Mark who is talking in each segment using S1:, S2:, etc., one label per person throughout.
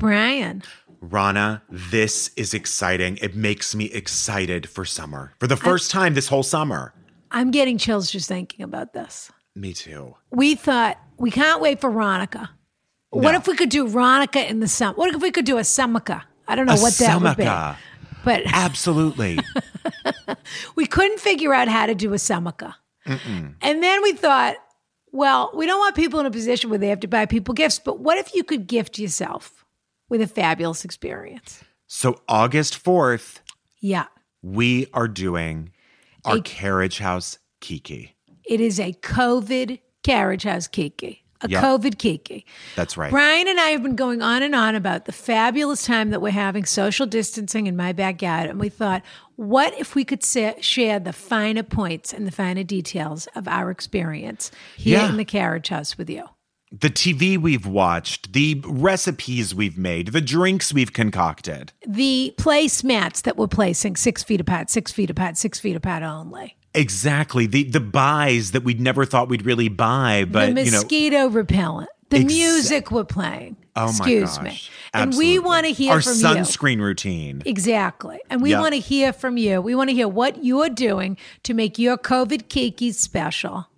S1: Brian.
S2: Rana, this is exciting. It makes me excited for summer. For the first time this whole summer.
S1: I'm getting chills just thinking about this.
S2: Me too.
S1: We thought we can't wait for Ronica. What
S2: No.
S1: if we could do Ronica in the summer? What if we could do a Summica? I don't know
S2: A
S1: what that would
S2: Summica.
S1: be. But
S2: Absolutely.
S1: we couldn't figure out how to do a Summica. And then we thought, well, we don't want people in a position where they have to buy people gifts, but what if you could gift yourself with a fabulous experience?
S2: so, August 4th,
S1: Yeah.
S2: we are doing our
S1: A-
S2: carriage house Kiki.
S1: It is a COVID carriage house kiki, a
S2: Yep.
S1: COVID kiki.
S2: That's right.
S1: Brian and I have been going on and on about the fabulous time that we're having social distancing in my backyard. And we thought, what if we could sa- share the finer points and the finer details of our experience here
S2: Yeah.
S1: in the carriage house with you?
S2: the TV we've watched, the recipes we've made, the drinks we've concocted.
S1: The placemats that we're placing six feet apart, six feet apart, six feet apart only.
S2: Exactly. The the buys that we'd never thought we'd really buy, but
S1: the
S2: you know,
S1: mosquito repellent, the
S2: Exa-
S1: music we're playing.
S2: oh my
S1: Excuse
S2: gosh.
S1: me. And we
S2: Absolutely.
S1: want to hear
S2: our
S1: from you.
S2: sunscreen routine.
S1: Exactly. And we
S2: Yeah.
S1: want to hear from you. We want to hear what you're doing to make your COVID Kiki special.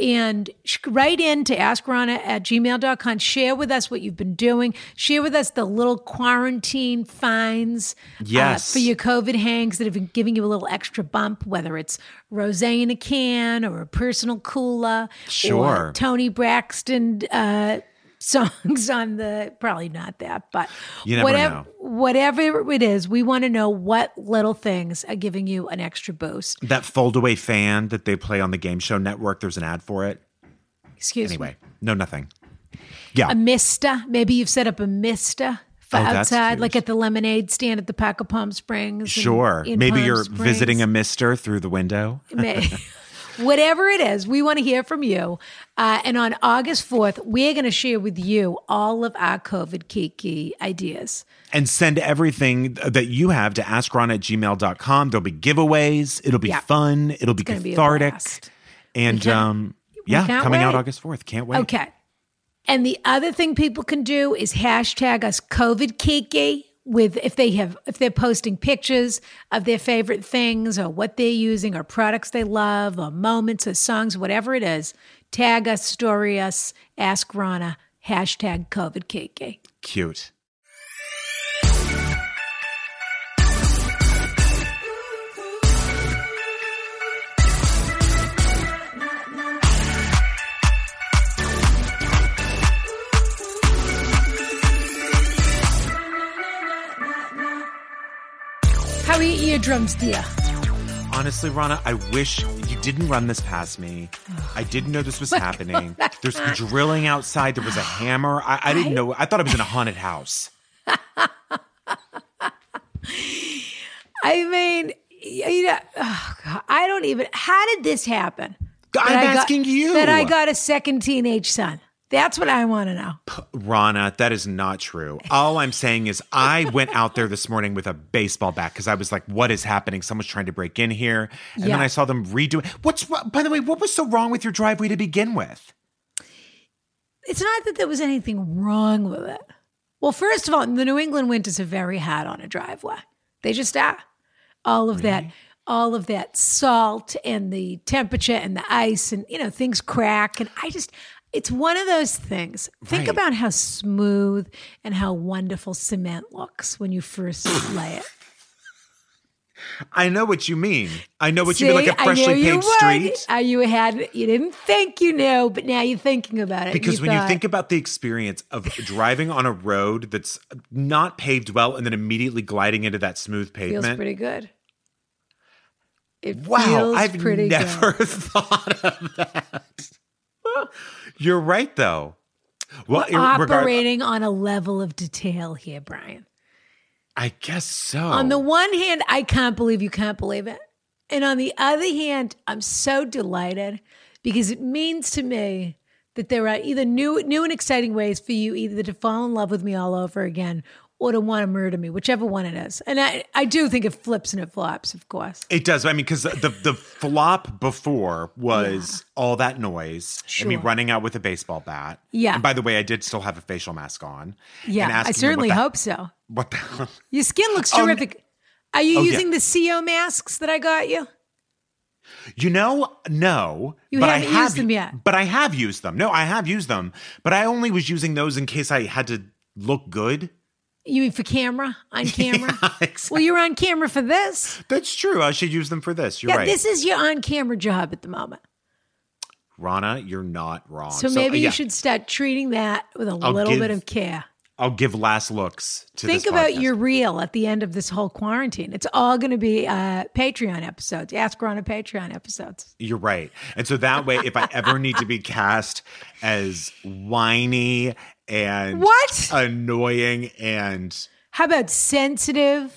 S1: And sh- write in to askrana at gmail.com. Share with us what you've been doing. Share with us the little quarantine finds uh,
S2: Yes.
S1: for your COVID hangs that have been giving you a little extra bump, whether it's rose in a can or a personal cooler. Or
S2: Sure.
S1: Tony Braxton uh, songs on the, probably not that, but
S2: You never
S1: whatever
S2: know.
S1: whatever it is, we want to know what little things are giving you an extra boost.
S2: That foldaway fan that they play on the game show network, there's an ad for it.
S1: Excuse me.
S2: Anyway, no nothing.
S1: A mister. Maybe you've set up a mister for
S2: Oh, that's
S1: outside,
S2: cute.
S1: like at the lemonade stand at the Pack of Palm Springs. and
S2: Sure.
S1: in
S2: Maybe
S1: Palm
S2: you're
S1: Springs.
S2: visiting a mister through the window.
S1: May- Whatever it is, we want to hear from you. Uh, and on August 4th, we're going to share with you all of our COVID Kiki ideas.
S2: and send everything that you have to askron at gmail.com. There'll be giveaways. It'll be
S1: Yeah.
S2: fun. It'll be
S1: gonna be a
S2: cathartic.
S1: blast.
S2: and um, yeah,
S1: can't
S2: coming out
S1: wait.
S2: August 4th. Can't wait.
S1: Okay. And the other thing people can do is hashtag us COVID Kiki with if they have if they're posting pictures of their favorite things or what they're using or products they love or moments or songs, whatever it is, tag us, story us, ask Rana, hashtag COVID Kiki.
S2: Cute.
S1: How are your eardrums, dear?
S2: Honestly, Rana, I wish you didn't run this past me. I didn't know this was happening. There's the drilling outside. There was a hammer. I, I didn't know. I thought I was in a haunted house.
S1: I mean, you know, oh God, I don't even. How did this happen?
S2: I'm
S1: That I got-
S2: asking you.
S1: that I got a second teenage son. That's what I want to know.
S2: Rana, that is not true. All I'm saying is I went out there this morning with a baseball bat because I was like, what is happening? Someone's trying to break in here. And
S1: Yeah.
S2: then I saw them redoing. What's, by the way, what was so wrong with your driveway to begin with?
S1: it's not that there was anything wrong with it. Well, first of all, the New England winters are very hot on a driveway. They just are. All of that, all of that salt and the temperature and the ice and you know things crack and I just. It's one of those things. Think
S2: Right.
S1: about how smooth and how wonderful cement looks when you first lay it.
S2: I know what you mean. I know what you mean, like a
S1: I knew
S2: freshly
S1: you
S2: paved
S1: would.
S2: street.
S1: Uh, you had you didn't think you knew, but now you're thinking about it. and
S2: Because when you
S1: thought,
S2: think about the experience of driving on a road that's not paved well and then immediately gliding into that smooth
S1: feels
S2: pavement.
S1: pretty good. It
S2: Wow,
S1: feels
S2: I've
S1: pretty
S2: never
S1: good.
S2: thought of that. You're right, though. Well,
S1: We're
S2: ir- regard-
S1: operating on a level of detail here, Brian.
S2: I guess so.
S1: On the one hand, I can't believe you can't believe it. And on the other hand, I'm so delighted because it means to me that there are either new new and exciting ways for you either to fall in love with me all over again or to want to murder me, whichever one it is. And I, I do think it flips and it flops, of course.
S2: It does. I mean, because the the flop before was all that noise and me
S1: Sure.
S2: running out with a baseball bat.
S1: Yeah.
S2: And by the way, I did still have a facial mask on.
S1: Yeah,
S2: And
S1: I
S2: asking them
S1: certainly
S2: what the-
S1: hope so.
S2: What the?
S1: Your skin looks
S2: Um,
S1: terrific. Are you
S2: oh, yeah.
S1: using the CO masks that I got you?
S2: You know, no.
S1: You
S2: but I
S1: haven't
S2: have
S1: used them yet.
S2: But I have used them. No, I have used them. But I only was using those in case I had to look good.
S1: You mean for camera? On camera?
S2: exactly.
S1: Well, you're on camera for this.
S2: That's true. I should use them for this. You're
S1: yeah,
S2: right.
S1: this is your on camera job at the moment.
S2: Rana, you're not wrong.
S1: So maybe
S2: Oh, yeah,
S1: you should start treating that with a
S2: I'll
S1: little bit
S2: give
S1: of care.
S2: I'll give last looks to
S1: Think
S2: this
S1: about
S2: podcast.
S1: your reel at the end of this whole quarantine. It's all going to be uh, Patreon episodes, Ask Rona Patreon episodes.
S2: You're right. And so that way, if I ever need to be cast as whiny and
S1: What?
S2: annoying and
S1: How about sensitive,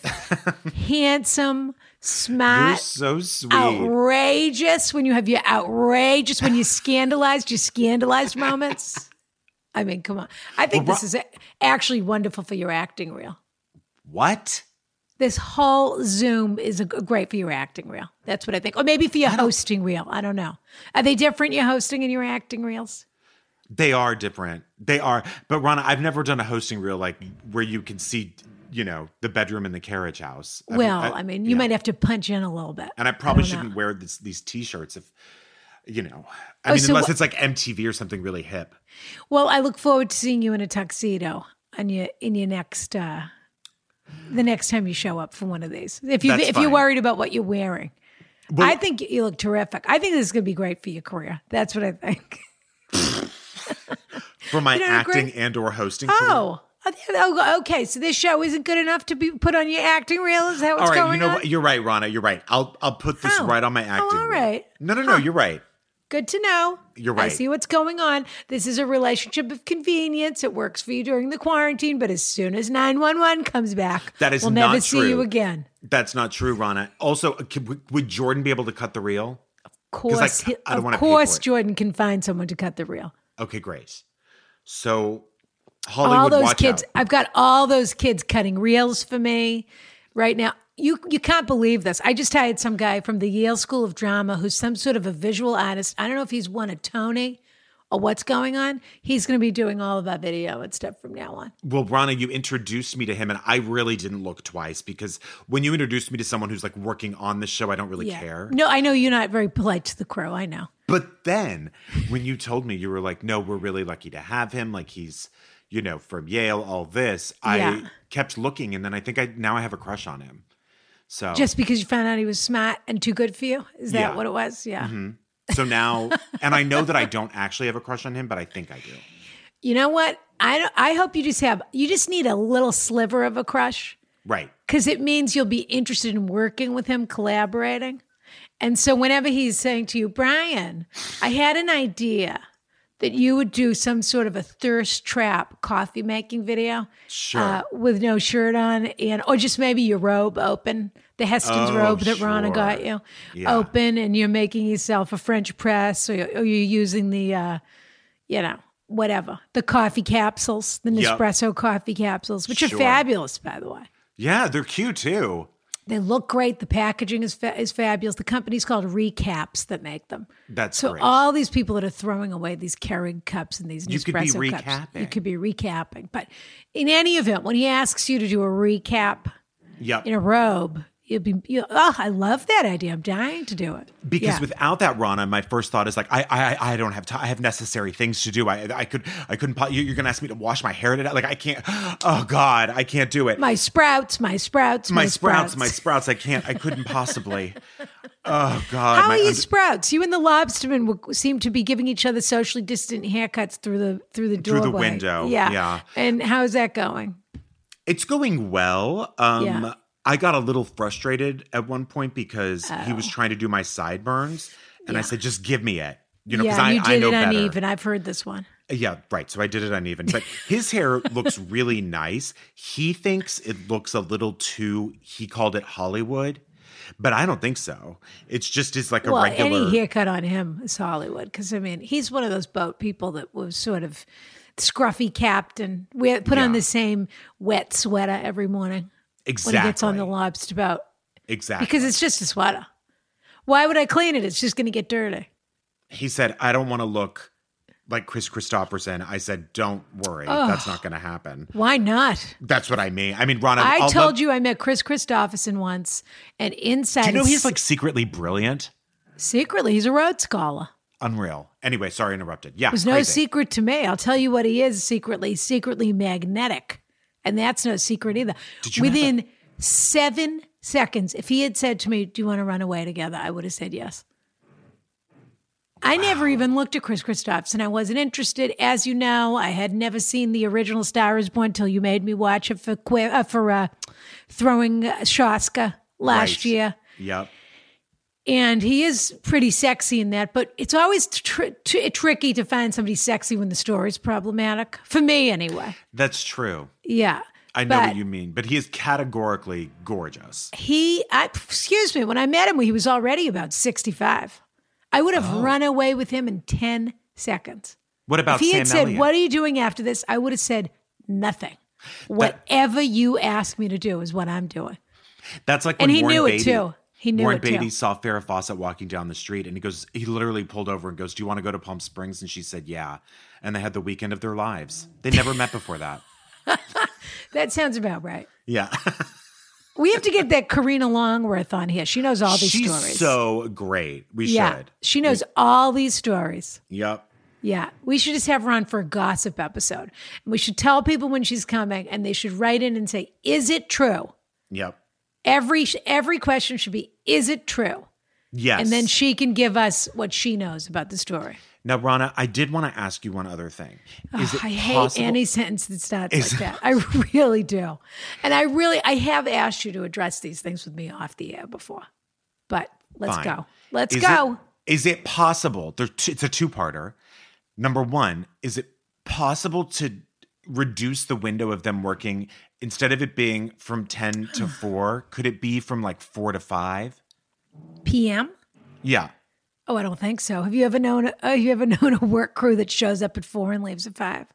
S1: handsome,
S2: you're
S1: smart,
S2: so sweet.
S1: outrageous when you have your outrageous, when you scandalized, your scandalized moments? I mean, come on. I think
S2: Well,
S1: this is a- actually wonderful for your acting reel.
S2: What?
S1: this whole Zoom is a, great for your acting reel. That's what I think. Or maybe for your hosting reel. I don't know. Are they different, your hosting and your acting reels?
S2: They are different. They are. But Rana, I've never done a hosting reel like where you can see, you know, the bedroom in the carriage house. I mean,
S1: well, I, mean, you
S2: yeah.
S1: might have to punch in a little bit.
S2: And I probably
S1: don't know.
S2: shouldn't wear this, these t-shirts if, you know, I
S1: Oh,
S2: mean,
S1: so
S2: unless
S1: what-
S2: it's like MTV or something really hip.
S1: Well, I look forward to seeing you in a tuxedo on your, in your next, uh, the next time you show up for one of these. If, you,
S2: That's
S1: if you're
S2: fine.
S1: worried about what you're wearing.
S2: Well-
S1: I think you look terrific. I think this is going to be great for your career. That's what I think.
S2: For my
S1: don't agree?
S2: acting and or hosting career.
S1: Oh, oh, okay. So this show isn't good enough to be put on your acting reel. Is that what's
S2: all right,
S1: going
S2: you know
S1: on?
S2: what? You're right, Rana. You're right. I'll I'll put this
S1: Oh.
S2: right on my
S1: Oh,
S2: acting.
S1: all
S2: reel.
S1: right.
S2: No, no, no. You're right.
S1: Good to know.
S2: You're
S1: I
S2: right.
S1: see what's going on. This is a relationship of convenience. It works for you during the quarantine, but as soon as 911 comes back,
S2: That is
S1: we'll never
S2: not
S1: see you
S2: true.
S1: again.
S2: That's not true, Rana. Also, uh, could, would- would Jordan be able to cut the reel?
S1: Of course,
S2: I-
S1: he-
S2: I don't
S1: of
S2: wanna pay for
S1: course
S2: it.
S1: Jordan can find someone to cut the reel.
S2: Okay, great. So
S1: all
S2: Hollywood,
S1: those
S2: watch
S1: kids,
S2: out.
S1: I've got all those kids cutting reels for me right now. You you can't believe this. I just hired some guy from the Yale School of Drama who's some sort of a visual artist. I don't know if he's won a Tony or what's going on. He's going to be doing all of our video and stuff from now on.
S2: Well, Rana, you introduced me to him, and I really didn't look twice because when you introduced me to someone who's like working on the show, I don't really care. Oh.
S1: No, I know you're not very polite to the crow. I know.
S2: But then when you told me, you were like, no, we're really lucky to have him. Like he's, you know, from Yale, all this.
S1: Yeah.
S2: I kept looking and then I think I now I have a crush on him. So
S1: Just because you found out he was smart and too good for you? Is that
S2: Yeah. Mm-hmm.
S1: what it was? Yeah.
S2: so now and I know that I don't actually have a crush on him, but I think I do.
S1: You know what? I don't, I hope you just have you just need a little sliver of a crush
S2: Right.
S1: cuz it means you'll be interested in working with him, collaborating. And so whenever he's saying to you, "Brian, I had an idea that you would do some sort of a thirst trap coffee making video."
S2: Sure.
S1: uh, with no shirt on and or just maybe your robe open the heston's
S2: Oh,
S1: robe that rana
S2: sure.
S1: got you
S2: Yeah.
S1: open and you're making yourself a french press or you're, or you're using the uh, you know whatever the coffee capsules the
S2: Yep.
S1: nespresso coffee capsules which are
S2: Sure.
S1: fabulous by the way
S2: yeah, they're cute too.
S1: they look great the packaging is, fa- is fabulous the company's called recaps that make them
S2: That's
S1: so
S2: great.
S1: all these people that are throwing away these Keurig cups and these
S2: You could be
S1: Nespresso cups, you
S2: recapping.
S1: could be recapping. But in any event, when he asks you to do a recap
S2: yep.
S1: in a robe, you'll be you oh, I love that idea. I'm dying to do it
S2: because
S1: Yeah.
S2: without that Rana, my first thought is like, I, I, I- I don't have time. I have necessary things to do. I, I could, I couldn't. po- you- You're gonna ask me to wash my hair today. Like I can't. Oh God, I can't do it.
S1: my sprouts, my sprouts, my,
S2: my sprouts, my sprouts. I can't. I couldn't possibly. oh God.
S1: How
S2: my
S1: are you
S2: under-
S1: sprouts? You and the lobsterman w- seem to be giving each other socially distant haircuts through the through the
S2: the
S1: doorway.
S2: window, yeah.
S1: And how's that going?
S2: It's going well. Um,
S1: Yeah.
S2: I got a little frustrated at one point because he
S1: Oh.
S2: was trying to do my sideburns, and I said, "Just give me it." You know, because
S1: yeah,
S2: I,
S1: you did
S2: I know
S1: it
S2: better.
S1: uneven. I've heard this one.
S2: Yeah, right. So I did it uneven, but his hair looks really nice. He thinks it looks a little too, he called it Hollywood, but I don't think so. It's just is like a
S1: well,
S2: regular.
S1: any haircut on him is Hollywood because I mean he's one of those boat people that was sort of scruffy capped and we put on
S2: Yeah.
S1: the same wet sweater every morning when
S2: exactly.
S1: he gets on the lobster boat
S2: Exactly.
S1: because it's just a sweater. Why would I clean it? It's just going to get dirty.
S2: he said, I don't want to look like Chris Christopherson. I said, don't worry. That's not going to happen.
S1: Why not?
S2: That's what I mean. I mean, Ron,
S1: I
S2: I'll
S1: told
S2: let-
S1: you I met Chris Christopherson once, and inside,
S2: Do you know
S1: his-
S2: he's like secretly brilliant?
S1: secretly he's a Rhodes Scholar.
S2: Unreal. Anyway, sorry, interrupted. Yeah.
S1: It was no
S2: crazy.
S1: secret to me. I'll tell you what he is secretly, secretly magnetic. And that's no secret either.
S2: Did you have
S1: Within seven seconds, if he had said to me, Do you want to run away together? I would have said yes. I never even looked at Chris Christopherson. I wasn't interested. As you know, I had never seen the original Star is Born till you made me watch it for, que- uh, for uh, throwing uh, Shaska last
S2: Right.
S1: year
S2: Yep.
S1: and he is pretty sexy in that but it's always tr- tr- tricky to find somebody sexy when the story's problematic for me anyway
S2: That's true.
S1: yeah
S2: I know
S1: But-
S2: what you mean, but he is categorically gorgeous.
S1: he I, excuse me when i met him he was already about 65 i would
S2: Oh.
S1: have run away with him in 10 seconds
S2: What about
S1: if he
S2: Sam
S1: had said
S2: Elliott?
S1: what are you doing after this i would have said nothing whatever you ask me to do is what i'm doing
S2: That's like
S1: and
S2: when
S1: he
S2: Warren
S1: knew
S2: Beatty,
S1: it too he knew
S2: Warren
S1: it
S2: Beatty
S1: too
S2: saw Farrah Fawcett walking down the street, and he goes, he literally pulled over and goes, "Do you want to go to Palm Springs?" And she said, "Yeah." And they had the weekend of their lives. They never met before that.
S1: that sounds about right
S2: Yeah,
S1: we have to get that Karina Longworth on here. She knows all these
S2: she's
S1: stories.
S2: so great. We
S1: Yeah,
S2: should.
S1: she knows all these stories.
S2: Yep.
S1: Yeah, we should just have her on for a gossip episode. And we should tell people when she's coming, and they should write in and say, "Is it true?"
S2: Yep.
S1: Every every question should be, "Is it true?"
S2: Yes.
S1: And then she can give us what she knows about the story.
S2: now, Rana, I did want to ask you one other thing. Is it
S1: I hate
S2: possible-
S1: any sentence that starts like that. I really do, and I really I have asked you to address these things with me off the air before, but let's
S2: Fine.
S1: go. Let's
S2: Is
S1: go.
S2: It, is it possible? There, t- it's a two-parter. Number one, is it possible to reduce the window of them working instead of it being from ten to four? Could it be from like four to five?
S1: PM.
S2: Yeah,
S1: Oh, I don't think so. Have you ever known? Uh, you ever known a work crew that shows up at four and leaves at five?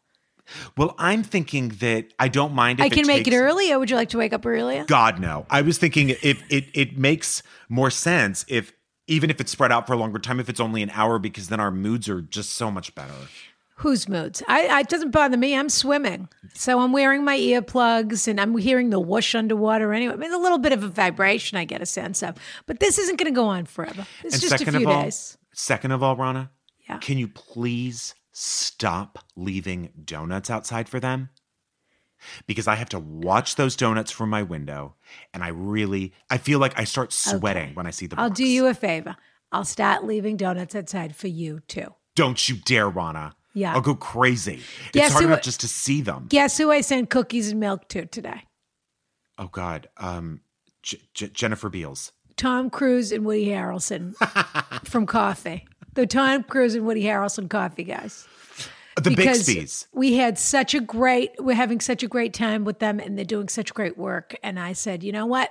S2: Well, I'm thinking that I don't mind. If
S1: I can make it
S2: takes-
S1: early. Or would you like to wake up earlier?
S2: God no. I was thinking if it it makes more sense if even if it's spread out for a longer time, if it's only an hour, because then our moods are just so much better.
S1: Whose moods? I, I it doesn't bother me. I'm swimming, so I'm wearing my earplugs and I'm hearing the whoosh underwater. Anyway, I mean, a little bit of a vibration I get a sense of, but this isn't going to go on forever. It's
S2: and
S1: just a
S2: second
S1: few
S2: of all,
S1: days.
S2: second of all, Rana,
S1: Yeah.
S2: can you please stop leaving donuts outside for them? Because I have to watch those donuts from my window, and I really, I feel like I start sweating when I see the.
S1: I'll
S2: box.
S1: do you a favor. I'll start leaving donuts outside for you too.
S2: Don't you dare, Rana.
S1: Yeah.
S2: I'll go crazy.
S1: Guess
S2: it's hard
S1: who-
S2: enough just to see them.
S1: Guess who I sent cookies and milk to today?
S2: Oh God, um, J- J- Jennifer Beals.
S1: Tom Cruise and Woody Harrelson from Coffee. The Tom Cruise and Woody Harrelson Coffee guys.
S2: The
S1: Because
S2: Bixby's.
S1: we had such a great, we're having such a great time with them and they're doing such great work. And I said, you know what?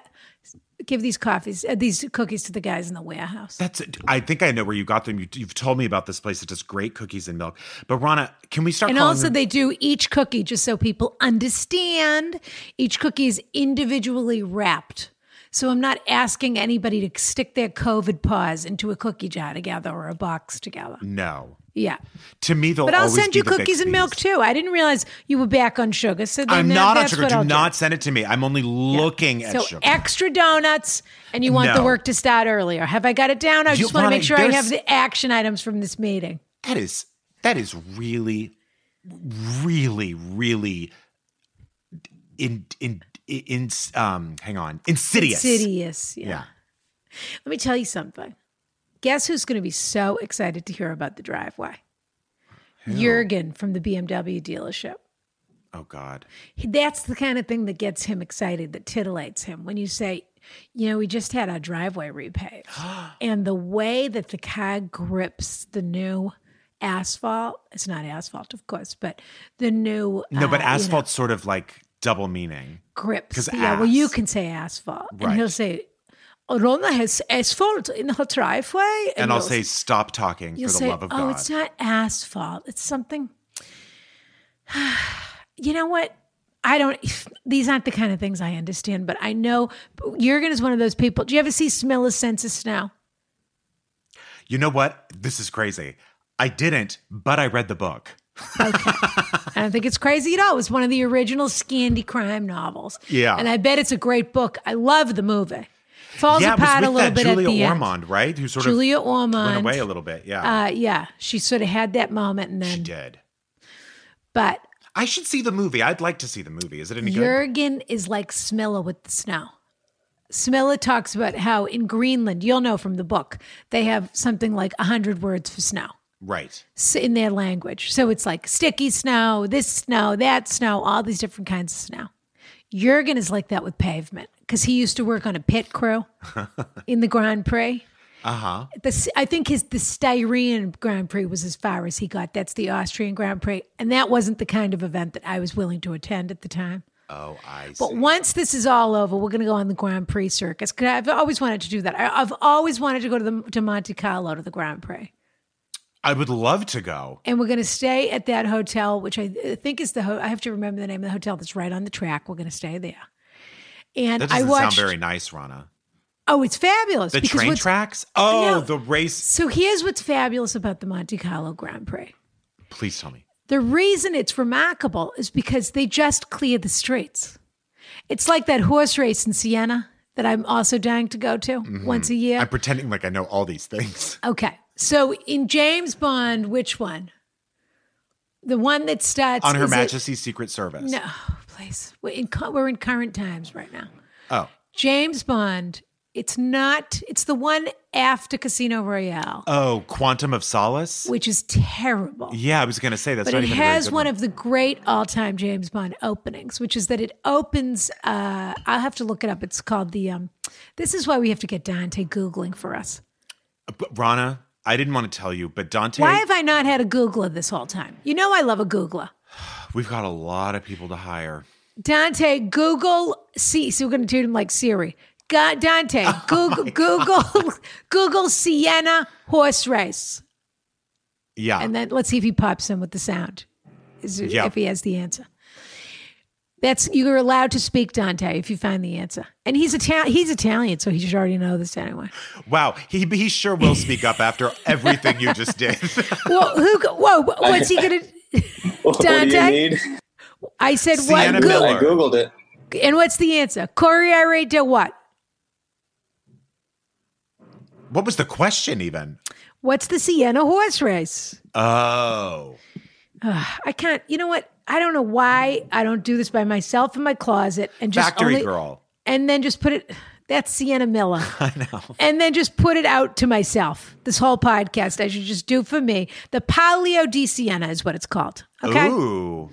S1: Give these coffees, uh, these cookies to the guys in the warehouse.
S2: That's. I think I know where you got them. You, you've told me about this place that does great cookies and milk. But Rana, can we start?
S1: And
S2: calling
S1: also,
S2: them-
S1: they do each cookie just so people understand. Each cookie is individually wrapped. So I'm not asking anybody to stick their COVID paws into a cookie jar together or a box together.
S2: no.
S1: Yeah.
S2: To me, they'll
S1: But I'll
S2: always
S1: send
S2: be
S1: you
S2: the
S1: cookies and
S2: Bixby's.
S1: milk too. I didn't realize you were back on sugar. So then
S2: I'm
S1: that-
S2: not on
S1: that's
S2: sugar.
S1: what
S2: Do
S1: I'll do.
S2: not send it to me. I'm only looking at
S1: So
S2: sugar.
S1: extra donuts, and you want the
S2: No.
S1: work to start earlier. Have I got it down? I
S2: You
S1: just want to
S2: wanna-
S1: make sure I
S2: there's-
S1: have the action items from this meeting.
S2: that is that is really, really, really, in in in um. Hang on, insidious.
S1: Insidious. Yeah.
S2: Yeah.
S1: Let me tell you something. Guess who's going to be so excited to hear about the driveway? Jurgen from the BMW dealership.
S2: Oh God.
S1: That's the kind of thing that gets him excited, that titillates him. When you say, you know, we just had our driveway repaved, and the way that the car grips the new asphalt. It's not asphalt, of course, but the new
S2: No, but
S1: uh, you know,
S2: asphalt's sort of like double meaning.
S1: grips.
S2: 'cause
S1: Yeah, well, you
S2: ass.
S1: can say asphalt, and
S2: Right.
S1: he'll say, "Rona has asphalt in her driveway,"
S2: And I'll
S1: you'll-
S2: say, stop talking for the
S1: you'll say,
S2: love of
S1: "Oh,
S2: God.
S1: it's not asphalt. It's something." you know what? I don't. These aren't the kind of things I understand, but I know Jurgen is one of those people. Do you ever see Smilla Census now?
S2: you know what? This is crazy. I didn't, but I read the book.
S1: I don't think it's crazy at all. It was one of the original Scandi crime novels.
S2: Yeah.
S1: And I bet it's a great book. I love the movie. Falls
S2: yeah, it
S1: apart a
S2: was with
S1: little
S2: that
S1: bit at the
S2: Julia
S1: end.
S2: Ormond, right? Who sort
S1: Julia
S2: of
S1: Ormond.
S2: went away a little bit. Yeah,
S1: Uh, yeah, she sort of had that moment and
S2: she
S1: then,
S2: did.
S1: but
S2: I should see the movie. I'd like to see the movie. Is it any good?
S1: Jurgen is like Smilla with the snow. Smilla talks about how in Greenland, you'll know from the book, they have something like 100 words for snow.
S2: Right.
S1: s- in their language. So it's like sticky snow, this snow, that snow, all these different kinds of snow. Jurgen is like that with pavement because he used to work on a pit crew in the Grand Prix. Uh huh. I think his the Styrian Grand Prix was as far as he got. That's the Austrian Grand Prix, and that wasn't the kind of event that I was willing to attend at the time.
S2: Oh, I.
S1: But once this is all over, we're going to go on the Grand Prix circus. 'Cause I've always wanted to do that. I, I've always wanted to go to the to Monte Carlo to the Grand Prix
S2: I would love to go.
S1: and we're going to stay at that hotel, which I uh, think is the ho- I have to remember the name of the hotel that's right on the track. We're going to stay there. And
S2: That
S1: I
S2: doesn't
S1: watched.
S2: sound very nice, Rana.
S1: oh, it's fabulous!
S2: The
S1: because
S2: train
S1: what's-
S2: tracks. Oh,
S1: No.
S2: the race.
S1: So here's what's fabulous about the Monte Carlo Grand Prix.
S2: Please tell me.
S1: The reason it's remarkable is because they just clear the streets. It's like that horse race in Siena that I'm also dying to go to once a year.
S2: I'm pretending like Mm-hmm. I know all these things.
S1: okay, so in James Bond, which one? The one that starts
S2: On Her
S1: is it-
S2: Majesty's Secret Service.
S1: No, oh, please. We're in, cu- we're in current times right now.
S2: Oh.
S1: James Bond. It's not. It's the one after Casino Royale,
S2: Oh, Quantum of Solace.
S1: which is terrible.
S2: Yeah, I was gonna say that's
S1: But
S2: not
S1: it
S2: even a very
S1: has
S2: good
S1: one of the great all-time James Bond openings, which is that it opens. Uh, I'll have to look it up. It's called the. Um, this is why we have to get Dante googling for us.
S2: But Rana, I didn't want to tell you, but Dante,
S1: Why have I not had a Googler this whole time? You know I love a Googler.
S2: we've got a lot of people to hire.
S1: Dante, Google see. So we're going to do him like Siri. God, Dante, Google, Google, Google Sienna horse race,
S2: Yeah.
S1: and then let's see if he pops in with the sound. Is it-
S2: Yeah.
S1: If he has the answer, that's you are allowed to speak Dante if you find the answer. And he's Italian. He's Italian, so he should already know this anyway.
S2: wow. He he sure will speak up after everything you just did.
S1: Well, who? go- Whoa, wh- what's he going to?
S3: What do
S1: Dante?
S3: you need?
S1: I said
S2: Sienna
S1: what? Goo-
S2: Miller.
S3: I googled it.
S1: and what's the answer? Corriere de what?
S2: what was the question even?
S1: What's the Sienna horse race?
S2: Oh.
S1: I can't. You know what? I don't know why I don't do this by myself in my closet and just
S2: Factory
S1: only-
S2: Girl.
S1: and then just put it. That's Sienna Miller. I know. And then just put it out to myself. This whole podcast I should just do for me. The Palio di Sienna is what it's called. Okay.
S2: Ooh.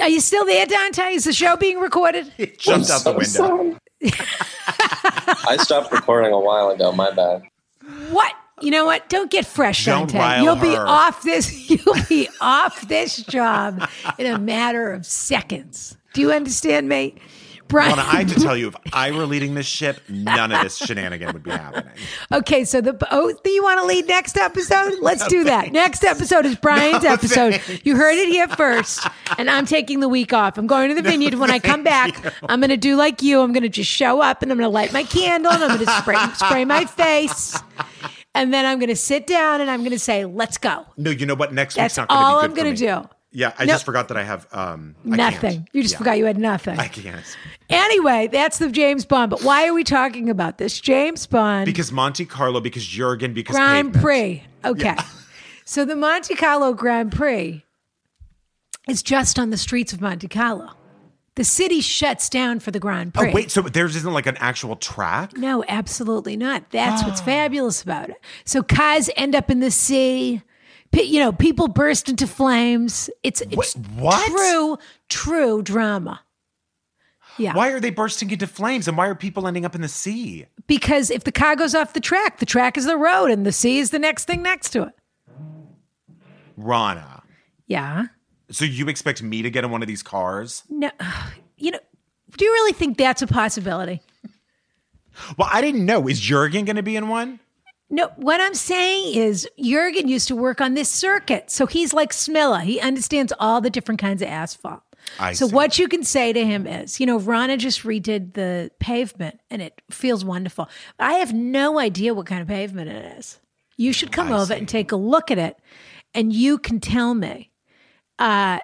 S1: Are you still there, Dante? Is the show being recorded?
S2: It jumped out the
S3: I'm
S2: window.
S3: sorry. I stopped recording a while ago. My bad.
S1: What? You know what? Don't get fresh,
S2: Don't
S1: Dante.
S2: rile
S1: You'll be
S2: her.
S1: off this. You'll be off this job in a matter of seconds. Do you understand me, Brian?
S2: Rana, I had to tell you, if I were leading this ship, none of this shenanigan would be happening.
S1: Okay, so the oh, do you want to lead next episode? Let's do that. Next episode is Brian's episode. You heard it here first, and I'm taking the week off. I'm going to the vineyard. When I come back, I'm going to do like you. I'm going to just show up, and I'm going to light my candle, and I'm going to spray spray my face, and then I'm going to sit down, and I'm going to say, "Let's go."
S2: No, you know what? Next
S1: That's
S2: week's not
S1: all
S2: going
S1: I'm
S2: to be good
S1: going to
S2: for me.
S1: do.
S2: Yeah, I
S1: No.
S2: just forgot that I have um I can't.
S1: Nothing. You just
S2: Yeah,
S1: forgot you had nothing.
S2: I can't.
S1: Anyway, that's the James Bond. But why are we talking about this James Bond?
S2: Because Monte Carlo, because Jurgen, because
S1: Grand
S2: pavement.
S1: Prix. Okay. so the Monte Carlo Grand Prix is just on the streets of Monte Carlo. The city shuts down for the Grand Prix.
S2: Oh, wait, so theirs isn't like an actual track?
S1: No, absolutely not. That's what's
S2: Ah.
S1: fabulous about it. So cars end up in the sea. Pe- You know, people burst into flames. It's, it's
S2: what?
S1: true, true drama. Yeah.
S2: Why are they bursting into flames and why are people ending up in the sea?
S1: Because if the car goes off the track, the track is the road and the sea is the next thing next to it.
S2: Rana.
S1: Yeah.
S2: So you expect me to get in one of these cars?
S1: No, you know, do you really think that's a possibility?
S2: Well, I didn't know. Is Jurgen going to be in one?
S1: No, what I'm saying is Jurgen used to work on this circuit. So he's like Smilla. He understands all the different kinds of asphalt.
S2: I
S1: so
S2: see.
S1: what you can say to him is, you know, Rana just redid the pavement and it feels wonderful. I have no idea what kind of pavement it is. You should come over and take a look at it and you can tell me uh,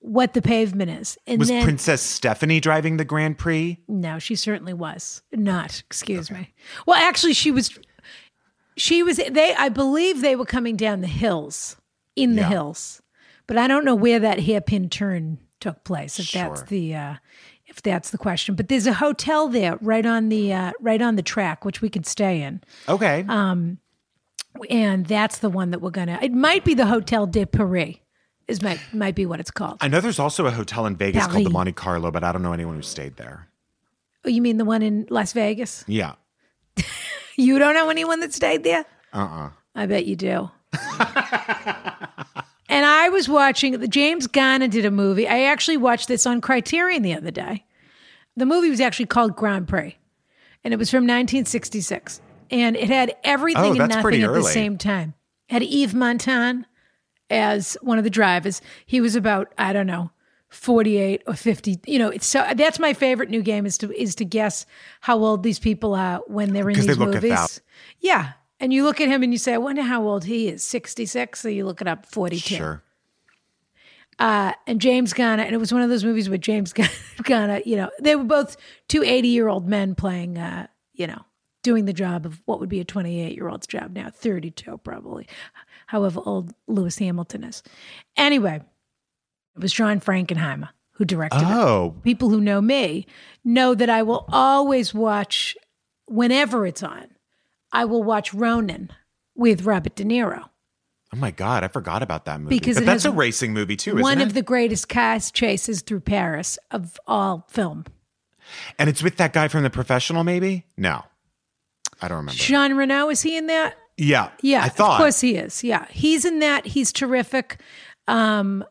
S1: what the pavement is. And
S2: Was
S1: then
S2: Princess Stephanie driving the Grand Prix?
S1: no, she certainly was not. Excuse me. Well, actually, she was. She was. They. I believe they were coming down the hills in the
S2: Yeah.
S1: hills, but I don't know where that hairpin turn took place. If that's
S2: Sure.
S1: the. Uh, if that's the question, but there's a hotel there right on the uh, right on the track, which we could stay in,
S2: Okay.
S1: Um, and that's the one that we're gonna. It might be the Hotel de Paris, is might might be what it's called.
S2: I know there's also a hotel in Vegas called the
S1: Paris.
S2: Monte Carlo, but I don't know anyone who stayed there.
S1: oh, you mean the one in Las Vegas?
S2: Yeah.
S1: You don't know anyone that stayed there?
S2: Uh uh
S1: I bet you do. and I was watching James Ghana did a movie. I actually watched this on Criterion the other day. The movie was actually called Grand Prix, and it was from 1966, and it had everything
S2: Oh,
S1: and
S2: that's pretty
S1: nothing at the
S2: early.
S1: same time. It had Yves Montan as one of the drivers. He was about I don't know. 48 or 50 you know it's so that's my favorite new game is to is to guess how old these people are when they're in these
S2: 'Cause they look a
S1: movies
S2: thou-
S1: yeah. And you look at him and you say, I wonder how old he is 66. So you look it up 42.
S2: Sure.
S1: Uh, and James Ghana, and it was one of those movies where James Ghana, Ghana you know, they were both two 80 year old men playing, uh, you know, doing the job of what would be a 28 year old's job now, 32 probably, however old Lewis Hamilton is. Anyway, it was John Frankenheimer who directed it
S2: Oh,
S1: people who know me know that I will always watch whenever it's on. I will watch Ronin with Robert De Niro.
S2: oh my God. I forgot about that movie.
S1: Because
S2: but
S1: it
S2: that's
S1: has
S2: a racing movie too, isn't
S1: One
S2: it?
S1: of the greatest car chases through Paris of all film.
S2: and it's with that guy from The Professional, maybe? No. I don't remember.
S1: Jean Reno, is he in that?
S2: yeah.
S1: Yeah,
S2: I thought.
S1: of course he is. Yeah, he's in that. He's terrific. Um,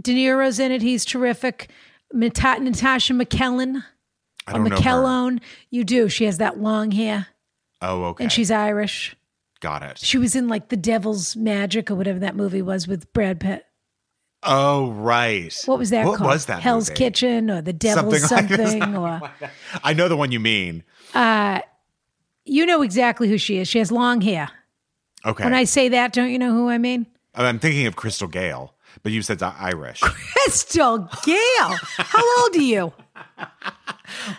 S1: De Niro's in it. He's terrific. Nata- Natasha McKellen
S2: I
S1: or
S2: don't know. her.
S1: McKellone. You do. She has that long hair
S2: Oh, okay.
S1: and she's Irish.
S2: got it.
S1: She was in like The Devil's Magic or whatever that movie was with Brad Pitt.
S2: Oh, right.
S1: What was that
S2: What
S1: called?
S2: was that?
S1: Hell's
S2: movie?
S1: Kitchen or The Devil's
S2: Something
S1: Something,
S2: like-
S1: or
S2: I know the one you mean.
S1: you know exactly who she is. She has long hair.
S2: Okay. Oh,
S1: When I say that, don't you know who I mean?
S2: I'm thinking of Crystal Gale, but you said I- Irish.
S1: Crystal Gale. How old are you?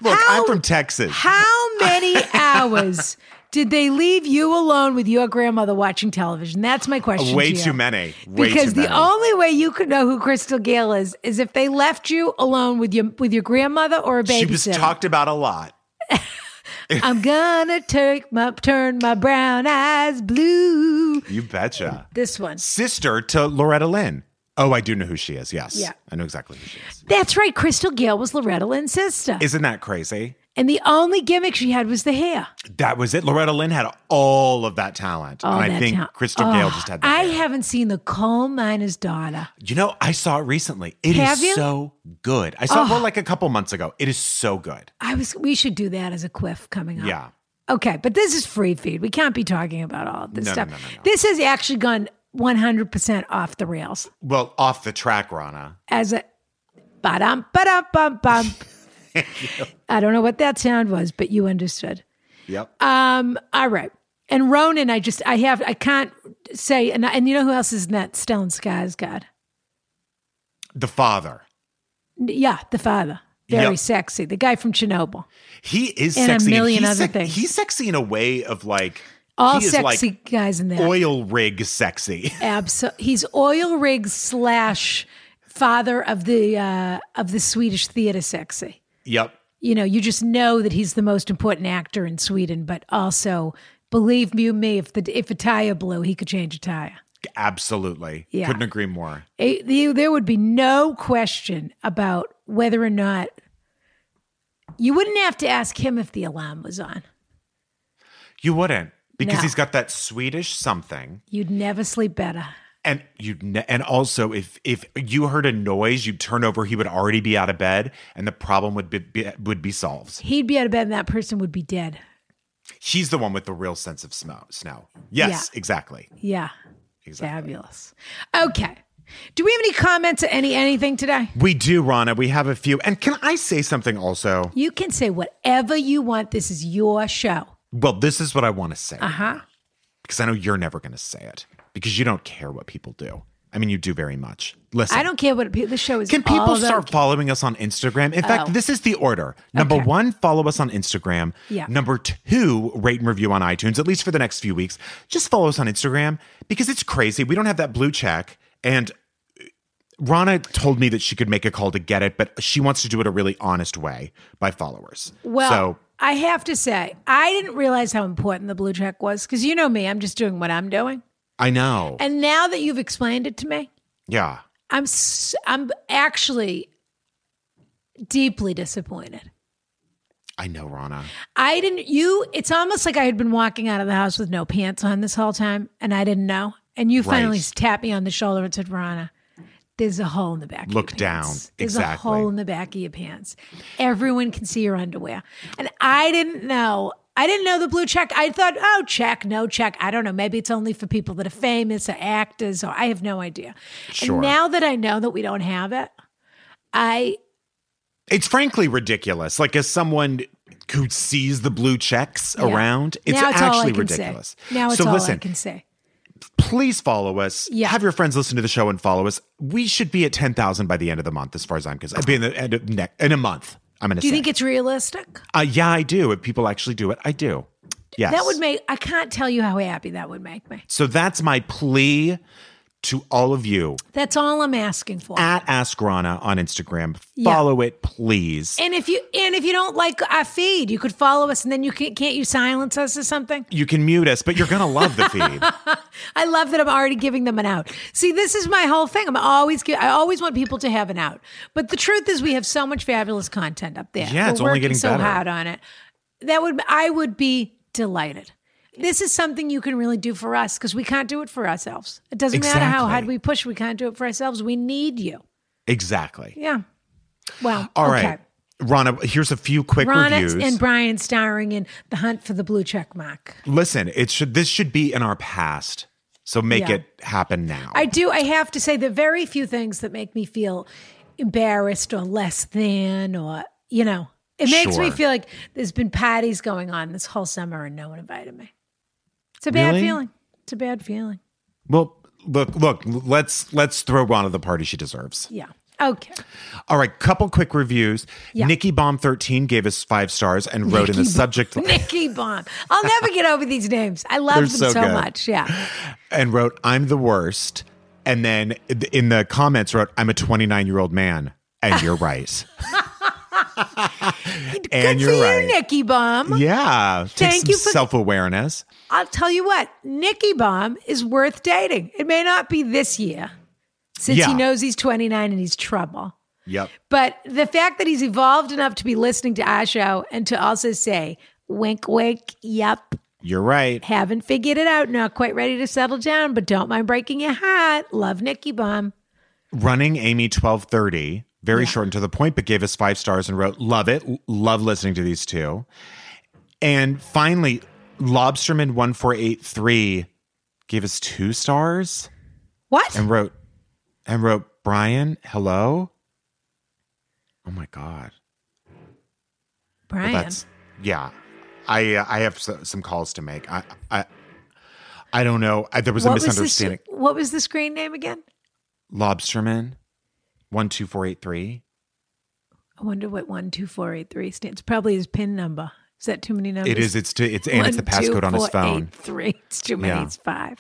S2: Look,
S1: How-
S2: I'm from Texas.
S1: How many hours did they leave you alone with your grandmother watching television? That's my question.
S2: Way
S1: to you.
S2: too many. Way
S1: because
S2: too
S1: the
S2: many.
S1: only way you could know who Crystal Gale is is if they left you alone with your with your grandmother or a babysitter.
S2: she was talked about a lot.
S1: I'm gonna take my turn my brown eyes blue.
S2: You betcha.
S1: This one.
S2: Sister to Loretta Lynn. Oh, I do know who she is. Yes.
S1: Yeah.
S2: I know exactly who she is.
S1: That's right. Crystal Gale was Loretta Lynn's sister,
S2: Isn't that crazy?
S1: and the only gimmick she had was the hair.
S2: That was it. Loretta Lynn had all of that talent.
S1: All
S2: and I
S1: that
S2: think
S1: talent.
S2: Crystal
S1: Oh,
S2: Gale just had that.
S1: I haven't seen the coal miner's daughter.
S2: You know, I saw it recently. It is
S1: Have you?
S2: so good. I saw it well, like a couple months ago. It is so good.
S1: I was. We should do that as a quiff coming up.
S2: Yeah.
S1: Okay, but this is free feed. We can't be talking about all this
S2: No, no,
S1: stuff.
S2: no, no, no.
S1: This has actually gone 100 percent off the rails.
S2: Well, off the track, Rana.
S1: as a ba-dum, ba-dum, bum, bum. I don't know what that sound was, but you understood.
S2: Yep.
S1: Um, all right. And Ronan, I just, I have, I can't say, and, and you know who else is in that? Stellan Skarsgård.
S2: the father.
S1: N- Yeah, the father. Very
S2: Yep.
S1: sexy. The guy from Chernobyl.
S2: He is
S1: And a
S2: sexy.
S1: million
S2: he's
S1: other things.
S2: He's sexy in a way of like
S1: All
S2: he is
S1: sexy
S2: like
S1: guys in there.
S2: oil rig sexy.
S1: Abso- he's oil rig slash father of the uh, of the Swedish theater sexy.
S2: yep.
S1: you know, you just know that he's the most important actor in Sweden, but also believe you me, if the if a tire blew, he could change a tire.
S2: Absolutely.
S1: Yeah.
S2: Couldn't agree more.
S1: It- the- there would be no question about whether or not you wouldn't have to ask him if the alarm was on.
S2: You wouldn't because
S1: No.
S2: he's got that Swedish something.
S1: You'd never sleep better.
S2: and you ne- and also if if you heard a noise, you'd turn over. He would already be out of bed, and the problem would be, be would be solved.
S1: He'd be out of bed and that person would be dead.
S2: She's the one with the real sense of smell. Snow. Yes, exactly.
S1: Yeah.
S2: Exactly.
S1: Fabulous. Okay. Do we have any comments or any anything today?
S2: We do, Rana. We have a few. And can I say something also?
S1: You can say whatever you want. This is your show.
S2: Well, this is what I want to say
S1: Uh-huh.
S2: because I know you're never going to say it because you don't care what people do. I mean, you do very much. Listen.
S1: I don't care what pe- the show is.
S2: Can people
S1: all Oh. about.
S2: start following us on Instagram? In fact, this is the order. Number one, follow us on Instagram.
S1: Yeah.
S2: Number two, rate and review on iTunes, at least for the next few weeks. Just follow us on Instagram because it's crazy. We don't have that blue check. And Rana told me that she could make a call to get it, but she wants to do it a really honest way by followers.
S1: Well,
S2: so
S1: I have to say, I didn't realize how important the blue check was because you know me, I'm just doing what I'm doing.
S2: I know.
S1: And now that you've explained it to me,
S2: yeah.
S1: I'm s- I'm actually deeply disappointed.
S2: I know, Rana.
S1: I didn't you it's almost like I had been walking out of the house with no pants on this whole time and I didn't know. And you finally
S2: Right.
S1: tapped me on the shoulder and said, Verona, there's a hole in the back.
S2: Look
S1: of your
S2: down.
S1: Pants. There's a
S2: Exactly.
S1: hole in the back of your pants. Everyone can see your underwear. And I didn't know. I didn't know the blue check. I thought, oh, check, no check. I don't know. Maybe it's only for people that are famous or actors, or I have no idea.
S2: Sure.
S1: And now that I know that we don't have it, I
S2: It's frankly ridiculous. Like, as someone who sees the blue checks around, it's
S1: now it's all I
S2: actually
S1: can
S2: ridiculous.
S1: Say. Now it's
S2: so
S1: all
S2: listen,
S1: I can say.
S2: please follow us.
S1: Yeah.
S2: Have your friends listen to the show and follow us. We should be at 10,000 by the end of the month, as far as I'm concerned. Be in the end of ne- in a month. I'm going to
S1: Do
S2: say.
S1: you think it's realistic?
S2: uh, yeah, I do. If people actually do it, I do. Yes.
S1: That would make I can't tell you how happy that would make me.
S2: so that's my plea to all of you
S1: That's all I'm asking for.
S2: at Ask Rana on Instagram.
S1: Yeah.
S2: Follow it, please.
S1: and if you and if you don't like our feed, you could follow us, and then you can, can't you silence us or something?
S2: you can mute us, but you're going to love the feed.
S1: I love that I'm already giving them an out. See, this is my whole thing. I'm always gi- I always want people to have an out. But the truth is, we have so much fabulous content up there.
S2: Yeah, it's
S1: We're
S2: only
S1: working
S2: getting
S1: so
S2: better.
S1: hard on it. That would I would be delighted. This is something you can really do for us because we can't do it for ourselves. It doesn't matter how
S2: Exactly.
S1: hard we push, we can't do it for ourselves. We need you.
S2: exactly.
S1: Yeah. Well,
S2: All right.
S1: okay.
S2: Rana, here's a few quick
S1: Ronna
S2: reviews.
S1: and Brian starring in The Hunt for the Blue Check Mark.
S2: Listen, it should this should be in our past. So make
S1: Yeah.
S2: it happen now.
S1: I do, I have to say, there are very few things that make me feel embarrassed or less than or, you know, it makes me
S2: Sure.
S1: feel like there's been parties going on this whole summer and no one invited me. It's a bad
S2: Really?
S1: feeling. It's a bad feeling.
S2: Well, look, look, let's let's throw Rana the party she deserves.
S1: Yeah. Okay.
S2: All right, couple quick reviews.
S1: Yeah.
S2: Nikki Bomb 13 gave us five stars and wrote in the subject line
S1: Nikki Bomb. I'll never get over these names. I love
S2: They're
S1: them so,
S2: so good.
S1: much. Yeah.
S2: and wrote, I'm the worst. And then in the comments wrote, I'm a 29 year old man. And you're right. and
S1: Good
S2: you're
S1: for
S2: right.
S1: you, Nikki Bomb.
S2: Yeah. Take
S1: Thank
S2: some
S1: you for-
S2: self awareness.
S1: I'll tell you what, Nikki Bomb is worth dating. It may not be this year since
S2: Yeah.
S1: he knows he's 29 and he's trouble.
S2: Yep.
S1: But the fact that he's evolved enough to be listening to our show and to also say, wink, wink, yep,
S2: You're right.
S1: haven't figured it out, not quite ready to settle down, but don't mind breaking your heart. Love Nikki Bomb.
S2: running Amy 1230, very short and to the point, but gave us five stars and wrote, Love it. L- Love listening to these two. And finally, Lobsterman 1483 gave us two stars
S1: What?
S2: and wrote, and wrote, Brian, hello. Oh my God.
S1: Brian.
S2: That's, yeah. I, uh, I have so- some calls to make. I, I, I don't know. I, there was a misunderstanding.
S1: Was this, what was the screen name again?
S2: Lobsterman 12483.
S1: I wonder what 12483 stands. Probably his PIN number. Is that too many numbers?
S2: It is. It's to, it's and it's the
S1: One, two,
S2: passcode on his
S1: four,
S2: phone.
S1: eight, three. It's too many.
S2: Yeah.
S1: It's five.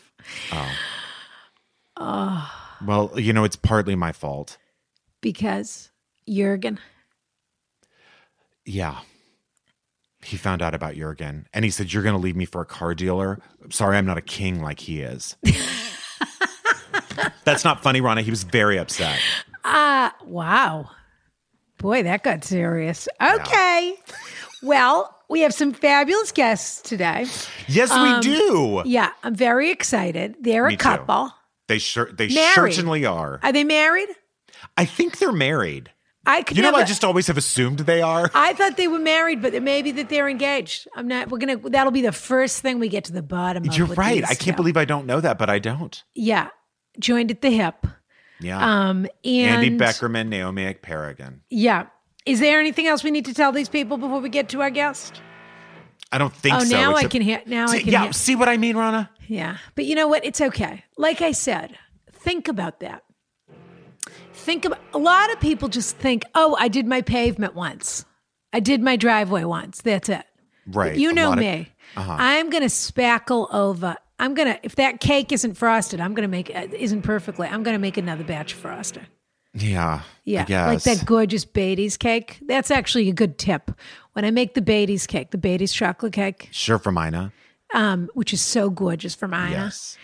S2: Well, you know, it's partly my fault.
S1: Because Jurgen,
S2: Yeah. He found out about Jurgen and he said, You're going to leave me for a car dealer. Sorry, I'm not a king like he is. That's not funny, Rana. He was very upset.
S1: ah, wow. Boy, that got serious. Okay. well, we have some fabulous guests today.
S2: Yes, we do.
S1: Um, Yeah, I'm very excited. They're
S2: Me
S1: a
S2: too.
S1: couple.
S2: They sure they
S1: Married.
S2: certainly are.
S1: Are they married?
S2: I think they're married.
S1: I could
S2: You know,
S1: never.
S2: I just always have assumed they are.
S1: I thought they were married, but it may be that they're engaged. I'm not. We're gonna. That'll be the first thing we get to the bottom of.
S2: You're
S1: with
S2: right.
S1: these
S2: I can't
S1: now.
S2: believe I don't know that, but I don't.
S1: Yeah, joined at the hip.
S2: Yeah.
S1: Um, and
S2: Andy Beckerman, Naomi Paragon.
S1: Yeah. Is there anything else we need to tell these people before we get to our guest?
S2: I don't think
S1: Oh,
S2: so.
S1: now I
S2: except-
S1: can hear. Now I
S2: See-
S1: can
S2: yeah,
S1: hear.
S2: see what I mean, Rana?
S1: Yeah. But you know what? It's okay. Like I said, think about that. Think about a lot of people just think, oh, I did my pavement once. I did my driveway once. That's it.
S2: Right.
S1: You
S2: a
S1: know
S2: lot of- Uh-huh.
S1: me. I'm going to spackle over. I'm going to, if that cake isn't frosted, I'm going to make, uh, isn't perfectly, I'm going to make another batch of frosting.
S2: yeah. I
S1: Yeah, like
S2: guess.
S1: that gorgeous Beatty's cake. That's actually a good tip. When I make the Beatty's cake, the Beatty's chocolate cake,
S2: Sure for Mina.
S1: um, which is so gorgeous from Ina,
S2: Yes.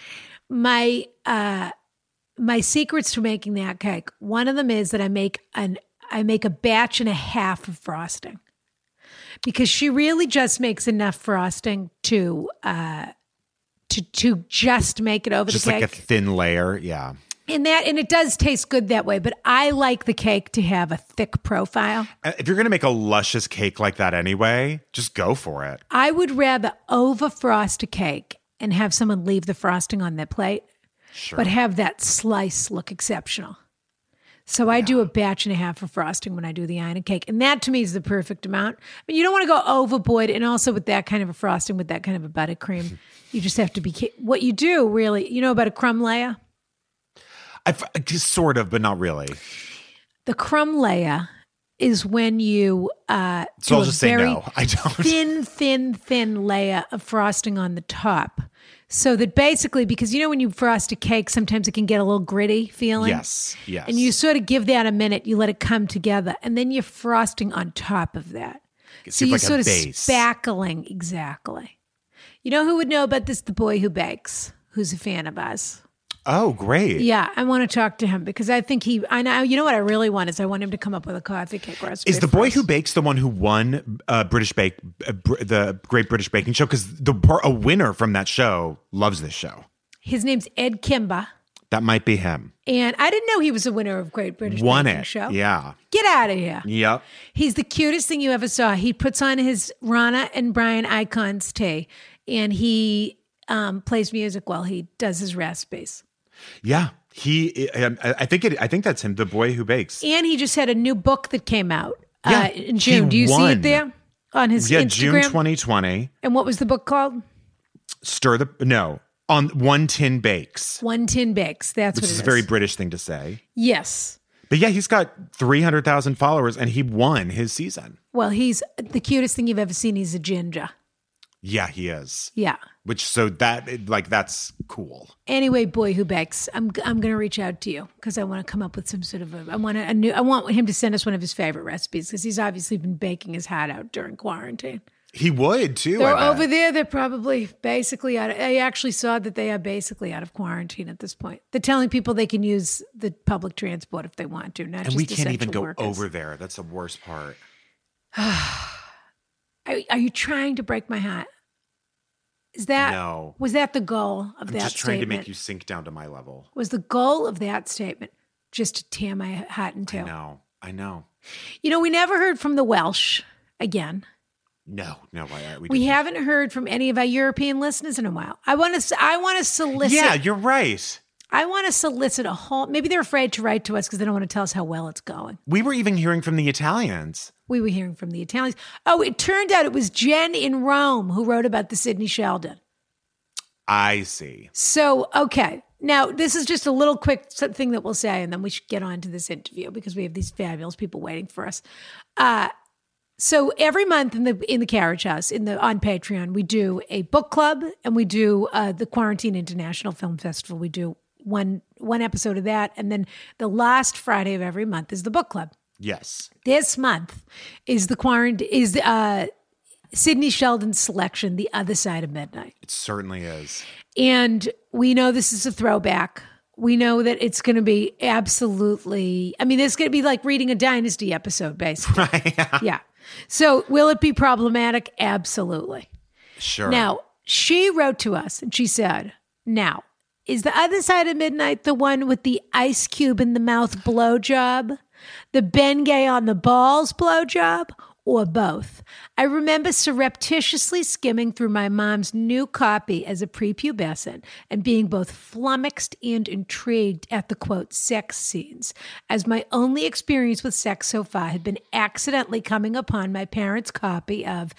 S1: my uh, my secrets to making that cake. One of them is that I make an I make a batch and a half of frosting because she really just makes enough frosting to uh, to to just make it over
S2: Just
S1: the
S2: like
S1: cake.
S2: a thin layer. Yeah.
S1: and that and it does taste good that way. But I like the cake to have a thick profile.
S2: Uh, If you're going to make a luscious cake like that anyway, just go for it.
S1: I would rather over frost a cake and have someone leave the frosting on their plate,
S2: Sure.
S1: but have that slice look exceptional. So I do a batch and a half of frosting when I do the Ina cake, and that to me is the perfect amount. I mean, you don't want to go overboard, and also with that kind of a frosting, with that kind of a buttercream, you just have to be. ca- What you do really, you know about a crumb layer?
S2: I f- uh, sort of, but not really.
S1: The crumb layer is when you uh,
S2: So
S1: do
S2: I'll
S1: a
S2: just say
S1: very
S2: no. I don't.
S1: thin, thin, thin layer of frosting on the top. So that basically, because you know when you frost a cake, sometimes it can get a little gritty feeling.
S2: Yes. Yes.
S1: And you sort of give that a minute, you let it come together, and then you're frosting on top of that. So
S2: it's
S1: you're
S2: like a
S1: sort of
S2: base.
S1: spackling, exactly. You know who would know about this? The boy who bakes, who's a fan of us.
S2: Oh, great.
S1: Yeah, I want to talk to him because I think he. I know. You know what I really want is I want him to come up with a coffee cake recipe.
S2: Is the
S1: for
S2: boy
S1: us.
S2: who bakes the one who won uh, British Bake uh, Br- the Great British Baking Show? Because the par- a winner from that show loves this show.
S1: His name's Ed Kimba.
S2: That might be him.
S1: And I didn't know he was a winner of Great British
S2: Won
S1: Baking
S2: it.
S1: Show.
S2: Yeah.
S1: Get out of here.
S2: Yep.
S1: He's the cutest thing you ever saw. He puts on his Rana and Brian Icons tee and he um, plays music while he does his recipes.
S2: Yeah. He. I, I I think it. I think that's him. The boy who bakes.
S1: And he just had a new book that came out
S2: Yeah,
S1: uh, in June.
S2: he
S1: Do you see
S2: won.
S1: it there on his
S2: yeah.
S1: Instagram?
S2: June 2020.
S1: And what was the book called?
S2: Stir the no on one tin bakes,
S1: One Tin Bakes. That's
S2: which
S1: what it
S2: is
S1: is.
S2: a very British thing to say.
S1: yes.
S2: But yeah, he's got 300,000 followers and he won his season.
S1: Well, he's the cutest thing you've ever seen. He's a ginger.
S2: Yeah, he is.
S1: Yeah.
S2: Which so that like that's cool.
S1: Anyway, boy who bakes, I'm I'm gonna reach out to you because I want to come up with some sort of a, I want a new I want him to send us one of his favorite recipes because he's obviously been baking his heart out during quarantine.
S2: He would too. I
S1: They're
S2: bet.
S1: over there. They're probably basically out. Of, I actually saw that they are basically out of quarantine at this point. They're telling people they can use the public transport if they want to. Not
S2: and
S1: just
S2: we can't even
S1: essential
S2: go
S1: workers.
S2: over there. That's the worst part.
S1: Are, are you trying to break my heart? Is that
S2: No.
S1: Was that the goal of
S2: I'm
S1: that
S2: just trying
S1: statement?
S2: to make you sink down to my level.
S1: was the goal of that statement just to tear my heart in
S2: I
S1: two?
S2: know. I know.
S1: You know, we never heard from the Welsh again.
S2: No, no, I, I, we,
S1: We
S2: didn't.
S1: haven't heard from any of our European listeners in a while. I want to. I want to solicit.
S2: Yeah, you're right.
S1: I want to solicit a whole. Maybe they're afraid to write to us because they don't want to tell us how well it's going.
S2: We were even hearing from the Italians.
S1: We were hearing from the Italians. Oh, it turned out it was Jen in Rome who wrote about the Sydney Sheldon.
S2: I see.
S1: So, okay. Now, this is just a little quick s- thing that we'll say, and then we should get on to this interview because we have these fabulous people waiting for us. Uh, so every month in the in the carriage house in the on Patreon we do a book club and we do uh, the Quarantine International Film Festival we do one one episode of that and then the last Friday of every month is the book club.
S2: Yes.
S1: This month is the quarantine is uh, Sydney Sheldon's selection The Other Side of Midnight.
S2: It certainly is.
S1: And we know this is a throwback. We know that it's going to be absolutely, I mean, it's going to be like reading a Dynasty episode, basically. yeah. So, will it be problematic? Absolutely.
S2: Sure.
S1: Now, she wrote to us and she said, Now, Is the other side of midnight the one with the ice cube in the mouth blowjob, the Bengay on the balls blowjob, or both? I remember surreptitiously skimming through my mom's new copy as a prepubescent and being both flummoxed and intrigued at the quote sex scenes, as my only experience with sex so far had been accidentally coming upon my parents' copy of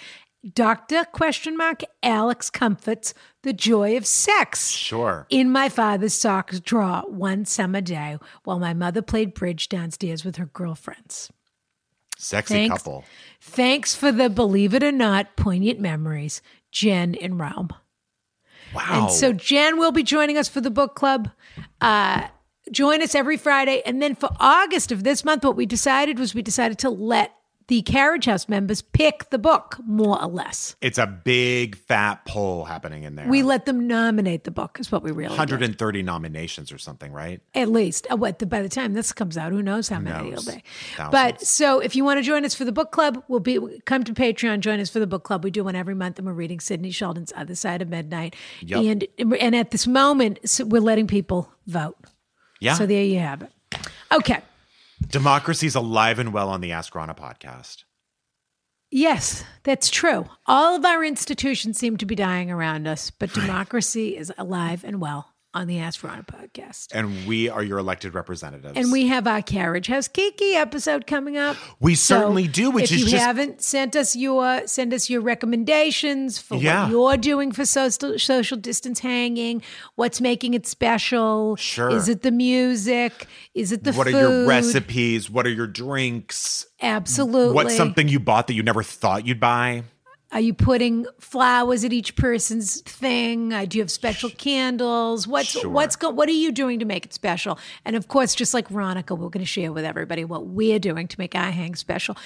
S1: Dr. question mark Alex Comfort's The Joy of Sex.
S2: Sure.
S1: In my father's socks drawer one summer day while my mother played bridge downstairs with her girlfriends.
S2: Sexy
S1: Thanks.
S2: couple.
S1: Thanks for the believe it or not poignant memories, Jen in Rome.
S2: Wow.
S1: And so Jan will be joining us for the book club. Uh, join us every Friday. And then for August of this month, what we decided was we decided to let the Carriage House members pick the book, more or less.
S2: it's a big fat poll happening in there.
S1: We let them nominate the book, is what we really did.
S2: 130 nominations or something, right?
S1: At least, uh, what the, by the time this comes out, who knows how many
S2: knows?
S1: it'll be.
S2: Thousands.
S1: But so, if you want to join us for the book club, we'll be come to Patreon. Join us for the book club. We do one every month, and we're reading Sidney Sheldon's Other Side of Midnight.
S2: Yep.
S1: And and at this moment, so we're letting people vote.
S2: Yeah.
S1: So there you have it. Okay.
S2: Democracy's alive and well on the Ask Rana podcast.
S1: Yes, that's true. All of our institutions seem to be dying around us, but democracy is alive and well on the Ask Verona podcast.
S2: And we are your elected representatives.
S1: And we have our Carriage House Kiki episode coming up.
S2: We
S1: So
S2: certainly do, which
S1: if
S2: is
S1: you
S2: just
S1: haven't sent us your send us your recommendations for
S2: Yeah.
S1: what you're doing for social social distance hanging, what's making it special.
S2: Sure.
S1: Is it the music? Is it the
S2: what
S1: food?
S2: are your recipes? What are your drinks?
S1: Absolutely.
S2: What's something you bought that you never thought you'd buy?
S1: Are you putting flowers at each person's thing? Uh, do you have special candles? What's what's go- what are you doing to make it special? And of course, just like Ronica, we're going to share with everybody what we're doing to make our hang special.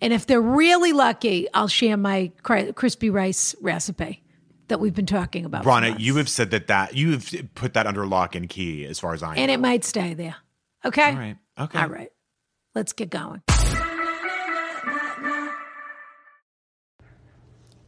S1: And if they're really lucky, I'll share my cri- crispy rice recipe that we've been talking about. for
S2: Rana,
S1: months.
S2: you have said that that you have put that under lock and key as far as I know.
S1: and it might stay there. Okay.
S2: All right. Okay.
S1: All right. Let's get going.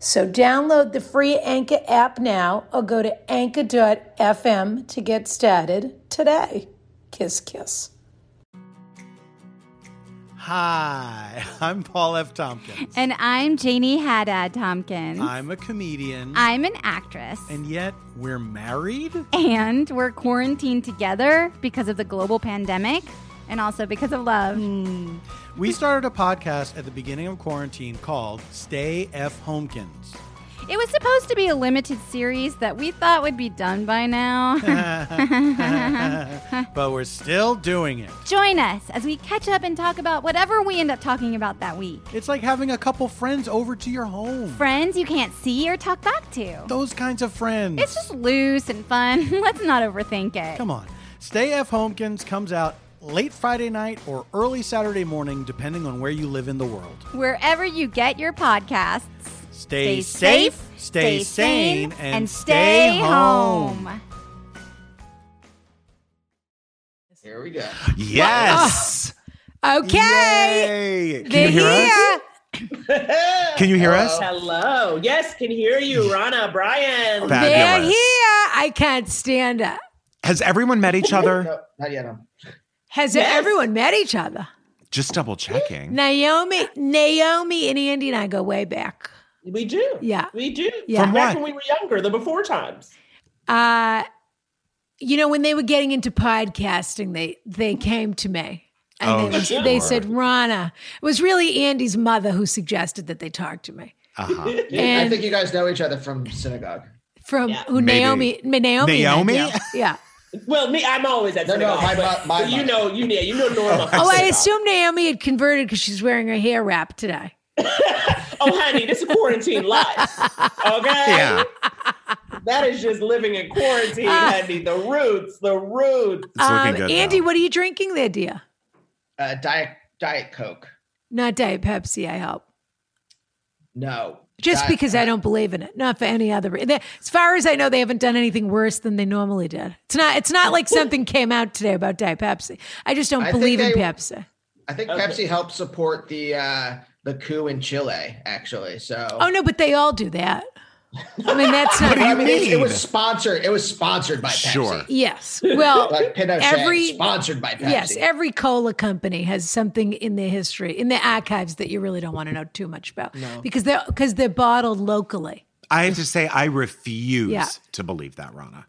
S1: So download the free Anchor app now or go to anchor.fm to get started today. Kiss, kiss.
S4: Hi, I'm Paul F. Tompkins.
S5: And I'm Janie Haddad Tompkins.
S4: I'm a comedian.
S5: I'm an actress.
S4: and yet, we're married?
S5: And we're quarantined together because of the global pandemic and also because of love.
S4: Mm. We started a podcast at the beginning of quarantine called Stay F. Homekins.
S5: It was supposed to be a limited series that we thought would be done by now.
S4: but we're still doing it.
S5: Join us as we catch up and talk about whatever we end up talking about that week.
S4: It's like having a couple friends over to your home.
S5: Friends you can't see or talk back to.
S4: Those kinds of friends.
S5: It's just loose and fun. Let's not overthink it.
S4: Come on. Stay F. Homekins comes out late Friday night or early Saturday morning, depending on where you live in the world.
S5: Wherever you get your podcasts.
S4: Stay, safe, stay, sane, and, stay, home.
S3: Here we go.
S2: Yes.
S1: Okay.
S2: Yay. Can you hear us? Can you hear us?
S6: Hello. Yes, can hear you, Rana, Brian.
S1: They're
S2: Fabulous.
S1: here. I can't stand up.
S2: Has everyone met each other?
S3: No, not yet. um,
S1: Has
S6: Yes.
S1: everyone met each other?
S2: Just double checking.
S1: Naomi, Naomi, and Andy and I go way back.
S6: We do.
S1: Yeah.
S6: We do.
S1: Yeah. From
S6: Back
S2: what?
S6: when we were younger, the before times.
S1: Uh, you know, when they were getting into podcasting, they they came to me. And
S2: Oh,
S1: they,
S6: sure.
S1: they said, Rana, it was really Andy's mother who suggested that they talk to me.
S2: Uh-huh.
S3: you- I
S1: And-
S3: think you guys know each other from synagogue.
S1: From who
S2: Maybe.
S1: Naomi, Naomi, and I
S2: Naomi?
S1: do. yeah,
S6: Well, me, I'm always at
S7: No, no,
S6: synagogue,
S7: my
S6: but,
S7: mo- my
S6: but you
S7: mom.
S6: know, you yeah, you know Norma.
S1: Oh, I
S6: Synagogue.
S1: assume Naomi had converted because she's wearing her hair wrap today.
S6: Oh, honey, this is quarantine life. Okay.
S2: Yeah.
S6: That is just living in quarantine,
S1: Uh,
S6: honey. The roots, the roots.
S2: It's looking good.
S1: Um, Andy,
S2: now.
S1: what are you drinking there, dear?
S7: Uh, diet Diet Coke.
S1: Not Diet Pepsi, I hope.
S7: No.
S1: Just
S7: Diet-
S1: because I don't believe in it, not for any other reason. As far as I know, they haven't done anything worse than they normally did. It's not. It's not like something came out today about Diet Pepsi. I just don't
S7: I think
S1: believe in
S7: they-
S1: Pepsi.
S7: I think Pepsi helped support the uh, the coup in Chile, actually. So
S1: Oh no, but they all do that. I mean, that's not.
S7: I mean, it, it
S2: mean?
S7: was sponsored. It was sponsored by Pepsi.
S2: Sure.
S1: yes. Well,
S7: Like Pinochet,
S1: Every-
S7: sponsored by Pepsi.
S1: yes. Every cola company has something in their history, in their archives that you really don't want to know too much about, because they're because they're bottled locally.
S2: I have to say, I refuse
S1: Yeah.
S2: to believe that, Rana.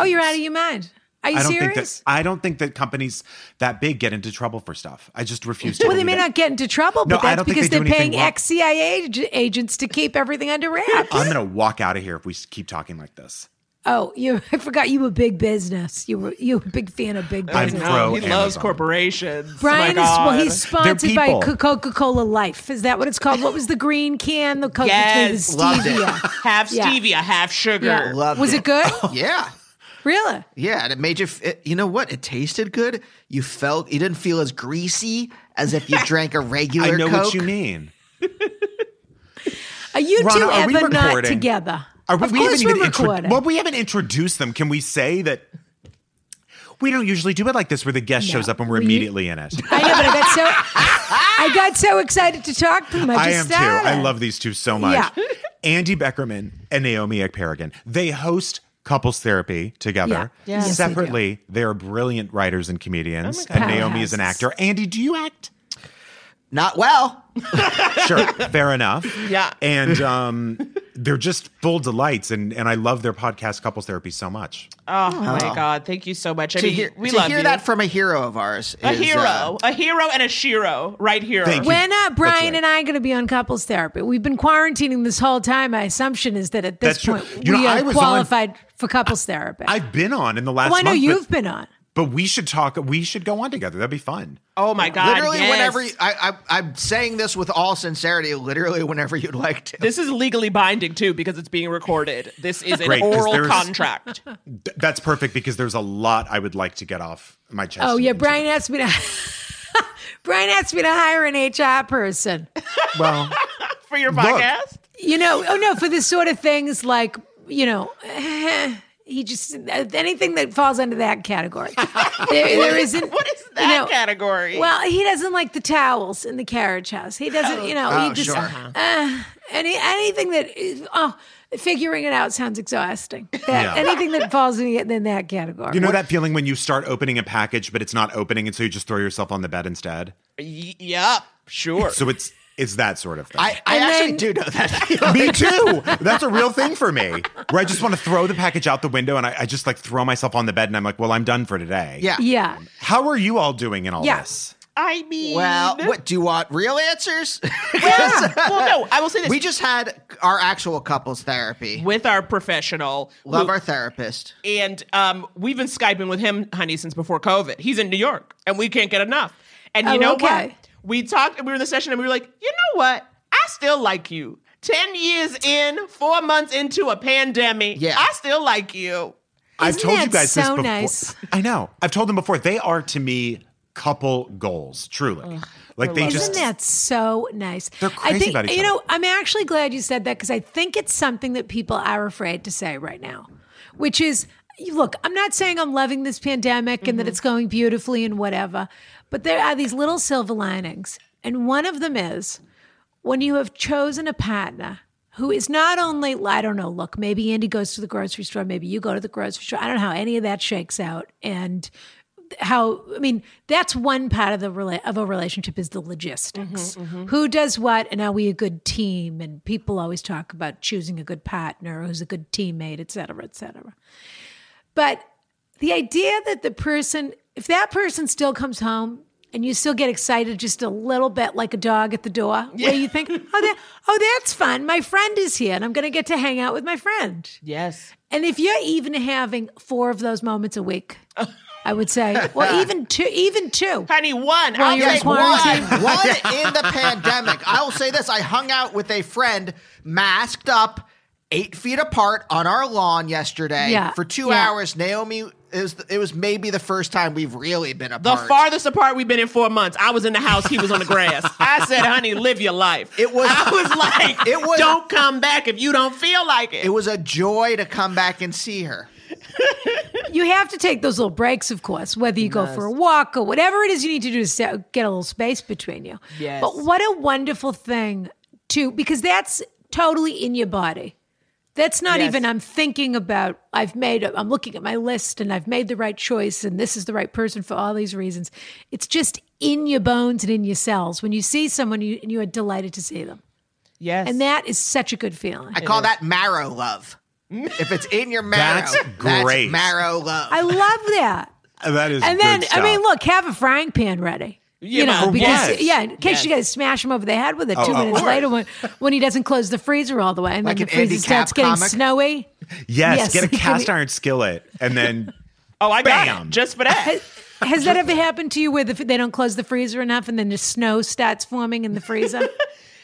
S1: Oh, you're
S2: Refuse.
S1: out of your mind. Are you
S2: I don't
S1: serious?
S2: think that I don't think that companies that big get into trouble for stuff. I just refuse to.
S1: Well, they
S2: believe
S1: may
S2: it.
S1: not get into trouble,
S2: No,
S1: but
S2: I
S1: that's
S2: don't think
S1: because
S2: they
S1: they
S2: do
S1: are paying
S2: anything wrong.
S1: ex CIA ag- agents to keep everything under wraps.
S2: I'm gonna walk out of here if we s- keep talking like this.
S1: oh, you! I forgot you were big business. You were you were a big fan of big
S2: I'm
S1: business.
S2: pro. Oh
S8: he loves
S2: Amazon.
S8: corporations.
S1: Oh Brian
S8: My
S1: is well,
S8: God.
S1: he's sponsored by
S2: people.
S1: Co- Coca-Cola Life. Is that what it's called? What was the green can? The Coca-Cola
S8: Yes,
S7: loved it.
S1: stevia.
S8: half
S1: Yeah.
S8: stevia, half sugar.
S1: Yeah.
S7: Loved
S1: was it,
S7: it.
S1: good?
S9: Yeah.
S1: Really?
S9: Yeah, and it made you. f- It, you know what? It tasted good. You felt you didn't feel as greasy as if you drank a regular.
S2: I know
S9: Coke.
S2: what you mean.
S1: Are you
S2: Rana,
S1: two
S2: are we
S1: ever not
S2: recording?
S1: together?
S2: Are we,
S1: of
S2: we
S1: course
S2: haven't even
S1: we're
S2: intro-
S1: recording.
S2: well, we haven't introduced them. Can we say that we don't usually do it like this, where the guest shows up and we're immediately in it?
S1: I know, but I got so I got so excited to talk to them. I,
S2: I
S1: just
S2: am
S1: started.
S2: too. I love these two so much.
S1: Yeah.
S2: Andy Beckerman and Naomi Ekperigan. They host couples therapy together.
S1: Yeah. Yes, they do.
S2: Separately, they, are brilliant writers and comedians.
S8: Oh my
S2: and
S8: God.
S2: Naomi is an
S1: Powerhouses.
S2: actor. Andy, do you act?
S9: Not well.
S2: Sure. fair enough.
S8: Yeah.
S2: And um, they're just full delights and, and I love their podcast couples therapy so much.
S8: Oh, my god! Thank you so much. I
S9: to
S8: mean,
S9: hear,
S8: we
S9: to
S8: love
S9: hear
S8: you.
S9: that from a hero of ours.
S8: a
S9: is, uh,
S8: hero, a hero, and a shiro, right here.
S2: Thank you.
S1: When are Brian
S2: right.
S1: and I going to be on couples therapy? We've been quarantining this whole time. My assumption is that at this
S2: That's true.
S1: point
S2: You know,
S1: we
S2: I
S1: are
S2: was
S1: qualified for couples therapy.
S2: I've been on in the last
S1: well, Oh, I know
S2: month,
S1: you've
S2: but,
S1: been on.
S2: but we should talk. We should go on together. That'd be fun.
S8: Oh my god!
S9: Literally,
S8: yes.
S9: whenever you- I, I, I'm saying this with all sincerity, literally whenever you'd like to.
S8: This is legally binding too because it's being recorded. This is an
S2: Great, 'cause
S8: oral
S2: there's-
S8: contract.
S2: Th- that's perfect because there's a lot I would like to get off my chest.
S1: Oh yeah,
S2: and-
S1: Brian asked me to. Brian asked me to hire an HR person.
S2: Well,
S8: for your podcast.
S1: You know, oh no, for the sort of things like you know. He just anything that falls under that category. There, there isn't.
S8: What is that
S1: you know,
S8: category?
S1: Well, he doesn't like the towels in the carriage house. He doesn't, you know,
S9: Oh,
S1: he just
S9: sure.
S8: Uh-huh.
S1: uh, any anything that is- oh, figuring it out sounds exhausting. That,
S2: Yeah.
S1: Anything that falls in, the- in that category.
S2: You know that feeling when you start opening a package, but it's not opening, and so you just throw yourself on the bed instead.
S8: Y- yep, sure.
S2: So it's it's that sort of thing.
S9: I, I
S1: And
S9: actually
S1: then-
S9: do know that. feeling.
S2: me too. That's a real thing for me, where I just want to throw the package out the window and I, I just like throw myself on the bed and I'm like, well, I'm done for today.
S9: yeah.
S1: yeah.
S2: How are you all doing in all
S1: Yeah.
S2: this?
S8: I mean,
S9: Well, what do you want? Real answers?
S8: well, well, no, I will say this.
S9: we just had our actual couples therapy.
S8: with our professional
S9: Love
S8: who-
S9: our therapist.
S8: and um, we've been skyping with him, honey, since before COVID. He's in New York, and we can't get enough. And you
S1: Oh,
S8: know
S1: okay.
S8: what? We talked, and we were in the session, and we were like, you know what? I still like you. Ten years in, four months into a pandemic,
S9: Yeah.
S8: I still like you.
S2: I've
S1: Isn't
S2: told
S1: that
S2: you guys this
S1: so
S2: before.
S1: nice?
S2: I know. I've told them before. They are to me couple goals, truly. like they
S1: Isn't
S2: just
S1: that so nice?
S2: They're
S1: I
S2: crazy
S1: think,
S2: about each
S1: You know,
S2: other.
S1: I'm actually glad you said that because I think it's something that people are afraid to say right now, which is look, I'm not saying I'm loving this pandemic and that it's going beautifully and whatever, but there are these little silver linings. And one of them is when you have chosen a partner who is not only, I don't know, look, maybe Andy goes to the grocery store, maybe you go to the grocery store. I don't know how any of that shakes out. And how I mean that's one part of the rela- of a relationship is the logistics. Who does what, and are we a good team? And people always talk about choosing a good partner, who's a good teammate, et cetera, et cetera. But the idea that the person, if that person still comes home and you still get excited just a little bit like a dog at the door where you think, oh, that, oh, that's fun. My friend is here and I'm going to get to hang out with my friend.
S8: Yes.
S1: And if you're even having four of those moments a week, I would say, well, even two, even two.
S8: Honey, one.
S1: While
S8: I'll
S1: you're in
S8: take
S1: quarantine.
S8: one.
S9: One in the pandemic. I will say this: I hung out with a friend, masked up, eight feet apart on our lawn yesterday
S1: Yeah,
S9: for two
S1: yeah.
S9: hours. Naomi, it was, it was maybe the first time we've really been
S8: The
S9: apart.
S8: farthest apart we've been in four months. I was in the house, he was on the grass. I said, honey, live your life.
S9: It was-
S8: I was like,
S9: It was-
S8: don't come back if you don't feel like it.
S9: it was a joy to come back and see her.
S1: You have to take those little breaks, of course, whether you go for a walk or whatever it is you need to do to se- get a little space between you.
S8: Yes.
S1: But what a wonderful thing to, because that's totally in your body. That's not
S8: Yes.
S1: even, I'm thinking about, I've made, a- I'm looking at my list and I've made the right choice and this is the right person for all these reasons. It's just in your bones and in your cells. When you see someone you, and you are delighted to see them.
S8: yes.
S1: And that is such a good feeling.
S9: I call that marrow love. if it's in your marrow,
S2: That's great.
S9: marrow love.
S1: I love that.
S2: That is
S1: And then,
S2: good
S1: I mean,
S2: stuff.
S1: look, have a frying pan ready.
S8: Yeah,
S1: you know,
S8: for
S1: because
S2: what?
S1: yeah, in case you guys smash him over the head with it two
S2: of
S1: minutes
S2: course.
S1: later when, when he doesn't close the freezer all the way, and
S9: Like
S1: then
S9: an
S1: the freezer
S9: Andy
S1: starts
S9: Capp
S1: getting
S9: comic?
S1: snowy.
S2: yes,
S1: yes,
S2: get a
S1: give me-
S2: cast iron skillet and then
S8: oh, I got
S2: Bam.
S8: it. Just for that.
S1: Has, has that ever happened to you where the, they don't close the freezer enough, and then the snow starts forming in the freezer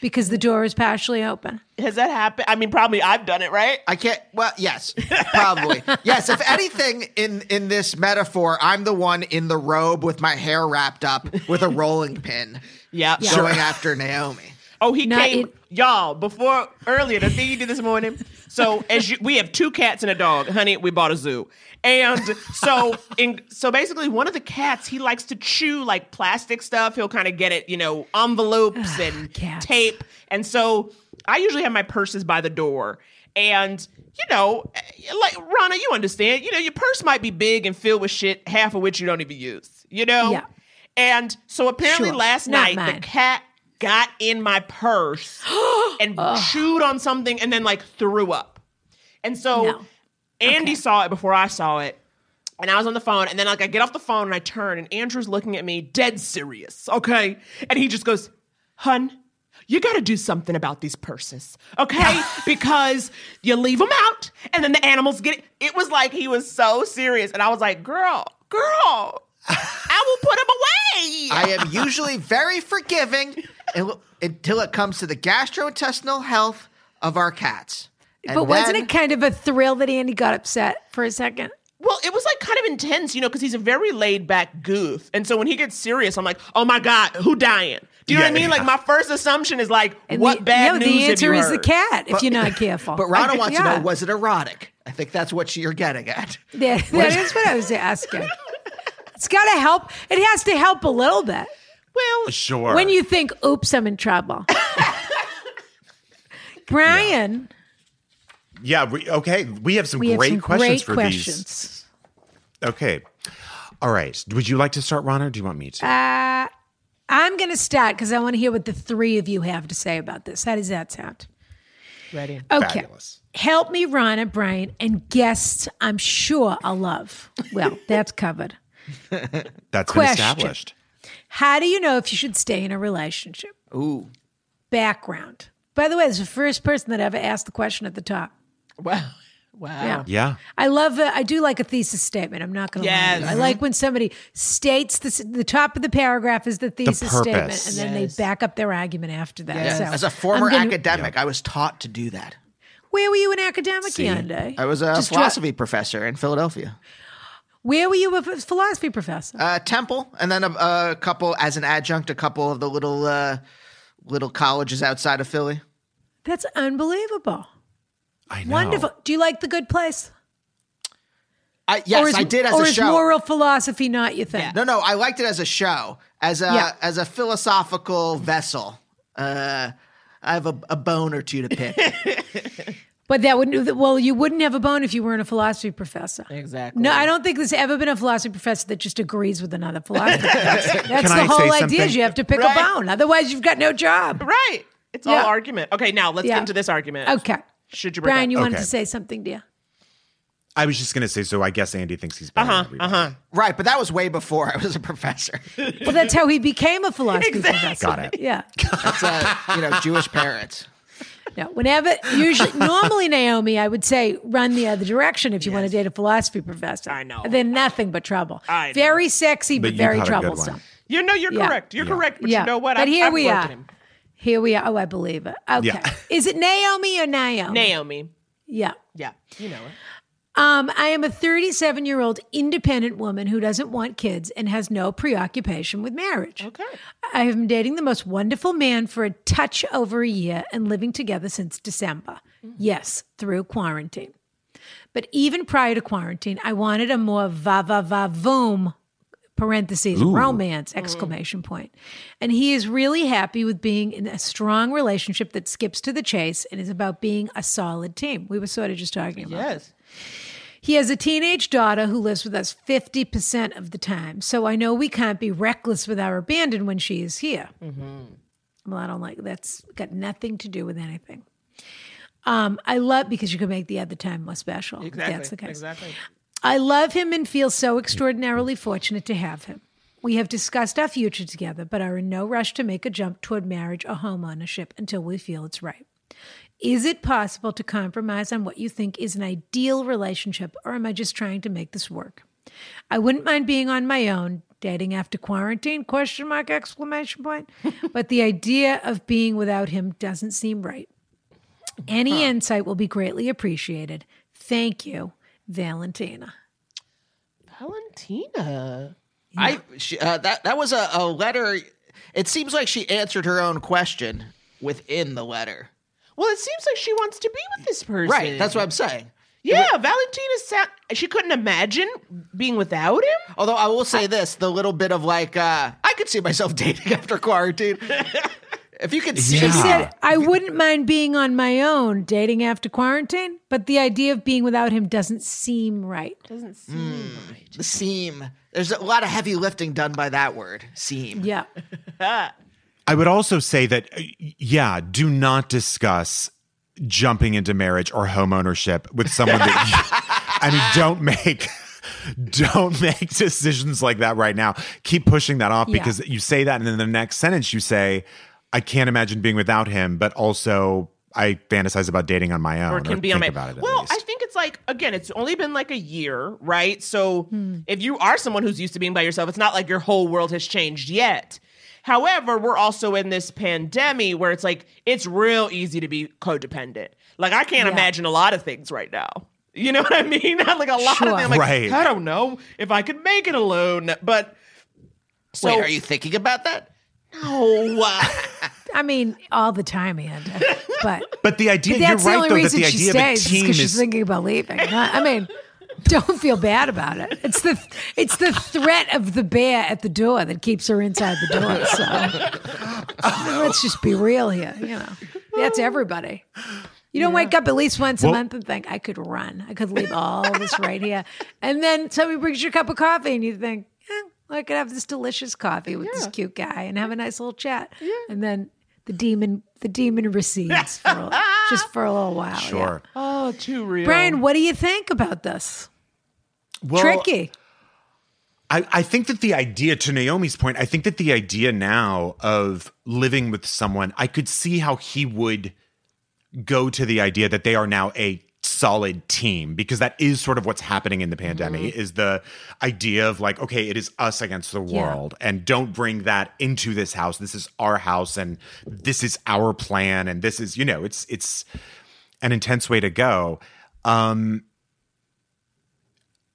S1: because the door is partially open?
S8: Has that happened? I mean, probably I've done it, right?
S9: I can't. Well, yes, probably. yes, if anything in in this metaphor, I'm the one in the robe with my hair wrapped up with a rolling pin,
S8: Yeah.
S9: going after Naomi.
S8: Oh, he
S1: Not
S8: came,
S1: in-
S8: y'all. Before earlier, the thing he did this morning. So, as you, we have two cats and a dog, honey, we bought a zoo, and so in so basically, one of the cats he likes to chew like plastic stuff. He'll kind of get it, you know, envelopes and
S1: cats.
S8: tape, and so I usually have my purses by the door, and. You know, eh, like Rana, you understand. You know, your purse might be big and filled with shit, half of which you don't even use. You know,
S1: Yeah.
S8: and so apparently
S1: Sure.
S8: last
S1: Not
S8: night
S1: mine.
S8: the cat got in my purse and chewed on something and then like threw up. And so
S1: No.
S8: Andy saw it before I saw it. And I was on the phone, and then like I get off the phone and I turn, and Andrew's looking at me dead serious, okay? And he just goes, "Hun, you got to do something about these purses, okay? because you leave them out, and then the animals get it." It was like he was so serious, and I was like, "Girl, girl, I will put them away."
S9: I am usually very forgiving un- until it comes to the gastrointestinal health of our cats. And
S1: but wasn't
S9: then-
S1: it kind of a thrill that Andy got upset for a second?
S8: Well, it was like kind of intense, you know, because he's a very laid back goof. And so when he gets serious, I'm like, oh my God, who dying? Do you know what I
S2: Yeah.
S8: mean? Like my first assumption is like,
S1: And
S8: what
S1: the,
S8: bad
S1: no,
S8: news
S1: The answer
S8: have you
S1: is the
S8: heard?
S1: cat if you're not careful.
S9: But Rana
S1: I-
S9: wants
S1: yeah.
S9: to know: was it erotic? I think that's what you're getting at.
S1: That, that is what I was asking. It's got to help. It has to help a little bit.
S8: Well,
S2: Uh, sure.
S1: When you think, oops, I'm in trouble. Brian,
S2: yeah, we, okay, we have some
S1: we have
S2: great
S1: some great
S2: questions for these.
S1: questions.
S2: Okay, all right. Would you like to start, Ron, or do you want me to?
S1: Uh, I'm going to start because I want to hear what the three of you have to say about this. How does that sound?
S8: ready.
S1: Okay.
S2: Fabulous.
S1: Help me, Rhonda, Brian, and guests I'm sure I'll love. Well, that's covered.
S2: That's been
S1: question.
S2: established.
S1: How do you know if you should stay in a relationship?
S9: Ooh,
S1: Background. By the way, this is the first person that ever asked the question at the top.
S8: Wow. Wow.
S1: Yeah.
S2: Yeah.
S1: I love. Uh, I do like a thesis statement. I'm not going to lie.
S8: Yes.
S1: to you. I like when somebody states the s- the top of the paragraph is the thesis statement,
S2: purpose.
S1: and then
S8: Yes.
S1: they back up their argument after that. So
S9: as a former
S1: I'm gonna-
S9: academic, I was taught to do that.
S1: where were you an academic, Yande?
S9: I was a
S1: Just dra-
S9: philosophy professor in Philadelphia,
S1: where were you a ph- philosophy professor?
S9: uh, Temple, and then a, a couple as an adjunct, a couple of the little uh, little colleges outside of Philly.
S1: That's unbelievable.
S2: I know.
S1: Wonderful. Do you like the Good Place?
S9: I, yes,
S1: is,
S9: I did as
S1: or
S9: a
S1: is
S9: show.
S1: moral philosophy not your thing?
S9: no, no, I liked it as a show, as a
S1: Yeah.
S9: as a philosophical vessel. Uh, I have a, a bone or two to pick.
S1: But that wouldn't. Well, you wouldn't have a bone if you weren't a philosophy professor.
S8: Exactly.
S1: No, I don't think there's ever been a philosophy professor that just agrees with another philosophy professor. That's
S2: Can
S1: the
S2: I
S1: whole
S2: say
S1: idea.
S2: something?
S1: Is you have to pick
S8: Right.
S1: a bone, otherwise you've got no job.
S8: Right. It's
S1: Yeah.
S8: all argument. Okay, now let's
S1: Yeah.
S8: get into this argument.
S1: Okay,
S8: Should you break
S1: Brian,
S8: up?
S1: you wanted
S2: Okay.
S1: to say something, dear?
S2: I was just gonna say. So I guess Andy thinks he's
S1: Uh-huh,
S2: better. than everybody.
S9: Right, but that was way before I was a professor.
S1: Well, that's how he became a philosophy professor.
S9: Got it.
S1: Yeah.
S9: That's a you know Jewish parents.
S1: No, whenever, usually, normally, Naomi, I would say run the other direction if you want to date a philosophy professor. I know. Then nothing but trouble.
S8: I know.
S1: Very sexy, but,
S2: you
S1: very
S2: caught a good
S1: troublesome.
S2: one.
S8: You know, you're
S1: Yeah.
S8: correct. You're correct. But
S1: yeah.
S8: you know what?
S1: But
S8: I've-
S1: here
S8: I've
S1: we
S8: worked
S1: are.
S8: at him.
S1: Here we are. Oh, I believe it. Okay.
S2: Yeah.
S1: Is it Naomi or Naomi?
S8: Naomi.
S1: Yeah.
S8: Yeah. You know it.
S1: Um, I am a 37 year old independent woman who doesn't want kids and has no preoccupation with marriage.
S8: Okay.
S1: I have been dating the most wonderful man for a touch over a year and living together since December. Yes, through quarantine. But even prior to quarantine, I wanted a more va va va voom parentheses
S10: Ooh.
S1: romance exclamation point. And he is really happy with being in a strong relationship that skips to the chase and is about being a solid team. We were sort of just talking about
S8: Yes.
S1: he has a teenage daughter who lives with us 50% of the time. So I know we can't be reckless with our abandon when she is here.
S8: Mm-hmm.
S1: Well, I don't like that's got nothing to do with anything. Um, I love because you can make the other time more special. if
S8: Exactly.
S1: That's the case.
S8: Exactly.
S1: I love him and feel so extraordinarily fortunate to have him. We have discussed our future together, but are in no rush to make a jump toward marriage or homeownership until we feel it's right. Is it possible to compromise on what you think is an ideal relationship, or am I just trying to make this work? I wouldn't mind being on my own, dating after quarantine, question mark, exclamation point. but the idea of being without him doesn't seem right. Any insight will be greatly appreciated. Thank you, Valentina.
S8: Valentina.
S9: I she, uh, that that was a, a letter. It seems like she answered her own question within the letter.
S8: Well, it seems like she wants to be with this person.
S9: Right, that's what I'm saying.
S8: Yeah, Valentina sound she couldn't imagine being without him.
S9: Although I will say this, the little bit of like uh, I could see myself dating after quarantine. if you could see
S1: She said, I wouldn't mind being on my own dating after quarantine, but the idea of being without him doesn't seem right.
S8: Doesn't seem right.
S9: the seam. There's a lot of heavy lifting done by that word, seam.
S1: Yeah.
S2: I would also say that, uh, yeah, do not discuss jumping into marriage or homeownership with someone that. you, I mean, don't make. Don't make decisions like that right now. Keep pushing that off
S1: Yeah.
S2: because you say that, and then the next sentence you say, "I can't imagine being without him," but also I fantasize about dating on my own.
S8: or can be on
S2: think
S8: my
S2: about it. at
S8: well
S2: least.
S8: i think it's like again it's only been like a year right so if you are someone who's used to being by yourself it's not like your whole world has changed yet however we're also in this pandemic where it's like it's real easy to be codependent like i can't
S1: Yeah.
S8: imagine a lot of things right now you know what i mean like a lot
S1: Sure.
S8: of them like
S2: Right.
S8: i don't know if i could make it alone but so
S9: Wait, are you thinking about that?
S8: no uh,
S1: I mean, all the time, and but,
S2: But the idea,
S1: but
S2: you're
S1: that's the
S2: right
S1: only
S2: though, that
S1: reason
S2: the
S1: she
S2: idea of a
S1: stays
S2: team
S1: because she's
S2: is
S1: thinking about leaving. Not- I mean, don't feel bad about it. It's the it's the threat of the bear at the door that keeps her inside the door. So let's just be real here. You know, that's everybody. You don't wake up at least once
S2: Well-
S1: a month and think, I could run. I could leave all this right here. And then somebody brings you a cup of coffee and you think, eh, I could have this delicious coffee with this cute guy and have a nice little chat. And then the demon the demon recedes for a- just for a little while. yeah.
S2: sure.
S8: oh too real
S1: Brian, what do you think about this?
S2: Well,
S1: Tricky.
S2: I, I think that the idea, to Naomi's point, I think that the idea now of living with someone, I could see how he would go to the idea that they are now a solid team because that is sort of what's happening in the pandemic is the idea of like okay it is us against the
S1: Yeah.
S2: world and don't bring that into this house this is our house and this is our plan and this is you know it's it's an intense way to go um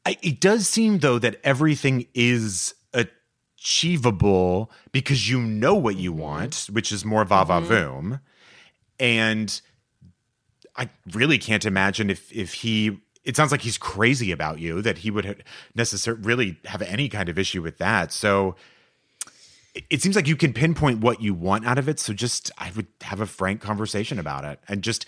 S2: I, it does seem though that everything is achievable because you know what you
S8: Mm-hmm.
S2: want, which is more va va voom, and I really can't imagine if if he. It sounds like he's crazy about you that he would necessarily really have any kind of issue with that. So it- it seems like you can pinpoint what you want out of it. So just I would have a frank conversation about it and just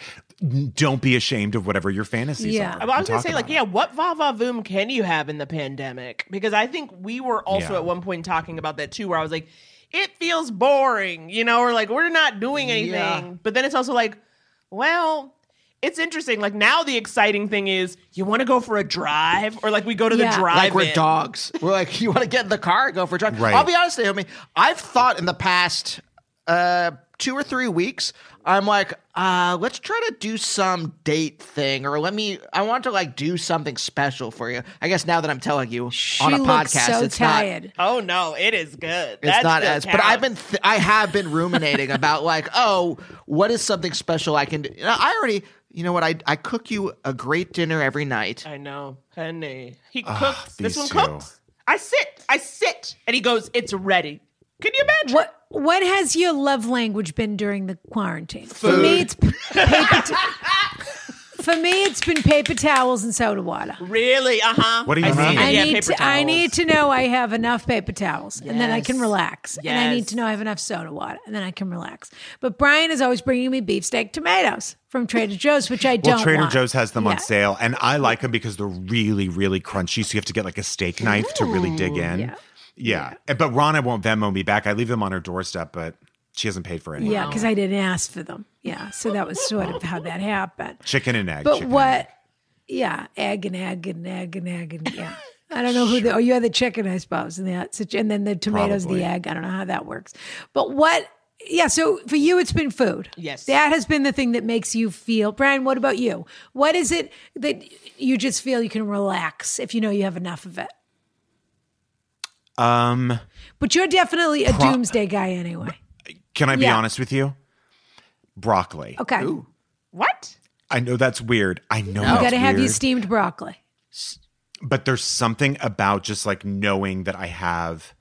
S2: don't be ashamed of whatever your fantasies
S1: Yeah.
S2: are.
S8: Well, I was
S2: and
S8: gonna
S2: talk
S8: say,
S2: about
S8: like,
S2: it.
S8: yeah, what va va voom can you have in the pandemic? Because I think we were also
S2: Yeah.
S8: at one point talking about that too, where I was like, it feels boring, you know, or like we're not doing anything.
S9: Yeah.
S8: But then it's also like, well, it's interesting. Like now, the exciting thing is you want to go for a drive, or like we go to the drive.
S9: Like we're dogs. We're like, you want to get in the car and go for a drive. I'll be honest, Naomi. I've thought in the past uh, two or three weeks, I'm like, uh, let's try to do some date thing, or let me. I want to like do something special for you. I guess now that I'm telling you on a podcast, it's not.
S8: oh no, it is good.
S9: It's
S8: That's
S9: not
S8: good
S9: as, but I've
S8: count.
S9: been, th- I have been ruminating about like, oh, what is something special I can do? You know, I already, you know what? I I cook you a great dinner every night.
S8: I know, honey. He
S9: Ah,
S8: cooks. This one
S9: these
S8: cooks. I sit. I sit, and he goes, "It's ready." Can you imagine?
S1: What What has your love language been during the quarantine? For me, it's p- paper. T- for me, it's been paper towels and soda water.
S8: Really? Uh huh.
S2: What do you mean?
S1: I
S8: Yeah,
S1: need
S8: paper
S1: to, I
S8: towels.
S1: need to know I have enough paper towels, and then I can
S8: Yes.
S1: relax. And I need to know I have enough soda water, and then I can relax. But Brian is always bringing me beefsteak tomatoes from Trader Joe's, which I
S2: Well,
S1: don't.
S2: Trader
S1: want.
S2: Joe's has them
S1: Yeah.
S2: on sale, and I like them because they're really, really crunchy. So you have to get like a steak knife to really dig
S1: Mm,
S2: in. Yeah. And- But Rana won't Venmo me back. I leave them on her doorstep, but she hasn't paid for any.
S1: Yeah, because I didn't ask for them. Yeah, so that was sort of how that happened.
S2: chicken and egg.
S1: But
S2: chicken
S1: what? Yeah, egg and egg and egg and egg and yeah. I don't know who the oh you had the chicken I suppose and the and then the tomatoes
S8: Probably.
S1: the egg I don't know how that works but what yeah so for you it's been food
S8: Yes.
S1: that has been the thing that makes you feel Brian what about you what is it that you just feel you can relax if you know you have enough of it
S2: And- um,
S1: but you're definitely a
S2: Pro-
S1: doomsday guy anyway
S2: can I be
S1: Yeah.
S2: honest with you? Broccoli.
S1: okay
S8: what
S2: I know that's weird. I know.
S1: you got
S2: that's
S1: to have you
S2: weird.
S1: steamed broccoli
S2: but there's something about just like knowing that I have,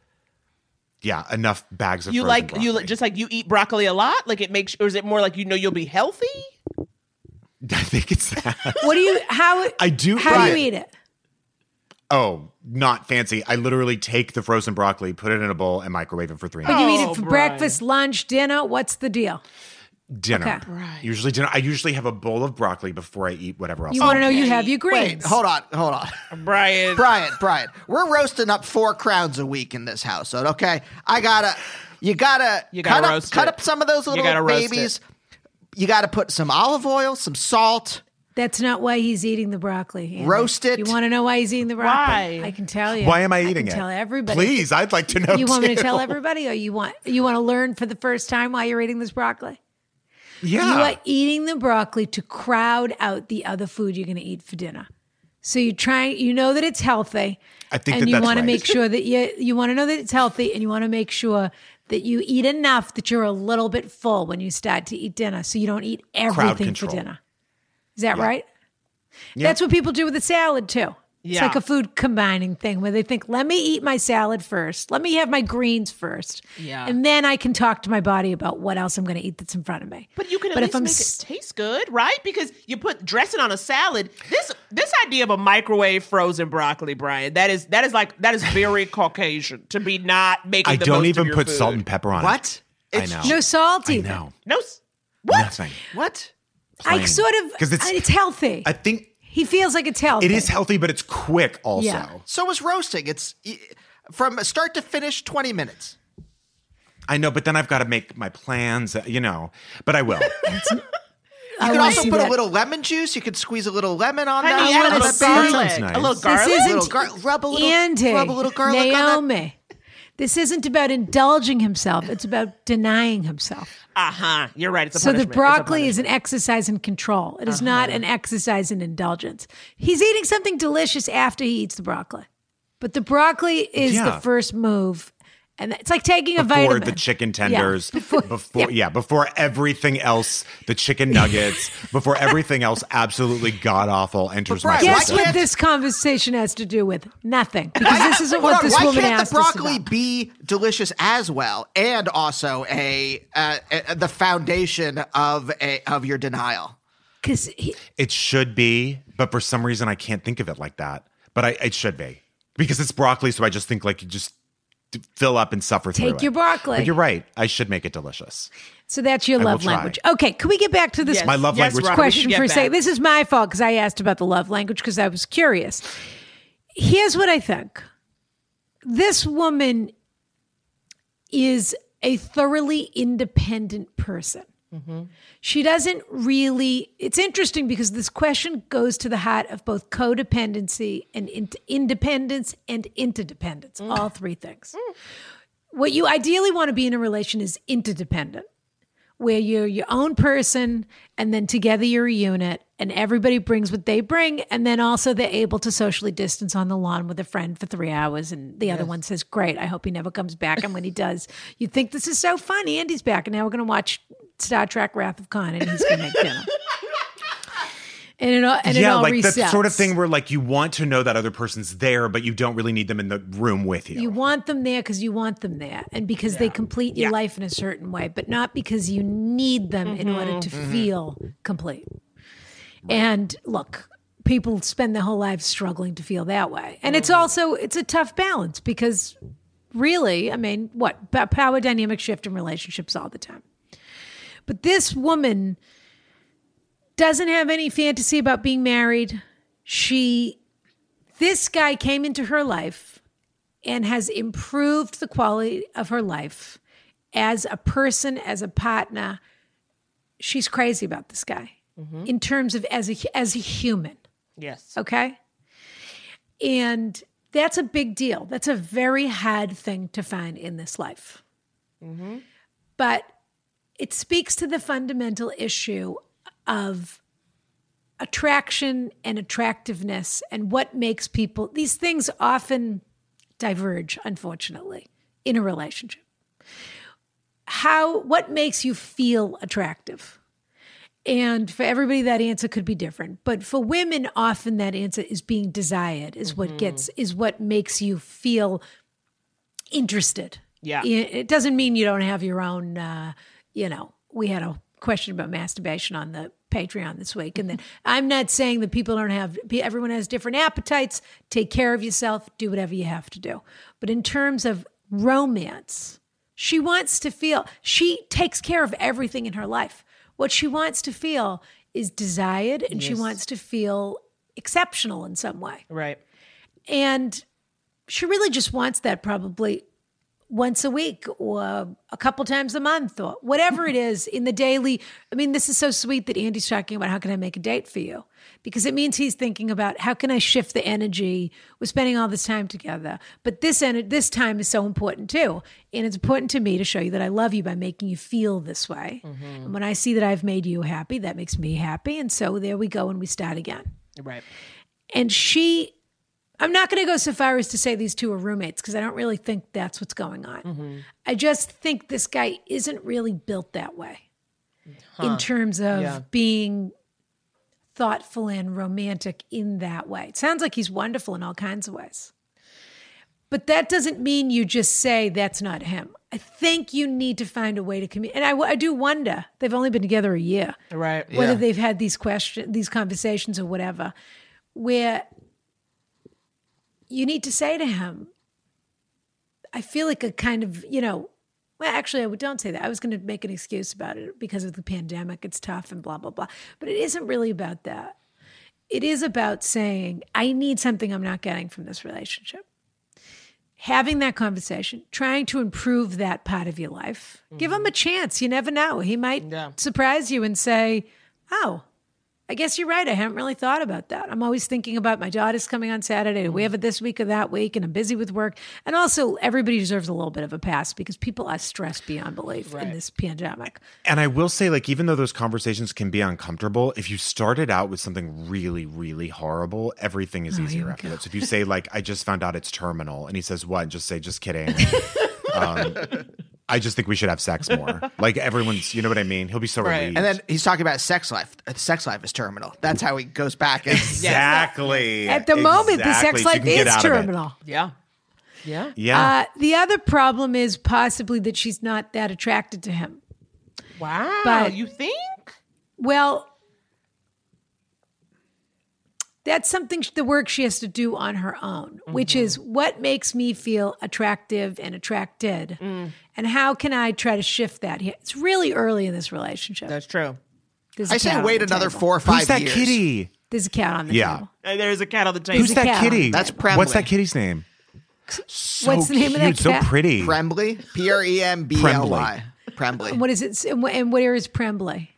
S2: yeah, enough bags of
S8: You
S2: frozen
S8: like
S2: broccoli.
S8: you li- just like you eat broccoli a lot. Like it makes, or is it more like you know you'll be healthy?
S2: I think it's that.
S1: what do you how
S2: I do.
S1: how do you eat it
S2: Oh, not fancy. I literally take the frozen broccoli, put it in a bowl, and microwave it for three
S1: but you
S2: minutes.
S1: eat it for breakfast lunch dinner what's the deal
S2: dinner.
S1: Oh, okay.
S2: Usually dinner. I usually have a bowl of broccoli before I eat whatever else.
S1: You
S2: I
S1: want to know
S2: eat.
S1: you have your
S9: Wait,
S1: greens.
S9: hold on, hold on.
S8: Brian.
S9: Brian, Brian. We're roasting up four crowns a week in this household, okay? I gotta you gotta,
S8: You gotta
S9: cut,
S8: roast
S9: up, cut
S8: it.
S9: up some of those
S8: You
S9: little
S8: gotta roast
S9: babies. You gotta put some olive oil, some salt.
S1: That's not why he's eating the broccoli. Andy.
S9: Roast it.
S1: You want to know why he's eating the broccoli? I can tell you.
S2: Why am I eating
S1: can
S2: it?
S1: Tell everybody.
S2: Please, I'd like to know.
S1: You want me to
S2: too.
S1: tell everybody, or you want you want to learn for the first time why you're eating this broccoli?
S2: Yeah.
S1: You are eating the broccoli to crowd out the other food you're going to eat for dinner. So you try, you know that it's healthy.
S2: I think
S1: and
S2: that
S1: you
S2: that's
S1: want to
S2: right.
S1: make sure that you you want to know that it's healthy, and you want to make sure that you eat enough that you're a little bit full when you start to eat dinner, so you don't eat everything for
S2: control.
S1: dinner. Is that
S2: Yeah.
S1: right?
S2: Yeah.
S1: That's what people do with a salad too. It's
S2: Yeah.
S1: like a food combining thing where they think, let me eat my salad first. Let me have my greens first.
S8: Yeah.
S1: And then I can talk to my body about what else I'm going to eat that's in front of me.
S8: But you can at
S1: But if
S8: least
S1: I'm
S8: make
S1: s-
S8: it taste good, right? Because you put dressing on a salad. This this idea of a microwave frozen broccoli, Brian, that is that is like that is very Caucasian to be not making.
S2: I
S8: the
S2: don't
S8: most of
S2: even
S8: your
S2: put
S8: food.
S2: salt and pepper on it.
S8: What?
S2: I
S8: It's
S2: know.
S1: No salt
S2: I
S1: either.
S2: know.
S8: No. s-
S2: Nothing.
S9: What?
S1: I
S2: Plain.
S1: sort of, uh,
S2: 'Cause it's-
S1: it's, it's healthy.
S2: I think
S1: he feels like it's healthy.
S2: it is healthy, but it's quick also.
S9: So is roasting. It's y- from start to finish 20 minutes.
S2: I know, but then I've got to make my plans, uh, you know. But I will.
S9: You
S1: I
S9: can
S1: wanna
S9: also
S1: see
S9: put a
S1: that.
S9: little lemon juice. You could squeeze a little lemon on
S8: Honey,
S9: that.
S8: add a
S9: Let
S8: little
S9: it bake.
S8: garlic.
S2: Sounds
S8: A little
S2: nice.
S8: garlic.
S1: This isn't
S9: Little gar- rub a little-
S1: Andy,
S9: rub a little garlic on that.
S1: Naomi. This isn't about indulging himself. It's about denying himself.
S8: Uh huh. You're right. It's a
S1: So the
S8: punishment. It's a
S1: broccoli is an exercise in control. It is not an exercise in indulgence. He's eating something delicious after he eats the broccoli. But the broccoli is
S2: Yeah.
S1: the first move. And it's like taking a
S2: before
S1: vitamin.
S2: the chicken tenders,
S1: Yeah.
S2: before, yeah. before everything else, the chicken nuggets, before everything else, absolutely god awful enters my
S9: Brian, why
S1: Guess
S2: system.
S1: what this conversation has to do with? Nothing. Because this isn't what
S9: Hold on,
S1: this
S9: why
S1: woman
S9: can't
S1: asked
S9: the broccoli
S1: us about.
S9: be delicious as well, and also a, uh, a the foundation of a of your denial?
S1: 'Cause he-
S2: It should be, but for some reason I can't think of it like that. But I, it should be because it's broccoli, so I just think like you just d- fill up and suffer through it.
S1: Take your broccoli.
S2: But you're right. I should make it delicious.
S1: So that's your
S2: I will
S1: love
S2: try.
S1: language. Okay, can we get back to this?
S2: Yes. My love Yes, language. Robert, we
S1: question
S2: should
S1: for a
S2: get
S1: second.
S2: back.
S1: This is my fault because I asked about the love language because I was curious. Here's what I think. This woman is a thoroughly independent person.
S2: Mm-hmm.
S1: She doesn't really. It's interesting because this question goes to the heart of both codependency and in, independence and interdependence, all
S2: Mm.
S1: three things. What you ideally want to be in a relation is interdependent, where you're your own person and then together you're a unit and everybody brings what they bring. And then also they're able to socially distance on the lawn with a friend for three hours. And the other
S10: Yes.
S1: one says, Great, I hope he never comes back. And when he does, you think this is so fun. Andy's back. And now we're going to watch Star Trek Wrath of Khan and he's going to make dinner. And it all, and it
S2: yeah,
S1: all
S2: like
S1: resets.
S2: that sort of thing where like you want to know that other person's there, but you don't really need them in the room with you.
S1: You want them there because you want them there and because they complete your life in a certain way, but not because you need them in order
S10: Mhm.
S1: to
S10: Mhm.
S1: feel complete. And look, people spend their whole lives struggling to feel that way. And it's also it's a tough balance because really, I mean, what? Pa- Power dynamics shift in relationships all the time. But this woman doesn't have any fantasy about being married. She this guy came into her life and has improved the quality of her life as a person, as a partner. She's crazy about this guy
S8: Mhm.
S1: in terms of as a as a human.
S8: Yes.
S1: Okay. And that's a big deal. That's a very hard thing to find in this life.
S8: Mm-hmm.
S1: But it speaks to the fundamental issue of attraction and attractiveness and what makes people, these things often diverge, unfortunately, in a relationship. How, what makes you feel attractive? And for everybody, that answer could be different. But for women, often that answer is being desired, is what gets, is what makes you feel interested.
S8: Yeah.
S1: I- It doesn't mean you don't have your own, uh, you know, we had a question about masturbation on the Patreon this week. And then
S8: Mm-hmm.
S1: I'm not saying that people don't have, pe- everyone has different appetites. Take care of yourself, do whatever you have to do. But in terms of romance, she wants to feel, she takes care of everything in her life. What she wants to feel is desired and she
S8: Yes.
S1: wants to feel exceptional in some way.
S8: Right.
S1: And she really just wants that probably once a week or a couple times a month or whatever it is in the daily. I mean, this is so sweet that Andy's talking about how can I make a date for you? Because it means he's thinking about how can I shift the energy? We're spending all this time together, but this en- this time is so important too, and it's important to me to show you that I love you by making you feel this way. And when I see that I've made you happy, that makes me happy, and so there we go, and we start again.
S8: Right.
S1: And she, I'm not going to go so far as to say these two are roommates because I don't really think that's what's going on.
S8: Mm-hmm.
S1: I just think this guy isn't really built that way
S8: Huh.
S1: in terms of
S8: Yeah.
S1: being thoughtful and romantic in that way. It sounds like he's wonderful in all kinds of ways. But that doesn't mean you just say that's not him. I think you need to find a way to communicate. And I, w- I do wonder, they've only been together a year
S8: Right.
S1: whether they've had these question these conversations or whatever where you need to say to him i feel like a kind of you know well actually i would don't say that i was going to make an excuse about it because of the pandemic it's tough and blah blah blah but it isn't really about that it is about saying i need something i'm not getting from this relationship having that conversation, trying to improve that part of your life. Give him a chance. You never know. He might surprise you and say, Oh, I guess you're right. I haven't really thought about that. I'm always thinking about my daughter's coming on Saturday. Do we have it this week or that week? And I'm busy with work. And also, everybody deserves a little bit of a pass because people are stressed beyond belief in this pandemic.
S2: And I will say, like, even though those conversations can be uncomfortable, if you started out with something really, really horrible, everything is
S1: Oh, here
S2: easier
S1: we
S2: after that. So if you say, like, I just found out it's terminal, and he says, what? Just say, just kidding. um, I just think we should have sex more. Like, everyone's, you know what I mean? He'll be so
S9: Right.
S2: relieved.
S9: And then he's talking about sex life. Uh, Sex life is terminal. That's how he goes back. And,
S2: exactly.
S1: At the moment, the sex
S2: Exactly. So you
S1: life
S2: can get
S1: is
S2: out of it.
S1: terminal.
S8: Yeah. Yeah.
S1: Uh, the other problem is possibly that she's not that attracted to him.
S8: Wow.
S1: But-
S8: you think?
S1: Well, that's something sh- the work she has to do on her own, which is
S9: Mm-hmm.
S1: what makes me feel attractive and attracted,
S9: Mm.
S1: and how can I try to shift that? He- It's really early in this relationship. That's
S8: true.
S1: There's a
S9: I say
S1: cat on
S9: wait
S1: the
S9: another
S1: table.
S9: four or five years.
S1: There's a cat on the
S2: Yeah.
S1: table.
S8: Uh, There's a cat on the table.
S2: Who's that kitty?
S9: That's
S2: What's
S9: Premley.
S2: that kitty's name?
S1: What's the name of that
S2: cute, so
S1: cat?
S2: pretty.
S9: Prembly. P R E M B L Y. Prembly.
S1: What is it? And wh- and where is Prembly?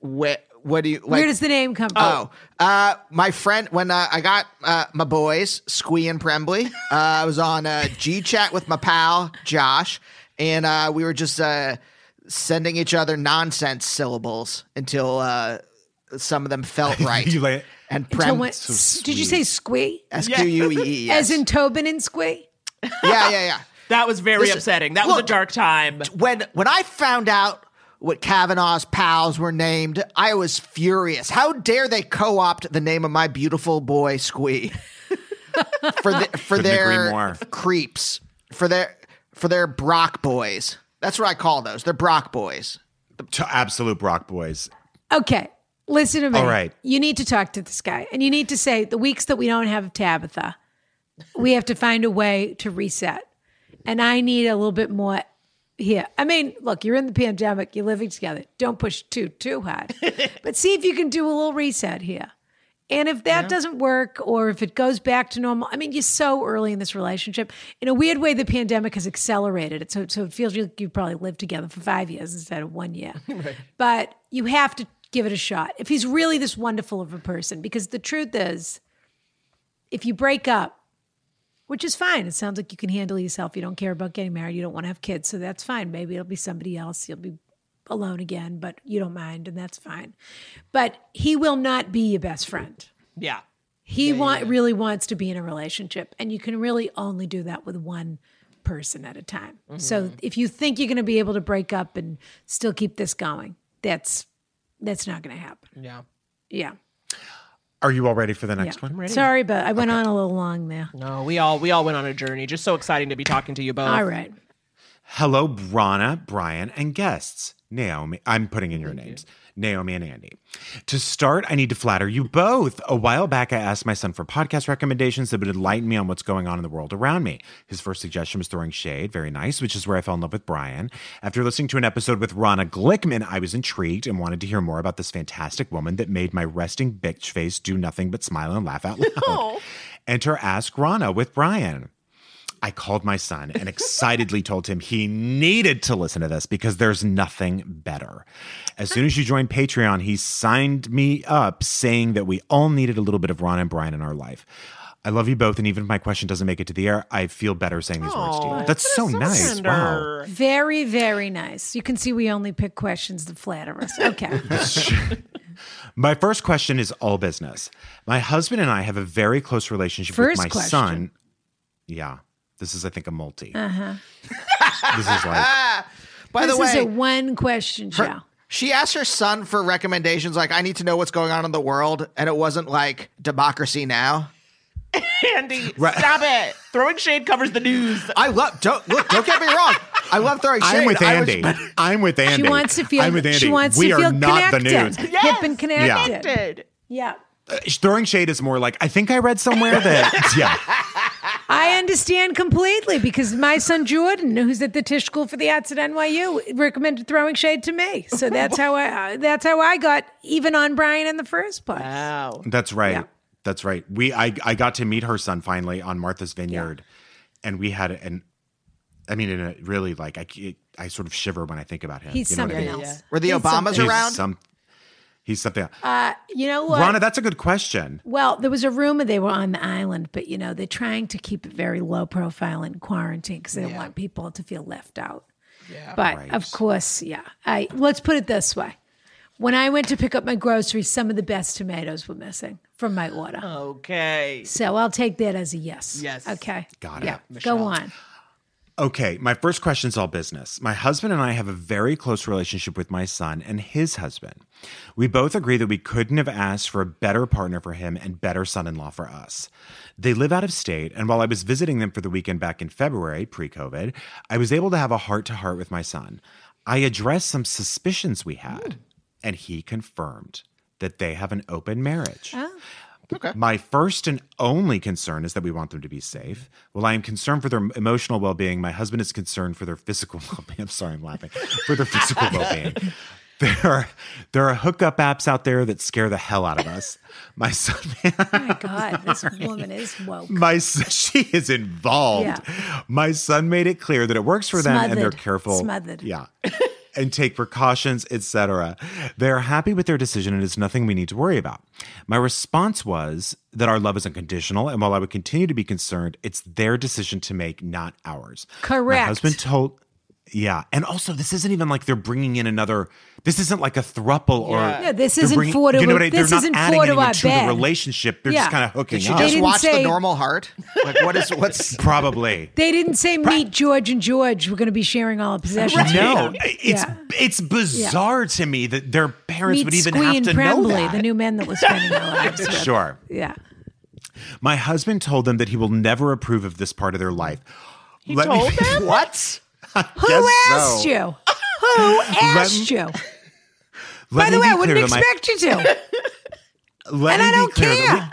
S9: Where, where do you? Like,
S1: Where does the name come from?
S9: Oh, uh, my friend, when uh, I got uh, my boys, Squee and Prembly, uh, I was on uh, G Chat with my pal, Josh, and uh, we were just uh, sending each other nonsense syllables until uh, some of them felt right.
S2: You lay-
S9: and
S1: Until
S9: Prem.
S1: when- did you say squee?
S9: S Q U E E,
S1: As
S9: yes.
S1: in Tobin and Squee?
S9: yeah, yeah, yeah.
S8: That was very
S9: Listen,
S8: upsetting. That was
S9: look,
S8: a dark time.
S9: When when I found out what Kavanaugh's pals were named, I was furious. How dare they co-opt the name of my beautiful boy Squee for the, for
S2: Couldn't agree
S9: their
S2: more.
S9: creeps for their for their Brock boys. That's what I call those. They're Brock boys.
S2: To absolute Brock boys.
S1: Okay. Listen to me.
S2: All right.
S1: You need to talk to this guy and you need to say the weeks that we don't have Tabitha, we have to find a way to reset. And I need a little bit more here. I mean, look, you're in the pandemic, you're living together. Don't push too too hard. but see if you can do a little reset here. And if that doesn't work or if it goes back to normal, I mean, you're so early in this relationship. In a weird way, the pandemic has accelerated it. So, so it feels like you probably lived together for five years instead of one year. But you have to give it a shot if he's really this wonderful of a person. Because the truth is, if you break up, which is fine, it sounds like you can handle yourself. You don't care about getting married. You don't want to have kids. So that's fine. Maybe it'll be somebody else. You'll be alone again, but you don't mind. And that's fine. But he will not be your best friend.
S8: Yeah.
S1: He want, really wants to be in a relationship, and you can really only do that with one person at a time. So if you think you're going to be able to break up and still keep this going, that's that's not going to happen.
S8: Yeah.
S1: Yeah.
S2: Are you all ready for the
S1: yeah.
S2: next one?
S1: Sorry, but I went on a little long there.
S8: No, we all we all went on a journey. Just so exciting to be talking to you both.
S1: All right.
S2: Hello, Brana, Brian, and guests. Naomi, I'm putting in your names. Naomi and Andy. To start, I need to flatter you both. A while back, I asked my son for podcast recommendations that would enlighten me on what's going on in the world around me. His first suggestion was Throwing Shade, very nice, which is where I fell in love with Brian. After listening to an episode with Rana Glickman, I was intrigued and wanted to hear more about this fantastic woman that made my resting bitch face do nothing but smile and laugh out loud. Enter Ask Rana with Brian. I called my son and excitedly told him he needed to listen to this because there's nothing better. As soon as you joined Patreon, he signed me up saying that we all needed a little bit of Ron and Brian in our life. I love you both, and even if my question doesn't make it to the air, I feel better saying these words to you. That's so, nice. Wow.
S1: Very, very nice. You can see we only pick questions that flatter us. Okay.
S2: My first question is all business. My husband and I have a very close relationship
S1: First
S2: with my
S1: question.
S2: son. Yeah. This is, I think, a multi.
S1: Uh-huh.
S2: This is like
S9: By
S1: this
S9: the way,
S1: is a one question show.
S9: She asked her son for recommendations like I need to know what's going on in the world and it wasn't like democracy now.
S8: Andy, stop it. Throwing shade covers the news.
S9: I love don't look, don't get me wrong. I love throwing shade.
S2: I'm with
S9: I was-
S2: Andy. I'm with Andy.
S1: She wants to feel.
S2: I'm with Andy.
S1: She wants
S2: we
S1: to
S2: are
S1: feel
S2: not
S1: connected.
S2: the news.
S1: Hip and
S2: Yeah.
S1: connected. yeah.
S2: Uh, Throwing shade is more like I think I read somewhere that yeah.
S1: I understand completely because my son Jordan, who's at the Tisch School for the Arts at NYU, recommended throwing shade to me. So that's how I that's how I got even on Brian in the first place.
S8: Wow.
S2: That's right. That's right. We I I got to meet her son finally on Martha's Vineyard, and we had an. I mean, in a really like I c- I sort of shiver when I think about him.
S1: He's
S2: you know
S1: something
S2: what I mean?
S1: else.
S9: Were the
S1: He's
S9: Obamas
S1: something-
S9: around?
S2: He's some. He's something. else.
S1: Uh, you know what?
S2: Rana, that's a good question.
S1: Well, there was a rumor they were on the island, but you know they're trying to keep it very low profile in quarantine because they don't want people to feel left out. but of course, yeah. I let's put it this way: when I went to pick up my groceries, some of the best tomatoes were missing from my order.
S2: Oh.
S8: Okay.
S1: So I'll take that as a yes.
S8: Yes.
S1: Okay.
S2: Got it.
S1: Yeah. Go on.
S2: Okay, my first question's all business. My husband and I have a very close relationship with my son and his husband. We both agree that we couldn't have asked for a better partner for him and better son in law for us. They live out of state, and while I was visiting them for the weekend back in February, pre COVID, I was able to have a heart to heart with my son. I addressed some suspicions we had, and he confirmed that they have an open marriage. My first and only concern is that we want them to be safe. Well, I am concerned for their emotional well being. My husband is concerned for their physical well being. I'm sorry, I'm laughing. For their physical well being. There are there are hookup apps out there that scare the hell out of us. My son,
S1: my God, this woman is woke.
S2: my son, she is involved. My son made it clear that it works for them and they're
S1: Smothered.
S2: careful.
S1: Smothered.
S2: Yeah. and take precautions, etc. They are happy with their decision and it's nothing we need to worry about. My response was that our love is unconditional and while I would continue to be concerned, it's their decision to make, not ours. My
S1: Correct.
S2: husband told yeah, and also this isn't even like they're bringing in another. This isn't like a thruple or
S1: Yeah. Yeah, this
S2: they're
S1: isn't four to-
S2: you know what I-
S1: this
S2: they're
S1: isn't
S2: not adding
S1: four to
S2: anything
S1: our
S2: to the
S1: bed.
S2: relationship. They're
S1: Yeah.
S2: just kind of hooking
S9: Did she
S2: up.
S9: just watch
S1: say-
S9: the normal heart? Like what is what's
S2: Probably.
S1: They didn't say meet George and George. We're going to be sharing all our possessions. with
S2: No,
S1: them."
S2: it's
S1: Yeah.
S2: it's bizarre to me that their parents
S1: meet
S2: would even
S1: Squee
S2: have
S1: and
S2: to know
S1: Prembly,
S2: that.
S1: the new men that we're spending our lives with.
S2: Sure.
S1: Yeah.
S2: My husband told them that he will never approve of this part of their life. He
S1: told them?
S9: what?
S1: Who asked you? Who asked you?
S2: Let
S1: By
S2: me
S1: the way,
S2: be
S1: I wouldn't
S2: clear that my-
S1: expect you to.
S2: Let
S1: And
S2: me
S1: I
S2: be
S1: don't
S2: clear that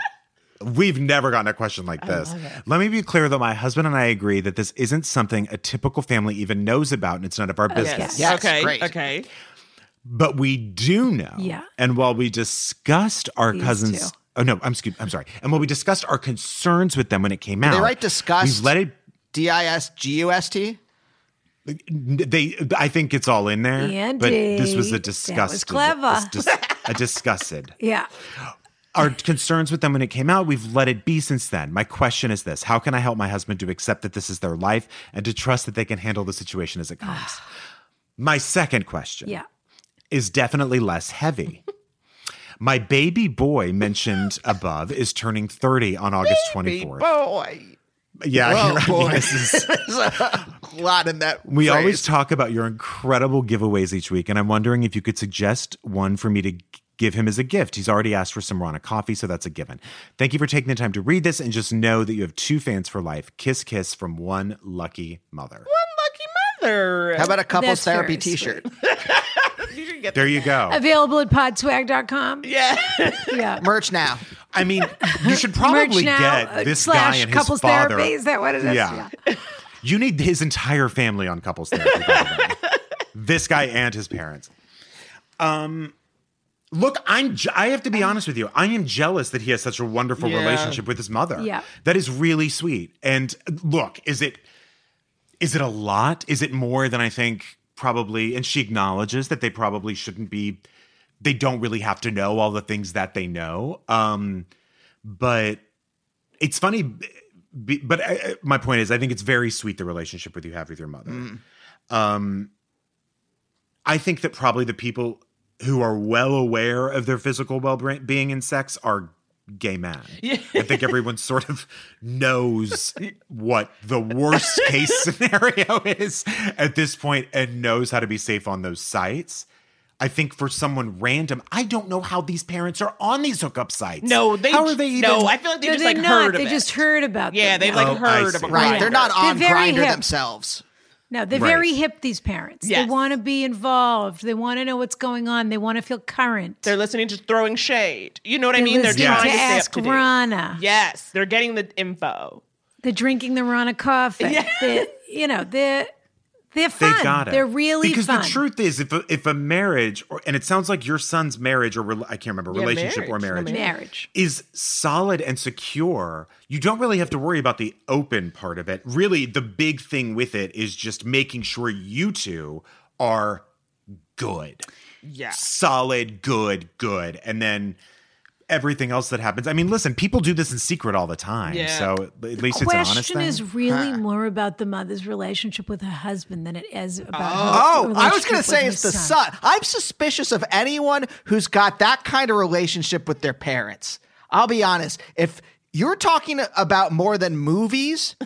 S1: care.
S2: we- We've never gotten a question like this. Let me be clear that my husband and I agree that this isn't something a typical family even knows about and it's none of our business.
S8: Yes.
S9: Yes,
S8: okay.
S9: great.
S8: Okay.
S2: But we do know.
S1: Yeah.
S2: And while we discussed our
S1: These
S2: cousins
S1: two.
S2: Oh no, I'm scu- I'm sorry. And while we discussed our concerns with them when it came out.
S9: they write discussed?
S2: We've let it
S9: D I S G U S T.
S2: they I think it's all in there. But this was
S1: Andy,
S2: a
S1: that was
S2: disgusted
S1: clever.
S2: a dis- a disgusted.
S1: Yeah.
S2: our concerns with them when it came out, we've let it be since then. My question is this How can I help my husband to accept that this is their life and to trust that they can handle the situation as it comes? my second question
S1: Yeah.
S2: is definitely less heavy. my baby boy mentioned above is turning 30 on August 24th.
S9: Boy.
S2: Yeah,
S9: Whoa,
S2: you're right.
S9: boy.
S2: This is-
S9: There's a lot in that.
S2: we
S9: phrase.
S2: always talk about your incredible giveaways each week, and I'm wondering if you could suggest one for me to g- give him as a gift. He's already asked for some Rana coffee, so that's a given. Thank you for taking the time to read this, and just know that you have two fans for life. Kiss, kiss from one lucky mother.
S8: Unlucky mother.
S9: How about a couples
S1: That's
S9: therapy
S1: very sweet.
S9: T-shirt?
S8: you should get
S2: There you go.
S1: Available at podswag.com.
S8: Yeah.
S1: Yeah.
S9: Merch now.
S2: I mean, you should
S1: Merch
S2: probably
S1: now, uh,
S2: get this
S1: slash
S2: guy and his
S1: couples
S2: father.
S1: therapy. Is that what it is?
S2: Yeah. You need his entire family on couples therapy. by the way. this guy and his parents. Um, look, I'm. Je- I have to be honest with you. I am jealous that he has such a wonderful
S8: Yeah.
S2: relationship with his mother.
S1: Yeah.
S2: that is really sweet. And uh, look, is it is it a lot? Is it more than I think probably? And she acknowledges that they probably shouldn't be. They don't really have to know all the things that they know. Um, but it's funny. b- b- But I, I- my point is, I think it's very sweet the relationship with you have with your mother.
S8: Mm.
S2: Um, I think that probably the people who are well aware of their physical well being and sex are gay men. I think everyone sort of knows what the worst case scenario is at this point and knows how to be safe on those sites. I think for someone random, I don't know how these parents are on these hookup sites.
S8: No, they.
S2: how are they even?
S8: No, I feel like they
S1: No,
S8: just
S1: they're
S8: like
S1: not.
S8: heard of
S1: they
S8: it.
S1: just heard about
S8: Yeah,
S1: them
S8: they've
S1: now.
S8: like
S2: Oh, I
S8: heard
S2: see.
S8: about
S9: Right. They're not
S1: They're
S9: on
S1: very
S9: grinder
S1: hip.
S9: themselves.
S1: No, they're
S2: Right.
S1: very hip, these parents.
S8: Yes.
S1: They want to be involved. They want to know what's going on. They want to feel current.
S8: They're listening to throwing shade. You know what I
S1: They're
S8: mean? They're
S1: listening
S8: trying
S1: to
S8: to, stay
S1: Ask
S8: up to date.
S1: Rana.
S8: Yes, they're getting the info.
S1: They're drinking the Rana coffee.
S8: Yeah.
S1: They're, you know, they're they're
S2: They
S1: fun.
S2: got it.
S1: They're really
S2: because
S1: fun.
S2: the truth is, if a, if a marriage, or, and it sounds like your son's marriage or rela- I can't remember
S8: Yeah,
S2: relationship or
S8: marriage. No,
S2: marriage,
S1: marriage.
S2: is solid and secure, you don't really have to worry about the open part of it. Really, the big thing with it is just making sure you two are good,
S8: Yeah.
S2: solid, good, good, and then everything else that happens. I mean, listen, people do this in secret all the time,
S8: Yeah.
S2: so at least it's an honest
S1: question
S2: thing.
S1: is really more about the mother's relationship with her husband than it is about her
S9: Oh, I was
S1: relationship
S9: going to say
S1: with
S9: it's
S1: her
S9: the son. I'm suspicious of anyone who's got that kind of relationship with their parents. I'll be honest. If you're talking about more than movies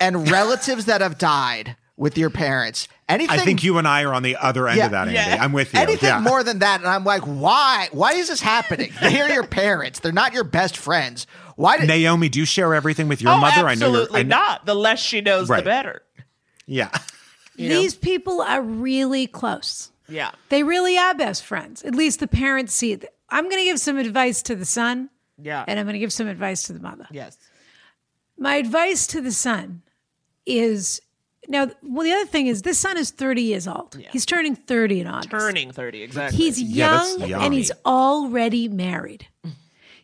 S9: and relatives that have died with your parents, anything
S2: I think you and I are on the other end
S9: Yeah.
S2: of that, Andy.
S8: Yeah.
S2: I'm with you.
S9: anything
S2: yeah.
S9: more than that and I'm like, "Why? Why is this happening? They're your parents. They're not your best friends. Why did
S2: Naomi, do you share everything with your mother?
S8: Oh, absolutely
S2: I know you're I kn-
S8: not. The less she knows,
S2: Right.
S8: the better.
S2: Yeah.
S1: These people are really close.
S8: Yeah.
S1: They really are best friends. At least the parents see it. I'm going to give some advice to the son,
S8: Yeah.
S1: and I'm going to give some advice to the mother.
S8: yes.
S1: My advice to the son is Now, well, the other thing is this son is 30 years old. He's turning 30 in August.
S8: Turning 30, exactly.
S1: He's young and he's already married.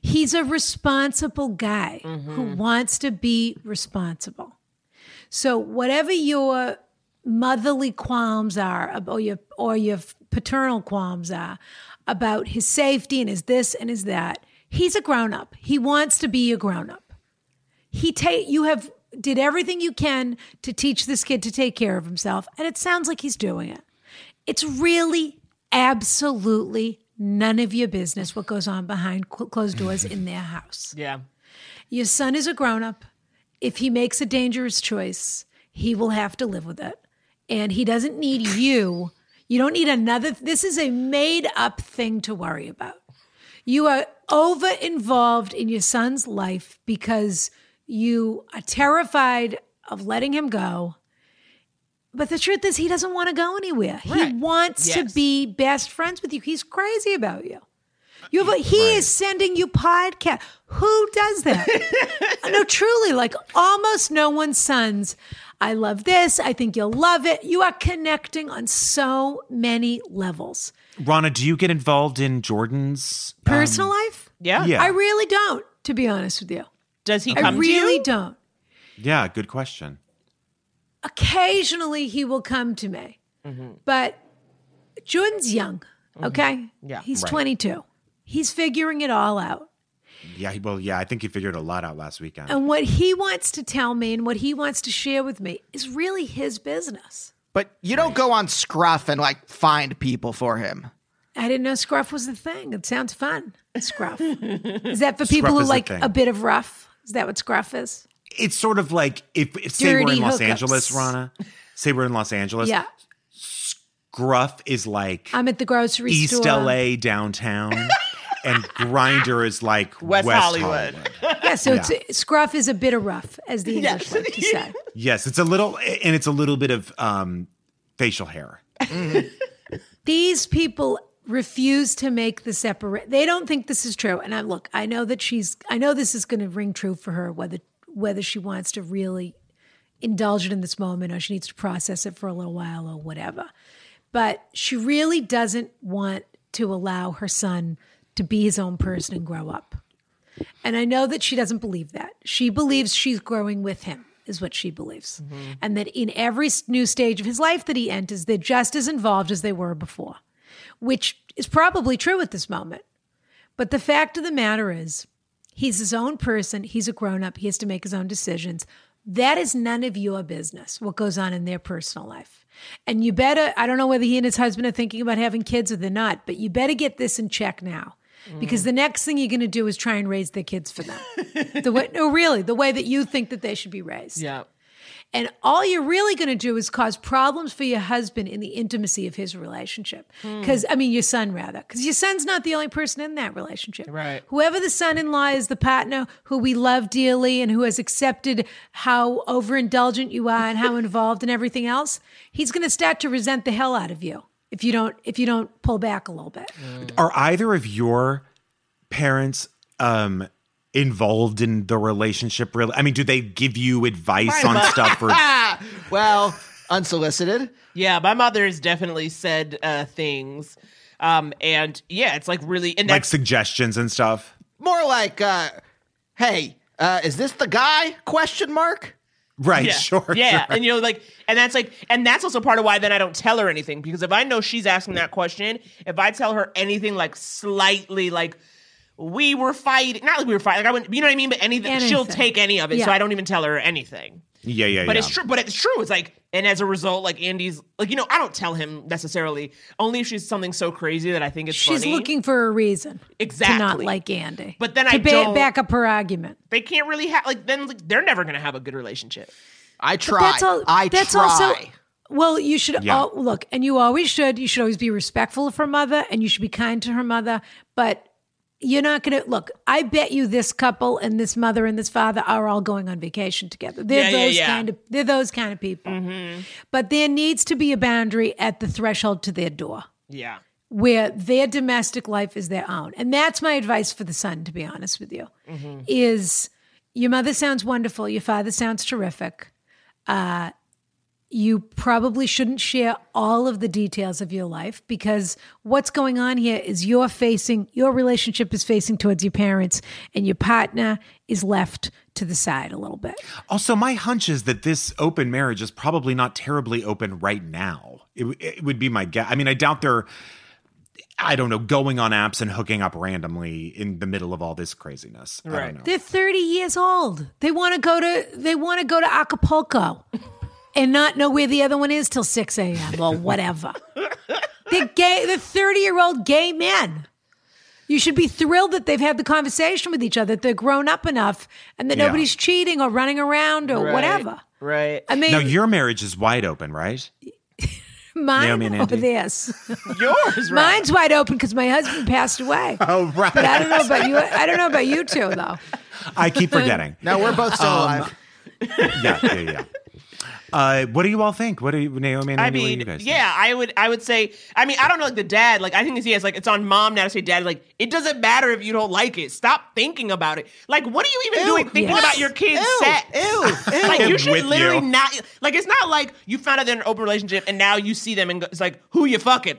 S1: He's a responsible guy who wants to be responsible. So whatever your motherly qualms are ab- or your or your paternal qualms are about his safety and his this and his that, he's a grown up. He wants to be a grown up. He take you have did everything you can to teach this kid to take care of himself and it sounds like he's doing it. It's really absolutely none of your business what goes on behind cl- closed doors in their house.
S8: Yeah.
S1: Your son is a grown up. If he makes a dangerous choice, he will have to live with it. And he doesn't need you. You don't need another. This is a made up thing to worry about. You are over involved in your son's life because you are terrified of letting him go. But the truth is, he doesn't want to go anywhere. He wants
S8: Yes.
S1: to be best friends with you. He's crazy about you. You have a, he is sending you podcast. Who does that? no, truly, like almost no one's sons. I love this. I think you'll love it. You are connecting on so many levels.
S2: Rana, do you get involved in Jordan's um,
S1: Personal life?
S2: Yeah. Yeah.
S1: I really don't, to be honest with you.
S8: Does he
S1: I
S8: come to you?
S1: really don't.
S2: Yeah, good question.
S1: Occasionally he will come to me.
S2: Mm-hmm.
S1: But Jordan's young, okay?
S2: Yeah.
S1: He's
S2: Right.
S1: 22. He's figuring it all out.
S2: Yeah, he- well, yeah, I think he figured a lot out last weekend.
S1: And what he wants to tell me and what he wants to share with me is really his business.
S9: But you don't go on Scruff and like find people for him.
S1: I didn't know scruff was a thing. It sounds fun. Scruff. is that for people
S2: Scruff
S1: who
S2: is a
S1: like
S2: thing.
S1: a, bit of rough? Is that what scruff is?
S2: It's sort of like if, if say we're in
S1: Dirty
S2: Los
S1: hookups.
S2: Angeles, Rana. Say we're in Los Angeles.
S1: yeah.
S2: Gruff is like
S1: I'm at the grocery
S2: East
S1: store.
S2: LA downtown, and Grinder is like
S1: West
S2: West,
S1: Hollywood.
S2: Hollywood.
S1: Yeah, so
S2: Yeah.
S1: It's, scruff is a bit of rough, as the English like to say.
S2: Yes, it's a little, and it's a little bit of um, facial hair.
S1: These people refuse to make the separate. They don't think this is true. And I look, I know that she's. I know this is going to ring true for her, whether whether she wants to really indulge it in this moment or she needs to process it for a little while or whatever. But she really doesn't want to allow her son to be his own person and grow up. And I know that she doesn't believe that. She believes she's growing with him, is what she believes. And that in every s- new stage of his life that he enters, they're just as involved as they were before, which is probably true at this moment. But the fact of the matter is, he's his own person. He's a grown up. He has to make his own decisions. That is none of your business, what goes on in their personal life. And you better, I don't know whether he and his husband are thinking about having kids or they're not, but you better get this in check now. Because the next thing you're going to do is try and raise their kids for them. the way, no, really, the way that you think that they should be raised.
S8: Yeah.
S1: And all you're really going to do is cause problems for your husband in the intimacy of his relationship.
S8: Hmm.
S1: Because, I mean, your son, rather. Because your son's not the only person in that relationship. Right. Whoever the son in law is, the partner who we love dearly and who has accepted how overindulgent you are and how involved in everything else, he's going to start to resent the hell out of you. If you don't, if you don't pull back a little bit,
S2: Are either of your parents um, involved in the relationship? Really, I mean, do they give you advice on stuff? Or
S9: Ah, well, unsolicited.
S8: Yeah, my mother has definitely said uh, things. Um, and yeah, it's like really and
S2: like
S8: that's
S2: suggestions and stuff.
S9: More like, uh, hey, uh, is this the guy? Question mark.
S2: Right,
S8: yeah,
S2: sure.
S8: Yeah.
S2: sure.
S8: And you know, like and that's like and that's also part of why then I don't tell her anything, because if I know she's asking that question, if I tell her anything like slightly like we were fighting not like we were fighting, like I wouldn't you know what I mean, but anything, she'll
S1: Anything.
S8: take any of it. So
S1: Yeah.
S8: I don't even tell her anything.
S2: yeah, yeah,
S8: But
S2: yeah.
S8: it's true. But it's true. It's like, and as a result, like Andy's, like you know, I don't tell him necessarily. Only if she's something so crazy that I think it's
S1: she's
S8: funny.
S1: looking for a reason to not
S8: Exactly.
S1: like Andy.
S8: But then
S1: to
S8: I
S1: ba-
S8: don't-
S1: back up her argument.
S8: They can't really have like then like, they're never gonna have a good relationship.
S9: I
S1: But
S9: try. I try.
S1: well, you should
S8: Yeah.
S1: al- look, and you always should. You should always be respectful of her mother, and you should be kind to her mother. But you're not going to look. I bet you this couple and this mother and this father are all going on vacation together. They're
S8: Yeah, yeah,
S1: those
S8: yeah.
S1: kind of they're those kind of people. But there needs to be a boundary at the threshold to their door
S8: Yeah.
S1: where their domestic life is their own. And that's my advice for the son, to be honest with you, is your mother sounds wonderful, your father sounds terrific. Uh, you probably shouldn't share all of the details of your life because what's going on here is you're facing, your relationship is facing towards your parents, and your partner is left to the side a little bit.
S2: Also, my hunch is that this open marriage is probably not terribly open right now. It, w- it would be my guess. I mean, I doubt they're, I don't know, going on apps and hooking up randomly in the middle of all this craziness. I don't know.
S1: They're 30 years old. They want to go to they want to go to Acapulco and not know where the other one is till 6 a.m. or whatever. they're gay, they're 30 year old gay men. You should be thrilled that they've had the conversation with each other, that they're grown up enough and that
S2: Yeah.
S1: nobody's cheating or running around or whatever.
S8: Right.
S1: I mean,
S2: now, your marriage is wide open, right?
S1: mine
S2: Naomi and
S1: over
S2: Andy.
S1: this.
S2: right.
S8: Yours,
S1: Mine's wide open because my husband passed away.
S2: Oh, right.
S1: But I don't know about you. I don't know about you two though.
S2: I keep forgetting.
S9: No, we're both still
S2: Um,
S9: alive.
S2: yeah, yeah, yeah. Uh, what do you all think? What do you, Naomi and
S8: I
S2: Andy, what do
S8: mean,
S2: you guys?
S8: yeah, I would, I would say, I mean, I don't know, like the dad, like I think it's yeah, it's like it's on mom now to say dad, like it doesn't matter if you don't like it. Stop thinking about it. Like, what are you even
S9: Ew,
S8: doing thinking
S9: yes.
S8: about your kids'
S9: Ew,
S8: sex?
S9: ew, ew.
S8: Like
S2: I'm
S8: you should
S2: with
S8: literally
S2: you.
S8: not. Like it's not like you found out they're in an open relationship and now you see them and go- it's like who you fucking.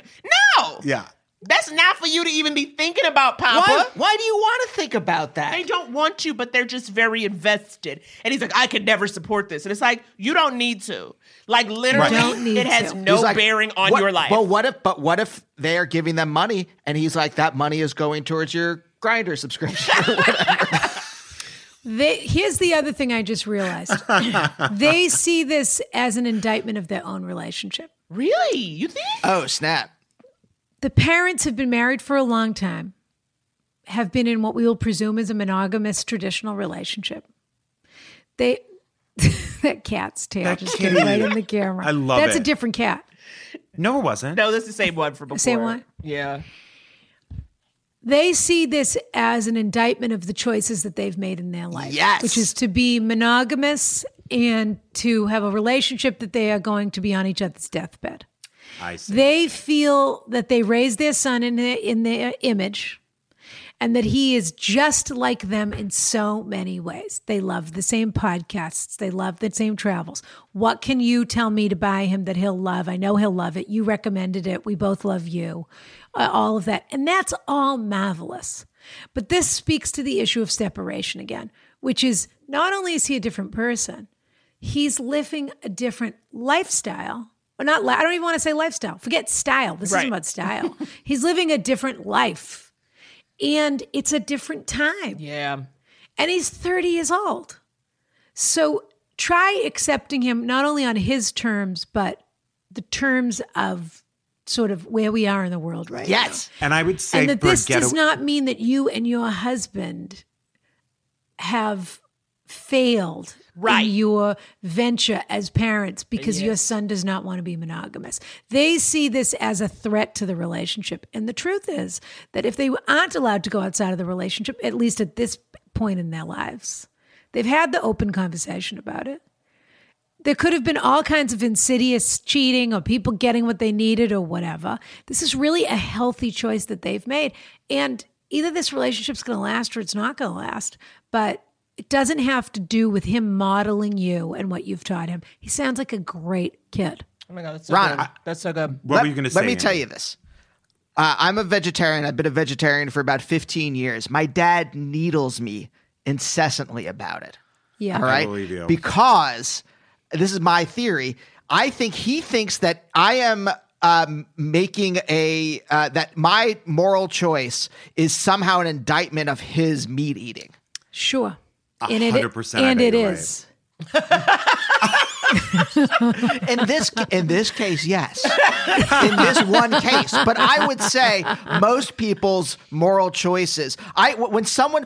S8: No,
S2: think? Yeah.
S8: that's not for you to even be thinking about, Papa.
S9: Why, why do you want to think about that?
S8: They don't want to, but they're just very invested. And he's like, I could never support this. And it's like, you don't need to. Like
S2: Right.
S8: literally,
S1: Don't need
S8: it has
S1: to.
S8: no
S9: He's like,
S8: bearing on
S9: "What-
S8: your life.
S9: But what if? But what if they're giving them money, and he's like, that money is going towards your grinder subscription.
S1: They, here's the other thing I just realized. they see this as an indictment of their own relationship.
S8: really? You think?
S9: oh snap!
S1: The parents have been married for a long time, have been in what we will presume is a monogamous traditional relationship. They that cat's tail
S2: That
S1: just
S2: kitty.
S1: came right in the camera.
S2: I love
S1: That's
S2: it.
S1: a different cat.
S2: No, it wasn't.
S8: No, that's the same one from before.
S1: Same one?
S8: Yeah.
S1: They see this as an indictment of the choices that they've made in their life.
S9: Yes.
S1: Which is to be monogamous and to have a relationship that they are going to be on each other's deathbed.
S2: I see.
S1: They feel that they raised their son in their, in their image and that he is just like them in so many ways. They love the same podcasts, they love the same travels. What can you tell me to buy him that he'll love? I know he'll love it. You recommended it. We both love you. Uh, all of that. And that's all marvelous. But this speaks to the issue of separation again, which is not only is he a different person, he's living a different lifestyle. Or not, li- I don't even want to say lifestyle. Forget style. This
S8: Right.
S1: isn't about style. he's living a different life. And it's a different time.
S8: Yeah.
S1: And he's 30 years old. So try accepting him not only on his terms, but the terms of sort of where we are in the world right now.
S9: Yes,
S2: and I would say
S1: and that this
S2: Brigitte-
S1: does not mean that you and your husband have failed
S8: Right.
S1: in your venture as parents because your son does not want to be monogamous. They see this as a threat to the relationship. And the truth is that if they aren't allowed to go outside of the relationship, at least at this point in their lives, they've had the open conversation about it there could have been all kinds of insidious cheating or people getting what they needed or whatever. This is really a healthy choice that they've made. And either this relationship's going to last or it's not going to last, but it doesn't have to do with him modeling you and what you've taught him. He sounds like a great kid.
S8: Oh my god, that's so
S9: Ron,
S8: good.
S9: I-
S8: that's so good.
S2: What
S9: let,
S2: were you going to say?
S9: Let me
S2: Andy?
S9: tell you this. Uh, I'm a vegetarian. I've been a vegetarian for about 15 years. My dad needles me incessantly about it.
S1: Yeah.
S9: All right.
S2: believe you.
S9: Because this is my theory. I think he thinks that I am um, making a uh, that my moral choice is somehow an indictment of his meat eating.
S1: Sure.
S2: And it- 100% I
S1: and
S2: bet
S1: it
S2: you're right.
S1: is.
S9: In this in this case, yes. In this one case, but I would say most people's moral choices. I when someone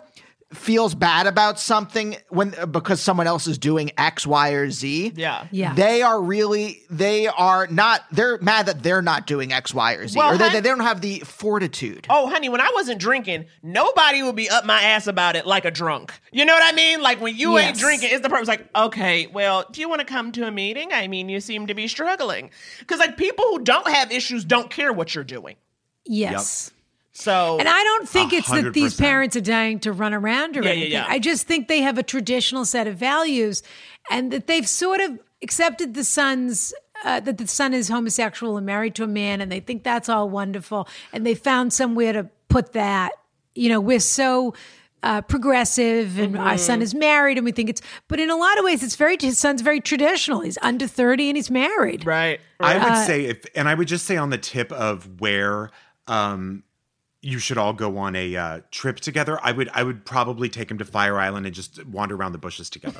S9: feels bad about something when because someone else is doing X, Y, or Z.
S8: Yeah.
S1: Yeah.
S9: They are really, they are not, they're mad that they're not doing X, Y, or Z,
S8: Well,
S9: or that
S8: hun-
S9: they don't have the fortitude.
S8: Oh, honey, when I wasn't drinking, nobody would be up my ass about it like a drunk. You know what I mean? Like when you ain't
S1: Yes.
S8: drinking, it's the person's like, okay, well, do you want to come to a meeting? I mean, you seem to be struggling. Because like people who don't have issues don't care what you're doing.
S1: Yes.
S8: So
S1: And I don't think it's that these
S2: 100%.
S1: parents are dying to run around or
S8: Yeah, yeah,
S1: anything.
S8: yeah.
S1: I just think they have a traditional set of values and that they've sort of accepted the son's uh, that the son is homosexual and married to a man, and they think that's all wonderful, and they found somewhere to put that. You know, we're so uh, progressive, and
S8: Mm-hmm.
S1: our son is married, and we think it's. But in a lot of ways, it's very his son's very traditional. He's under thirty and he's married.
S8: Right.
S2: I would
S1: Uh,
S2: say if, and I would just say on the tip of where um, you should all go on a uh, trip together. I would, I would probably take him to Fire Island and just wander around the bushes together.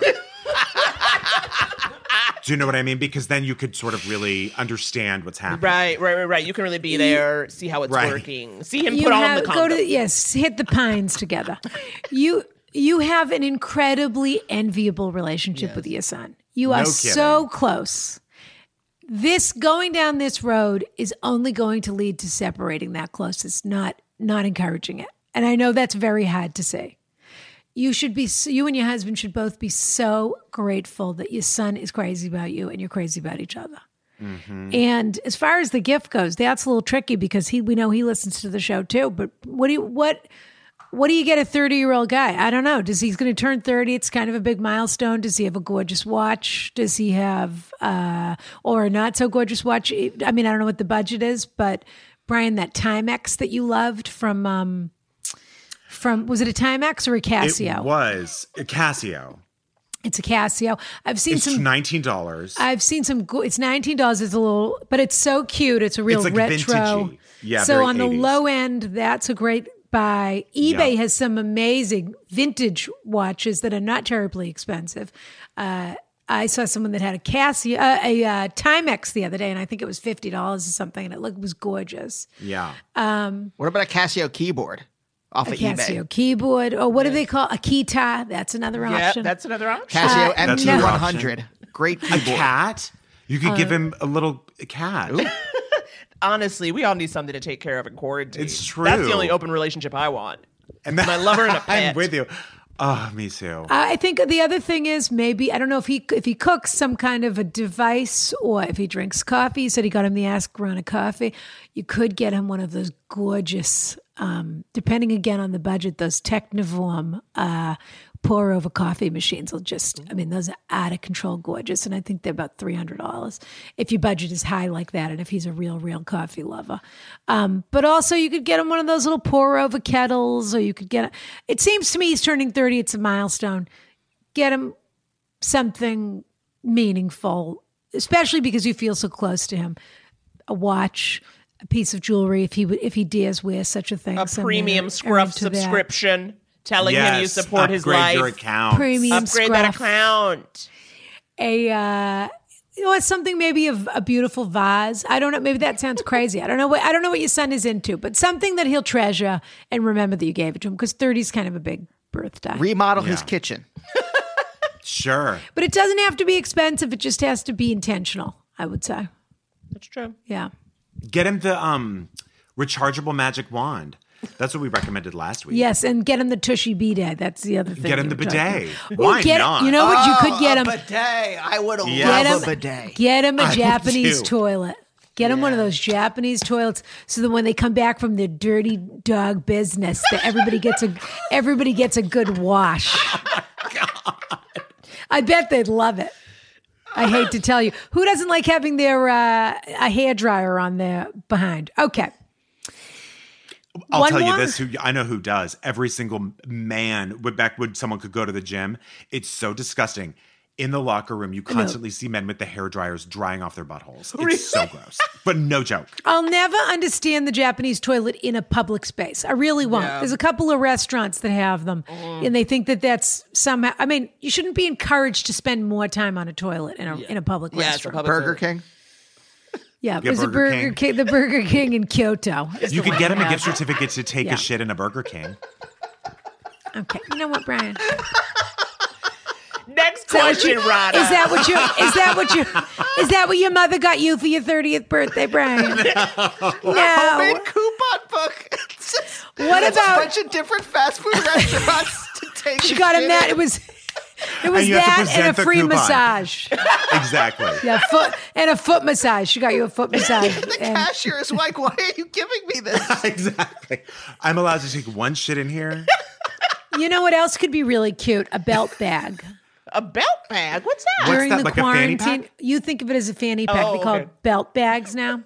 S2: Do you know what I mean? Because then you could sort of really understand what's happening.
S8: Right, right, right, right. You can really be there, see how it's
S2: Right.
S8: working, see him
S1: You
S8: put on the
S1: have-
S8: condom.
S1: Go to yes, hit the pines together. you you have an incredibly enviable relationship with your son. You
S10: No
S1: are
S10: kidding.
S1: so close. This going down this road is only going to lead to separating that closeness, not not encouraging it. And I know that's very hard to say. You should be s- you and your husband should both be so grateful that your son is crazy about you and you're crazy about each other. And as far as the gift goes, that's a little tricky because he we know he listens to the show too. But what do you what what do you get a 30 year old guy? I don't know. Does he's going to turn 30? It's kind of a big milestone. Does he have a gorgeous watch? Does he have uh or a not so gorgeous watch? I mean, I don't know what the budget is, but Brian, that Timex that you loved from um from was it a Timex or a Casio?
S2: It was uh, a Casio.
S1: it's a Casio. I've seen
S2: It's
S1: some
S2: nineteen dollars.
S1: I've seen some. go- It's nineteen dollars. It's a little, but it's so cute. It's a real
S2: It's like
S1: retro.
S2: vintagey. Yeah,
S1: So
S2: very
S1: on the
S2: 80s.
S1: low end, that's a great buy. eBay has some amazing vintage watches that are not terribly expensive. Uh, I saw someone that had a Casio, uh, a uh, Timex the other day, and I think it was fifty dollars or something, and it looked was gorgeous.
S2: Yeah.
S1: Um,
S9: What about a Casio keyboard off
S1: a
S9: of
S1: Casio
S9: eBay?
S1: keyboard, or what do they call a Kita? That's another
S8: yeah,
S1: option.
S8: that's another option.
S9: Casio
S1: Uh, That's another
S9: MT100. Great
S2: A
S9: keyboard.
S2: cat. You could give
S9: Uh,
S2: him a little cat.
S8: Honestly, we all need something to take care of in quarantine.
S2: It's
S8: That's
S2: true.
S8: the only open relationship I want.
S2: And
S8: my lover and a pet.
S2: I'm with you. Oh, me too.
S1: Uh, I I think the other thing is maybe I don't know if he if he cooks some kind of a device or if he drinks coffee. He said he got him the Ask Rana coffee. You could get him one of those gorgeous, um, depending again on the budget, those Technivorm uh, pour over coffee machines. Will just I mean those are out of control gorgeous, and I think they're about three hundred dollars if your budget is high like that, and if he's a real real coffee lover. Um, but also, you could get him one of those little pour over kettles, or you could get. It seems to me he's turning thirty. It's a milestone. Get him something meaningful, especially because you feel so close to him. A watch, a piece of jewelry, if he would, if he dares wear such a thing.
S8: A
S1: somewhere
S8: premium
S1: around
S8: scruff
S1: to that.
S8: subscription telling him you
S2: Yes,
S8: support his
S2: upgrade
S8: life.
S2: your account.
S1: Premium
S8: upgrade that
S1: scruff.
S8: account.
S1: a uh you know, it's something maybe of a beautiful vase. I don't know. Maybe that sounds crazy. I don't know what I don't know what your son is into, but something that he'll treasure and remember that you gave it to him because thirty is kind of a big birthday.
S9: Remodel his
S2: Yeah.
S9: kitchen.
S2: Sure.
S1: but it doesn't have to be expensive. It just has to be intentional. I would say.
S8: That's true.
S1: Yeah.
S2: Get him the um rechargeable magic wand. That's what we recommended last week.
S1: Yes, and get him the tushy bidet. That's the other thing.
S2: Get him
S1: you
S2: the
S1: were talking about.
S2: bidet.
S1: Ooh,
S2: Why
S1: get-
S2: not?
S1: You know what? You
S9: Oh,
S1: could get
S9: a
S1: him
S9: bidet. I would
S1: Get him-
S9: love a bidet.
S1: Get him
S9: I
S1: a
S9: would
S1: Japanese
S9: too.
S1: toilet. Get him one of those Japanese toilets, so that when they come back from their dirty dog business, that everybody gets a everybody gets a good wash. I bet they'd love it. I hate to tell you, who doesn't like having their uh, a hair dryer on their behind? Okay,
S2: I'll
S1: One
S2: tell
S1: more?
S2: you this: who I know who does. Every single man, would- back when someone could go to the gym, it's so disgusting. In the locker room, you
S1: I know.
S2: constantly see men with the hair dryers drying off their buttholes. It's so gross, but no joke.
S1: I'll never understand the Japanese toilet in a public space. I really won't.
S2: Yeah.
S1: There's a couple of restaurants that have them,
S8: Uh-huh.
S1: and they think that that's somehow. I mean, you shouldn't be encouraged to spend more time on a toilet in a in a public
S8: Yeah, it's a
S1: restaurant.
S8: public Burger toilet.
S9: King.
S1: Yeah,
S2: Yeah,
S1: there's a
S2: Burger
S1: Burger King.
S2: King.
S1: the Burger King in Kyoto.
S2: you could get him a gift
S1: Yeah.
S2: certificate to take
S1: Yeah.
S2: a shit in a Burger King.
S1: Okay, you know what, Brian?
S8: Next
S1: Is that what
S8: question,
S1: you-
S8: Rada.
S1: Is that what you? Is that what you? Is that what your mother got you for your thirtieth birthday, Brian? No.
S9: Homemade coupon book. It's just-
S1: Oh. What
S9: it's
S1: about-
S9: a bunch of different fast food restaurants to take?
S1: She
S9: a
S1: got him
S9: shit
S1: that.
S9: in?
S1: It was. It was
S2: And you have to
S1: that and a
S2: present the
S1: free
S2: coupon.
S1: massage.
S2: Exactly.
S1: Yeah, foot and a foot massage. She got you a foot massage.
S9: the
S1: And-
S9: cashier is like, "Why are you giving me this?"
S2: exactly. I'm allowed to take one shit in here.
S1: you know what else could be really cute? A belt bag.
S8: a belt bag? What's that?
S1: During the quarantine, you think of it as a fanny pack.
S8: Oh,
S1: they call
S8: okay.
S1: it belt bags now.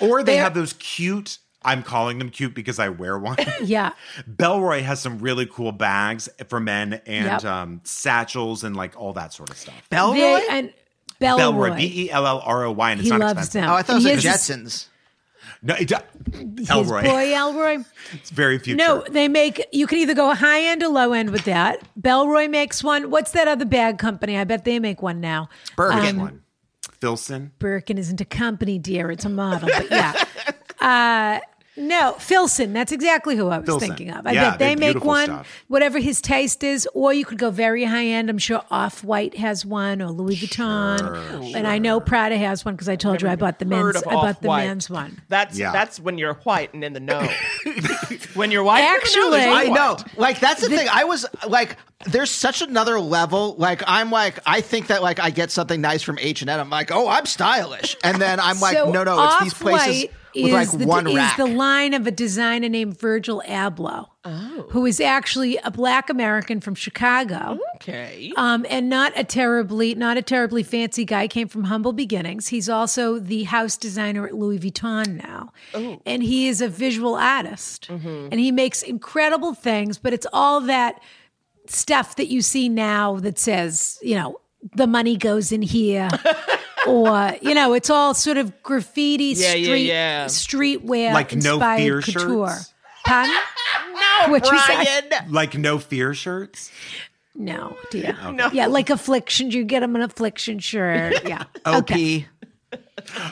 S2: Or they
S1: They're-
S2: have those cute, I'm calling them cute because I wear one.
S1: Yeah.
S2: Belroy has some really cool bags for men and
S1: Yep.
S2: um, satchels and like all that sort of stuff.
S1: They- and Belroy.
S2: Belroy, B E L L R O Y, and
S1: He
S2: it's not
S1: loves
S2: expensive.
S1: them. Oh, I thought it was And the he has
S9: Jetsons.
S2: No, it,
S1: His
S2: Elroy.
S1: boy Elroy.
S2: it's very future.
S1: No, they make you can either go high end or low end with that. Belroy makes one. What's that other bag company? I bet they make one now.
S2: Birkin
S1: Um,
S2: one. Filson.
S1: Birkin isn't a company, dear. It's a model. But yeah. uh, no, Filson. That's exactly who I was
S2: Filson.
S1: thinking of. I
S2: Yeah,
S1: bet they
S2: they're
S1: make
S2: beautiful
S1: one,
S2: stuff.
S1: whatever his taste is, or you could go very high end. I'm sure Off White has one, or Louis Vuitton, and I know Prada has one because I told you I bought the
S8: Heard
S1: men's. I
S8: of
S1: bought the
S8: Off-White.
S1: men's one.
S8: That's
S1: Yeah.
S8: that's when you're white and in the know. when you're white,
S1: Actually-
S9: I know.
S8: What?
S9: Oh, Like that's the, thing. I was like, there's such another level. Like I'm like, I think that like I get something nice from H and M. I'm like, oh, I'm stylish. And then I'm like,
S1: So
S9: no, no, it's these places
S1: Off-White
S9: with like
S1: the,
S9: one
S1: is
S9: rack.
S1: the line of a designer named Virgil Abloh,
S9: Oh.
S1: who is actually a Black American from Chicago.
S8: Okay.
S1: Um, and not a terribly not a terribly fancy guy. Came from humble beginnings. He's also the house designer at Louis Vuitton now,
S8: Oh.
S1: and he is a visual artist,
S8: Mm-hmm.
S1: and he makes incredible things. But it's all that stuff that you see now that says, you know, the money goes in here. or you know, it's all sort of graffiti
S8: Yeah, yeah,
S1: street
S8: yeah.
S1: streetwear
S2: Like No
S1: inspired
S2: Fear
S1: couture.
S2: shirts?
S1: Pardon? no, what you say?
S2: Like no fear shirts.
S1: No, dear.
S2: Okay. No.
S1: Yeah, like afflictions. You get him an affliction shirt. Yeah.
S2: OP.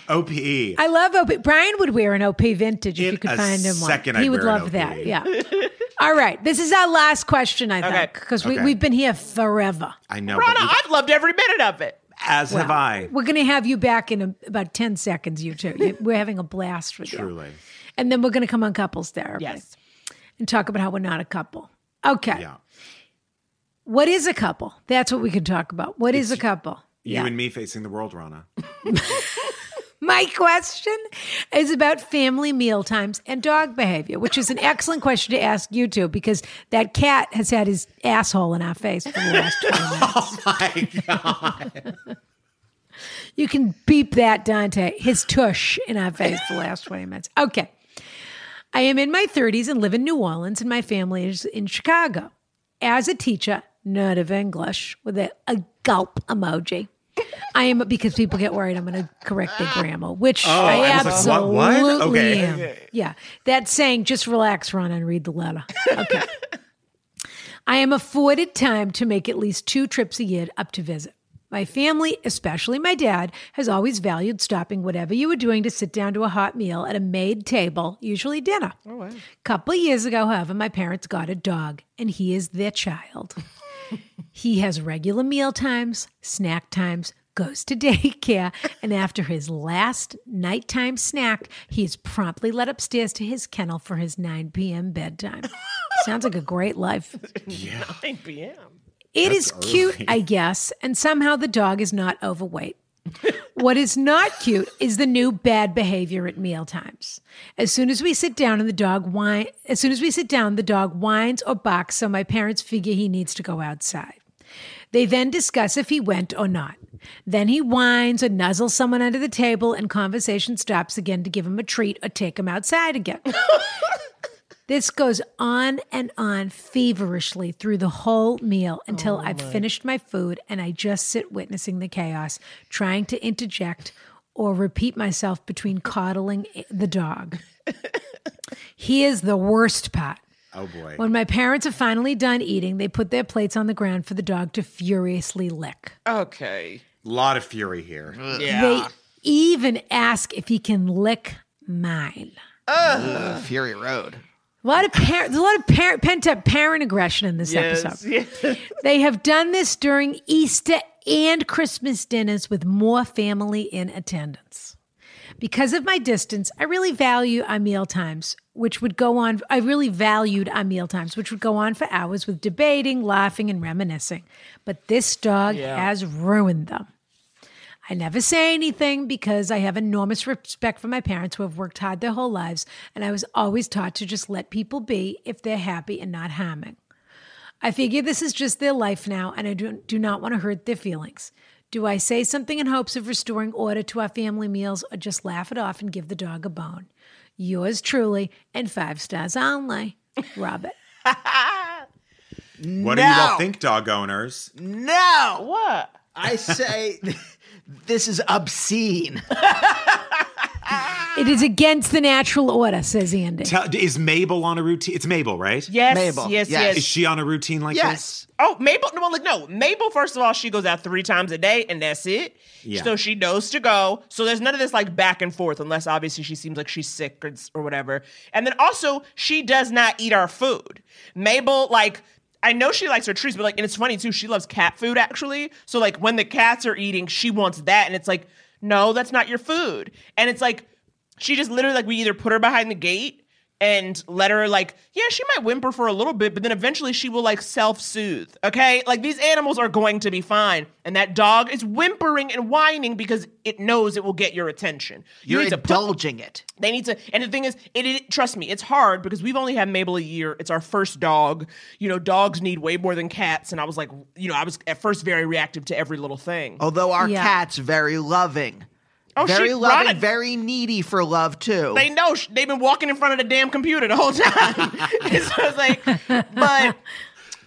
S2: OPE.
S1: I love OP. Brian would wear an OP vintage if you could
S2: a
S1: find him
S2: second
S1: one. He
S2: I'd
S1: would
S2: wear an
S1: love
S2: OP.
S1: that. Yeah. All right. This is our last question, I think, because we,
S2: Okay.
S1: we've been here forever.
S2: I know.
S8: Rana,
S2: but you-
S8: I've loved every minute of it.
S2: as have
S1: Well,
S2: I.
S1: We're going to have you back in a, about 10 seconds, you two. You- We're having a blast with you.
S2: Truly.
S1: And then we're going to come on couples therapy.
S8: Yes.
S1: And talk about how we're not a couple. Okay.
S2: Yeah.
S1: What is a couple? That's what we can talk about. What is a couple?
S2: You and me facing the world, Rana.
S1: My question is about family meal times and dog behavior, which is an excellent question to ask you two because that cat has had his asshole in our face for the last 20 minutes.
S2: Oh my God.
S1: You can beep that, Dante. His tush in our face for the last 20 minutes. Okay. I am in my 30s and live in New Orleans, and my family is in Chicago. As a teacher, native English with a, a gulp emoji. I am because people get worried I'm going to correct their grammar, which
S2: Oh,
S1: I,
S2: I was like,
S1: absolutely
S2: what, what? Okay.
S1: am. Yeah, that saying, just relax, Ron, and read the letter. Okay. I am afforded time to make at least two trips a year up to visit. My family, especially my dad, has always valued stopping whatever you were doing to sit down to a hot meal at a made table, usually dinner. Oh, wow. Couple of years ago, however, my parents got a dog, and he is their child. He has regular meal times, snack times, goes to daycare, and after his last nighttime snack, he is promptly led upstairs to his kennel for his 9 p.m. bedtime. Sounds like a great life.
S8: 9 p.m.
S1: It
S8: That's
S1: is cute, I guess, and somehow the dog is not overweight. what is not cute is the new bad behavior at meal times. As soon as we sit down and the dog whine, as soon as we sit down, the dog whines or barks, so my parents figure he needs to go outside. They then discuss if he went or not. Then he whines or nuzzles someone under the table, and conversation stops again to give him a treat or take him outside again. This goes on and on feverishly through the whole meal until I've finished my food and I just sit witnessing the chaos, trying to interject or repeat myself between coddling the dog. he is the worst part.
S2: Oh boy.
S1: When my parents are finally done eating, they put their plates on the ground for the dog to furiously lick.
S8: Okay.
S2: lot of fury here.
S1: They even ask if he can lick mine.
S9: Ugh, Fury Road.
S1: A lot of parent, a lot of parent pent up parent aggression in this episode. They have done this during Easter and Christmas dinners with more family in attendance. Because of my distance, I really value our meal times, which would go on. I really valued our meal times, which would go on for hours with debating, laughing, and reminiscing. But this dog
S10: Yeah.
S1: has ruined them. I never say anything because I have enormous respect for my parents who have worked hard their whole lives, and I was always taught to just let people be if they're happy and not harming. I figure this is just their life now, and I do, do not want to hurt their feelings. Do I say something in hopes of restoring order to our family meals, or just laugh it off and give the dog a bone? Yours truly, and five stars only, Robert.
S2: What do you all think, dog owners?
S9: No.
S8: What?
S9: I say this is obscene.
S1: It is against the natural order, says Andy.
S2: Tell, is Mabel on a routine? It's Mabel, right?
S8: Yes, Mabel, yes, yes. yes.
S2: Is she on a routine like
S8: yes.
S2: this?
S8: Oh, Mabel. No, like no. Mabel. First of all, she goes out three times a day, and that's it.
S2: Yeah.
S8: So she knows to go. So there's none of this like back and forth, unless obviously she seems like she's sick or, or whatever. And then also, she does not eat our food. Mabel, like. I know she likes her treats, but like, and it's funny too. She loves cat food actually. So like, when the cats are eating, she wants that, and it's like, no, that's not your food. And it's like, she just literally like we either put her behind the gate and let her like yeah she might whimper for a little bit but then eventually she will like self-soothe okay like these animals are going to be fine and that dog is whimpering and whining because it knows it will get your attention
S9: You're
S8: need to put-
S9: indulging it.
S8: they need to, and the thing is, it, it trust me, it's hard because we've only had Mabel a year. It's our first dog. You know, dogs need way more than cats. And I was like, you know, I was at first very reactive to every little thing.
S9: Although our
S8: Yeah.
S9: cat's very loving.
S8: Oh, she
S9: very loving,
S8: rotted.
S9: very needy for love too.
S8: They know sh- they've been walking in front of the damn computer the whole time. And so I was like, but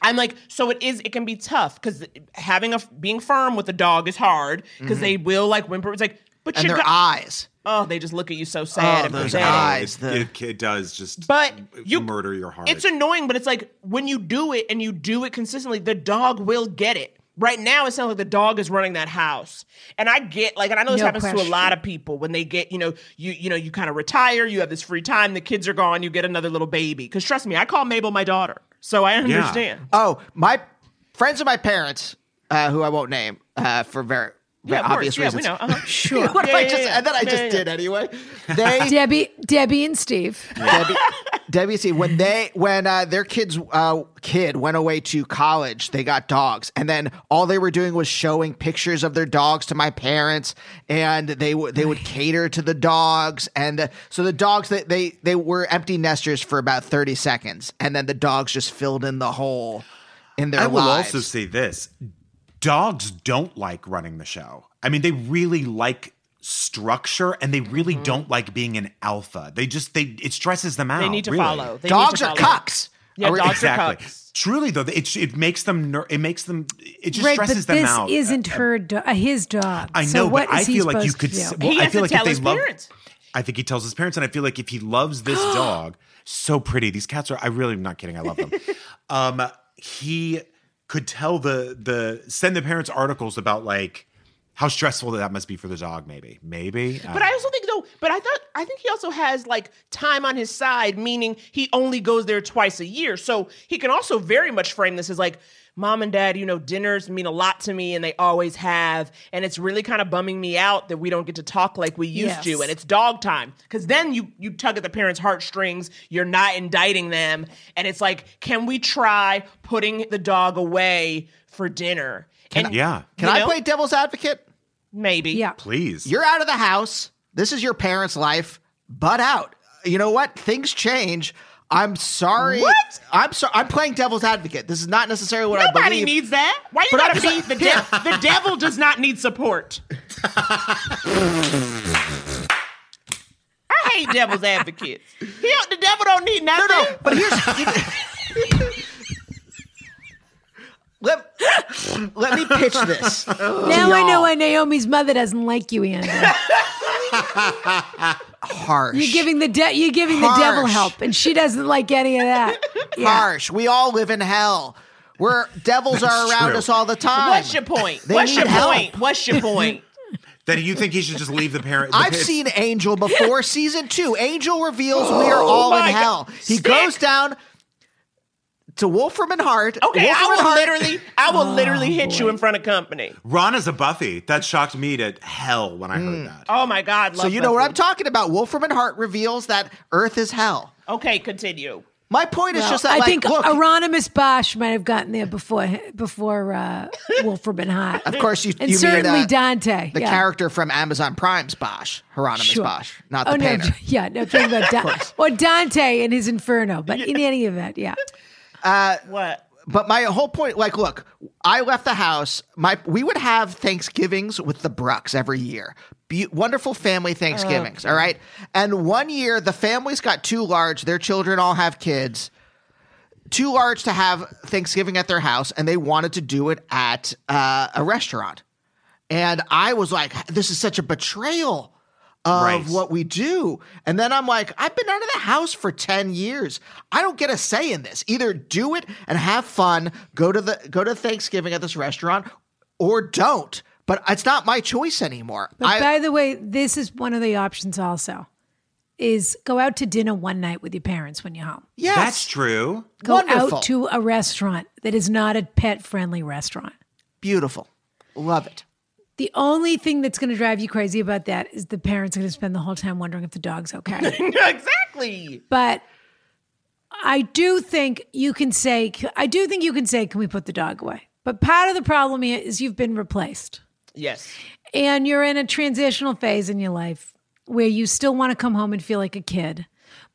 S8: I'm like, so it is. It can be tough because having a f- being firm with a dog is hard because
S9: Mhm.
S8: they will like whimper. It's like, but
S9: And
S8: you're
S9: their eyes.
S8: Oh, they just look at you so sad. and pathetic.
S2: It, it does just
S8: But
S2: you murder your heart.
S8: It's annoying, but it's like when you do it and you do it consistently, the dog will get it. Right now, it sounds like the dog is running that house, and I get like, and I know this
S10: No
S8: happens to a
S10: question.
S8: lot of people when they get, you know, you you know, you kind of retire, you have this free time, the kids are gone, you get another little baby. Because trust me, I call Mabel my daughter, so I understand.
S9: Oh, my friends of my parents, uh, who I won't name uh, for very,
S8: Yeah,
S9: very
S8: of course.
S9: obvious
S8: Yeah, we
S9: reasons.
S8: know. Uh-huh.
S9: sure. what if
S8: Yeah,
S9: I
S8: yeah,
S9: just
S8: yeah.
S9: and then I
S8: Yeah,
S9: just
S8: yeah.
S9: did anyway. They
S1: Debbie, Debbie, and Steve.
S9: Debbie, Debbie, see when they when uh, their kids uh, kid went away to college, they got dogs, and then all they were doing was showing pictures of their dogs to my parents, and they would they would cater to the dogs, and uh, so the dogs they, they they were empty nesters for about thirty seconds, and then the dogs just filled in the hole in their
S2: I will
S9: lives.
S2: also say this: dogs don't like running the show. I mean, they really like structure, and they really don't like being an alpha. They just they it stresses them out.
S8: Mm-hmm. They need to
S2: Oh, really.
S8: follow. They need Dogs to are follow. cucks. Yeah, dogs are
S2: exactly. Truly, though, it it makes them ner- it makes them it just
S1: right, but
S2: stresses
S1: this
S2: them out.
S1: isn't her do- uh, his dog.
S2: I know,
S1: so
S2: but
S1: what
S2: I
S1: is he
S2: feel like you
S1: supposed to
S2: could. s-
S1: do?
S2: Well, I feel like if they love, I think he tells his parents, and I feel like if he loves this dog, so pretty. These cats are. I really am not kidding. I love them. um, he could tell the the send the parents articles about like how stressful that must be for the dog. Maybe, maybe.
S8: But I also think though, but I thought I think he also has like time on his side, meaning he only goes there twice a year. So he can also very much frame this as like, mom and dad, you know, dinners mean a lot to me and they always have. And it's really kind of bumming me out that we don't get to talk like we
S10: Yes.
S8: used to. And it's dog time. Cause then you you tug at the parents' heartstrings, you're not indicting them. And it's like, can we try putting the dog away for dinner?
S9: Can
S8: and,
S9: I- Yeah. can
S8: you
S9: I play devil's advocate?
S8: Maybe. Yeah.
S2: Please.
S9: You're out of the house. This is your parents' life. Butt out. You know what? Things change. I'm sorry.
S8: What?
S9: I'm sorry. I'm playing devil's advocate. This is not necessarily what I
S8: Nobody
S9: believe.
S8: needs that. Why you
S9: But I'm
S8: gotta be
S9: just
S8: the, de-
S9: like-
S8: the devil does not need support. I hate devil's advocates. He don't, the devil don't need nothing. No, no.
S9: But here's let, let me pitch this.
S1: Now I know why Naomi's mother doesn't like you, Andy.
S9: Harsh.
S1: You're giving the de- you're giving the devil
S9: Harsh.
S1: help, and she doesn't like any of that.
S9: Harsh. We all live in hell. Where devils are
S2: That's
S9: around
S2: true.
S9: us all the time.
S8: What's your point?
S9: They
S8: What's
S9: need
S8: your
S9: help.
S8: point? What's your point?
S2: Then you think he should just leave the parent. the
S9: I've
S2: parents-
S9: seen Angel before, season two. Angel reveals we are all in
S8: Oh my God.
S9: hell. He goes down to Wolfram and Hart.
S8: Okay, I
S9: Wolfram and
S8: will
S9: Hart-
S8: literally, I will literally hit you in front of company.
S2: Ron is a Buffy. That shocked me to hell when I
S1: Mm.
S2: heard that.
S8: Oh my God!
S9: So you know what I'm talking about. Wolfram and Hart reveals that Earth is hell.
S8: I'm. Okay, continue.
S9: My point is
S1: Well,
S9: just that,
S1: I
S9: like,
S1: think
S9: look-
S1: Aronimus Bosch might have gotten there before before uh, Wolfram and Hot.
S9: Of course, you,
S1: and
S9: you mean,
S1: certainly
S9: uh,
S1: Dante,
S9: the
S1: yeah.
S9: character from Amazon Prime's Bosch, Hieronymus
S1: Sure.
S9: Bosch, not the
S1: oh,
S9: painter.
S1: No, yeah, no, talking about
S9: Of
S1: Dante
S9: course.
S1: or Dante and his Inferno. But in any event, yeah.
S9: Uh,
S8: what?
S9: But my whole point, like, look, I left the house. My we would have Thanksgivings with the Brucks every year. Be- wonderful family Thanksgivings.
S10: Okay.
S9: All right. And one year the families got too large. Their children all have kids. Too large to have Thanksgiving at their house, and they wanted to do it at uh, a restaurant. And I was like, this is such a betrayal of
S10: Right.
S9: what we do. And then I'm like, I've been out of the house for 10 years. I don't get a say in this. Either do it and have fun, go to the go to Thanksgiving at this restaurant or don't. But it's not my choice anymore.
S1: But
S9: I,
S1: by the way, this is one of the options also is go out to dinner one night with your parents when you're home.
S9: Yes.
S2: That's true.
S1: Go out to a restaurant that is not a pet friendly restaurant.
S9: Beautiful. Love it.
S1: The only thing that's going to drive you crazy about that is the parents are going to spend the whole time wondering if the dog's okay.
S8: exactly.
S1: but I do think you can say, I do think you can say, can we put the dog away? But part of the problem here is you've been replaced
S8: Yes.
S1: and you're in a transitional phase in your life where you still want to come home and feel like a kid.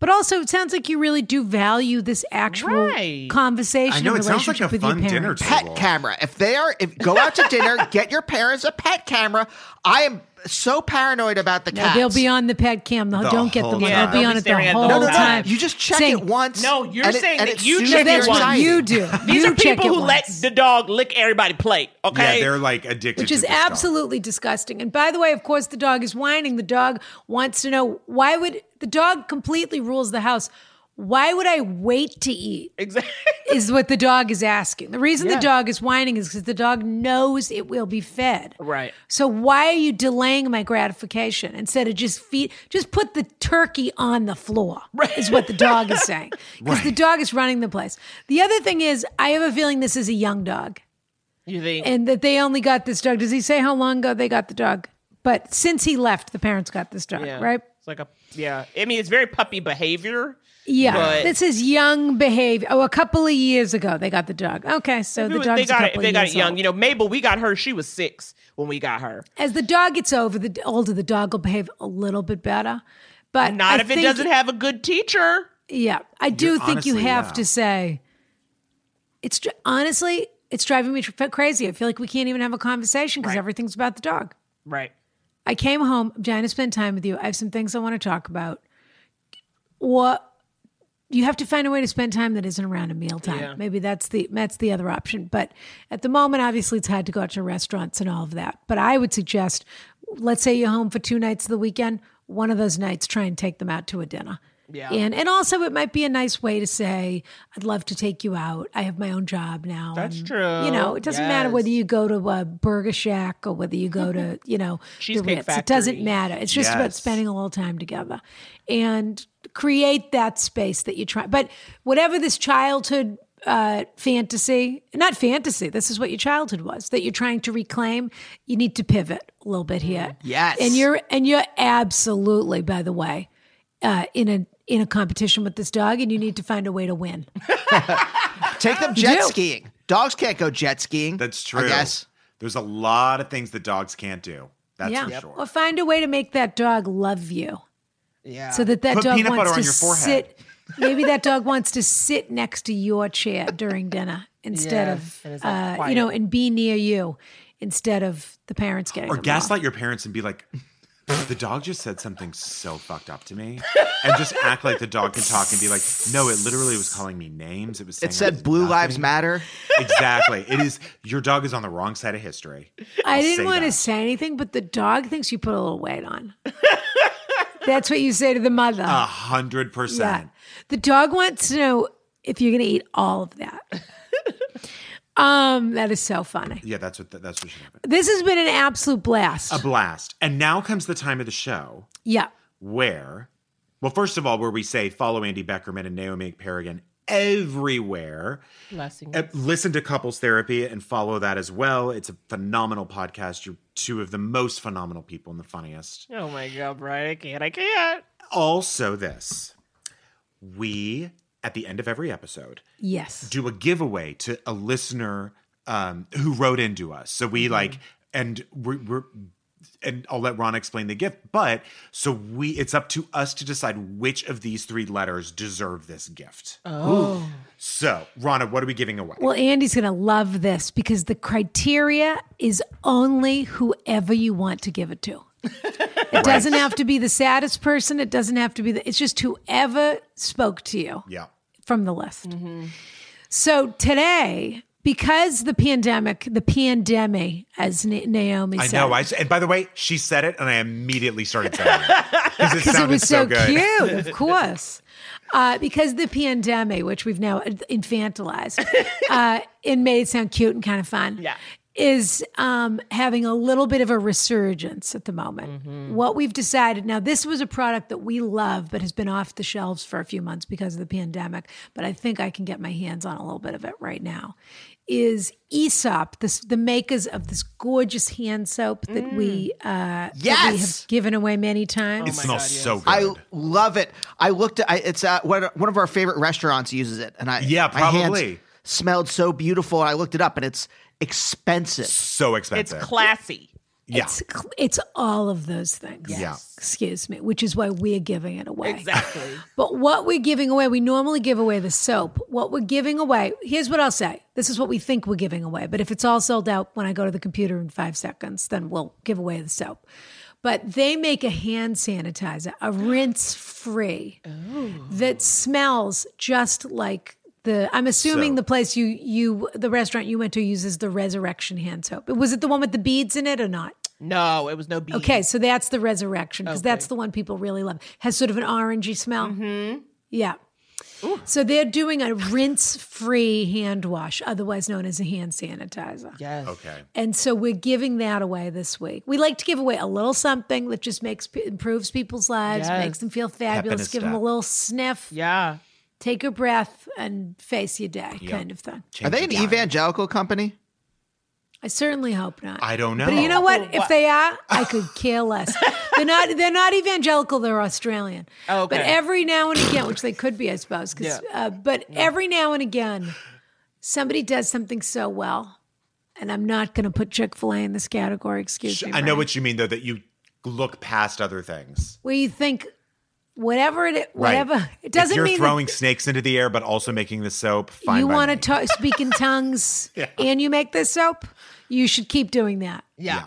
S1: But also, it sounds like you really do value this actual conversation.
S9: I know,
S1: and
S9: it sounds like
S1: relationship
S9: a
S1: with your
S9: fun dinner
S1: parents.
S9: table. Pet camera. If they are, if go out to dinner, get your parents a pet camera. I am so paranoid about the
S1: No,
S9: cats.
S1: they'll be on the pet cam. They'll,
S9: The
S1: don't get
S9: whole
S1: them. on.
S9: time.
S1: They'll be
S9: They'll
S1: on
S9: be
S1: it the
S9: staring at the
S1: whole
S9: whole time.
S1: time.
S9: You just check it once.
S8: No, you're
S9: And it-
S8: saying
S9: and
S8: that
S9: it
S8: you
S9: soothes
S8: check
S9: your
S8: it once.
S9: anxiety.
S1: You do.
S8: These
S1: You
S8: are
S1: check
S8: people
S1: it
S8: who let the dog lick everybody plate. Okay.
S2: Yeah, they're like addicted
S1: Which
S2: to
S1: is
S2: this dog.
S1: absolutely disgusting. And by the way, of course, the dog is whining. The dog wants to know why would the dog completely rules the house. Why would I wait to eat?
S8: Exactly.
S1: Is what the dog is asking. The reason
S8: Yeah.
S1: the dog is whining is because the dog knows it will be fed.
S8: right.
S1: So why are you delaying my gratification instead of just feed? Just put the turkey on the floor. Is what the dog is saying because the dog is running the place. The other thing is, I have a feeling this is a young dog
S8: You think?
S1: and that they only got this dog. Does he say how long ago they got the dog? But since he left, the parents got this dog,
S8: yeah.
S1: right?
S8: It's like a yeah. I mean, it's very puppy behavior.
S1: Yeah,
S8: But
S1: this is young behavior. Oh, a couple of years ago they got the dog. Okay, so
S8: Maybe
S1: the
S8: if
S1: dog's
S8: they got
S1: a
S8: it.
S1: couple
S8: They
S1: of
S8: got
S1: years
S8: it young.
S1: old.
S8: You know, Mabel, we got her. She was six when we got her.
S1: As the dog gets over, the older the dog will behave a little bit better. But
S8: Not
S1: I
S8: if it
S1: think-
S8: doesn't have a good teacher.
S1: Yeah, I do
S8: You're
S1: think you
S8: honestly,
S1: have
S8: yeah.
S1: to say it's dr- honestly it's driving me tr- crazy. I feel like we can't even have a conversation because everything's about the dog.
S8: Right.
S1: I came home. I'm trying to spend time with you. I have some things I want to talk about. Or you have to find a way to spend time that isn't around a mealtime.
S8: Yeah.
S1: Maybe that's the that's the other option. But at the moment, obviously, it's hard to go out to restaurants and all of that. But I would suggest, let's say you're home for two nights of the weekend. One of those nights, try and take them out to a dinner.
S8: Yeah.
S1: And and also it might be a nice way to say, I'd love to take you out. I have my own job now.
S8: That's
S1: and,
S8: true.
S1: You know, it doesn't matter
S8: Yes.
S1: whether you go to a burger shack or whether you go to, you know,
S8: Cheesecake
S1: the Ritz. It doesn't
S8: Factory.
S1: matter. It's just about
S8: Yes.
S1: spending a little time together and create that space that you try. But whatever this childhood uh, fantasy, not fantasy, this is what your childhood was that you're trying to reclaim, you need to pivot a little bit here.
S9: Yes.
S1: And you're and you're absolutely, by the way, uh, in a in a competition with this dog, and you need to find a way to win.
S9: Take
S1: Oh,
S9: them
S1: You
S9: jet
S1: do.
S9: skiing. Dogs can't go jet skiing.
S2: That's true.
S9: guess.
S2: There's a lot of things that dogs can't do. That's for sure.
S1: Or find a way to make that dog love you.
S9: Yeah.
S1: So that that
S2: Put
S1: dog
S2: peanut
S1: wants
S2: butter
S1: to
S2: on your forehead.
S1: sit. Maybe that dog wants to sit next to your chair during dinner instead
S2: Yeah,
S1: of
S2: and it's, like,
S1: uh, you
S2: quiet.
S1: know, and be near you instead of the parents getting them
S2: Or
S1: wrong.
S2: gaslight your parents and be like, the dog just said something so fucked up to me. And just act like the dog can talk and be like, no, it literally was calling me names. It was saying
S9: It
S2: I
S9: said
S2: was
S9: blue
S2: nothing."
S9: lives matter.
S2: Exactly. It is your dog is on the wrong side of history.
S1: I
S2: I'll
S1: didn't
S2: say
S1: want to
S2: that.
S1: say anything, but the dog thinks you put a little weight on. That's what you say to the mother.
S2: A hundred percent.
S1: The dog wants to know if you're going to eat all of that. um, that is so funny.
S2: Yeah, that's what that's what should happen.
S1: This has been an absolute blast.
S2: A blast. And now comes the time of the show
S1: yeah.
S2: where, well, first of all, where we say follow Andy Beckerman and Naomi Paragon everywhere.
S8: Blessing.
S2: Uh, Listen to Couples Therapy and follow that as well. It's a phenomenal podcast. You're two of the most phenomenal people and the funniest.
S8: Oh my god, Brian! I can't. I can't.
S2: Also, this we at the end of every episode
S1: Yes.
S2: do a giveaway to Mm-hmm. a listener um, who wrote into us. So we like, and we're, we're and I'll let Ron explain the gift. But so we, it's up to us to decide which of these three letters deserve this gift.
S1: Oh. Ooh.
S2: So, Rana, what are we giving away?
S1: Well, Andy's going to love this because the criteria is only whoever you want to give it to. It doesn't have to be the saddest person. It doesn't have to be the, it's just whoever spoke to you
S2: Yeah.
S1: from the list.
S2: Mm-hmm.
S1: So today, because the pandemic, the pandemic, as Na- Naomi
S2: I
S1: said,
S2: know. I s- and by the way, she said it, and I immediately started saying it because it
S1: because
S2: sounded
S1: it was
S2: so,
S1: so,
S2: good.
S1: cute, of course. Uh, because the pandemic, which we've now infantilized, uh, it made it sound cute and kind of fun. Yeah. Is um, having a little bit of a resurgence at the moment.
S2: Mm-hmm.
S1: What we've decided now, this was a product that we love, but has been off the shelves for a few months because of the pandemic. But I think I can get my hands on a little bit of it right now. Is Aesop, this, the makers of this gorgeous hand soap that we
S2: Mm.
S1: uh, that we have
S9: Yes!
S1: given away many times.
S9: It smells
S2: so good.
S9: I love it. I looked at I, it's at one, one of our favorite restaurants uses it, and I
S2: Yeah,
S9: my hands
S2: probably.
S9: smelled so beautiful. I looked it up, and it's expensive.
S2: So expensive.
S8: classy.
S2: yeah.
S1: It's cl- it's all of those things.
S2: Yeah.
S1: Excuse me, which is why we're giving it away.
S8: Exactly.
S1: But what we're giving away, we normally give away the soap. What we're giving away, here's what I'll say. This is what we think we're giving away. But if it's all sold out when I go to the computer in five seconds, then we'll give away the soap. But they make a hand sanitizer, a rinse free, that smells just like the. I'm assuming
S2: Soap.
S1: the place you you the restaurant you went to uses the resurrection hand soap. Was it the one with the beads in it or not?
S8: No, it was no bees.
S1: Okay, so that's the resurrection because that's the one people really love. Has sort of an orangey smell. Mm-hmm. Yeah. So they're doing a rinse-free hand wash, otherwise known as a hand sanitizer.
S8: Yes.
S2: Okay.
S1: And so we're giving that away this week. We like to give away a little something that just makes improves people's lives,
S8: Yes.
S1: makes them feel fabulous.
S2: his
S1: Give them a
S2: step.
S1: little sniff,
S8: Yeah.
S1: take a breath, and face your day,
S2: Yeah.
S1: kind of thing.
S9: Are they
S2: Change
S9: an
S2: the dial.
S9: evangelical company?
S1: I certainly hope not.
S2: I don't know.
S1: But you know what?
S2: Oh,
S8: Well,
S1: If
S8: what-
S1: they are, I could care less. they're not. They're not evangelical. They're Australian.
S8: Oh, okay.
S1: But every now and again, which they could be, I suppose. 'cause, uh, but every now and again, somebody does something so well, and I'm not going to put Chick Fil A in this category. Excuse me.
S2: I know
S1: Brian,
S2: what you mean, though, that you look past other things.
S1: Where you think whatever it
S2: Right.
S1: whatever it
S2: If
S1: doesn't
S2: you're
S1: mean that
S2: throwing snakes into the air, but also making the soap. Fine
S1: you
S2: by
S1: want
S2: me.
S1: to talk, speak in tongues and you make this soap. You should keep doing that.
S8: Yeah.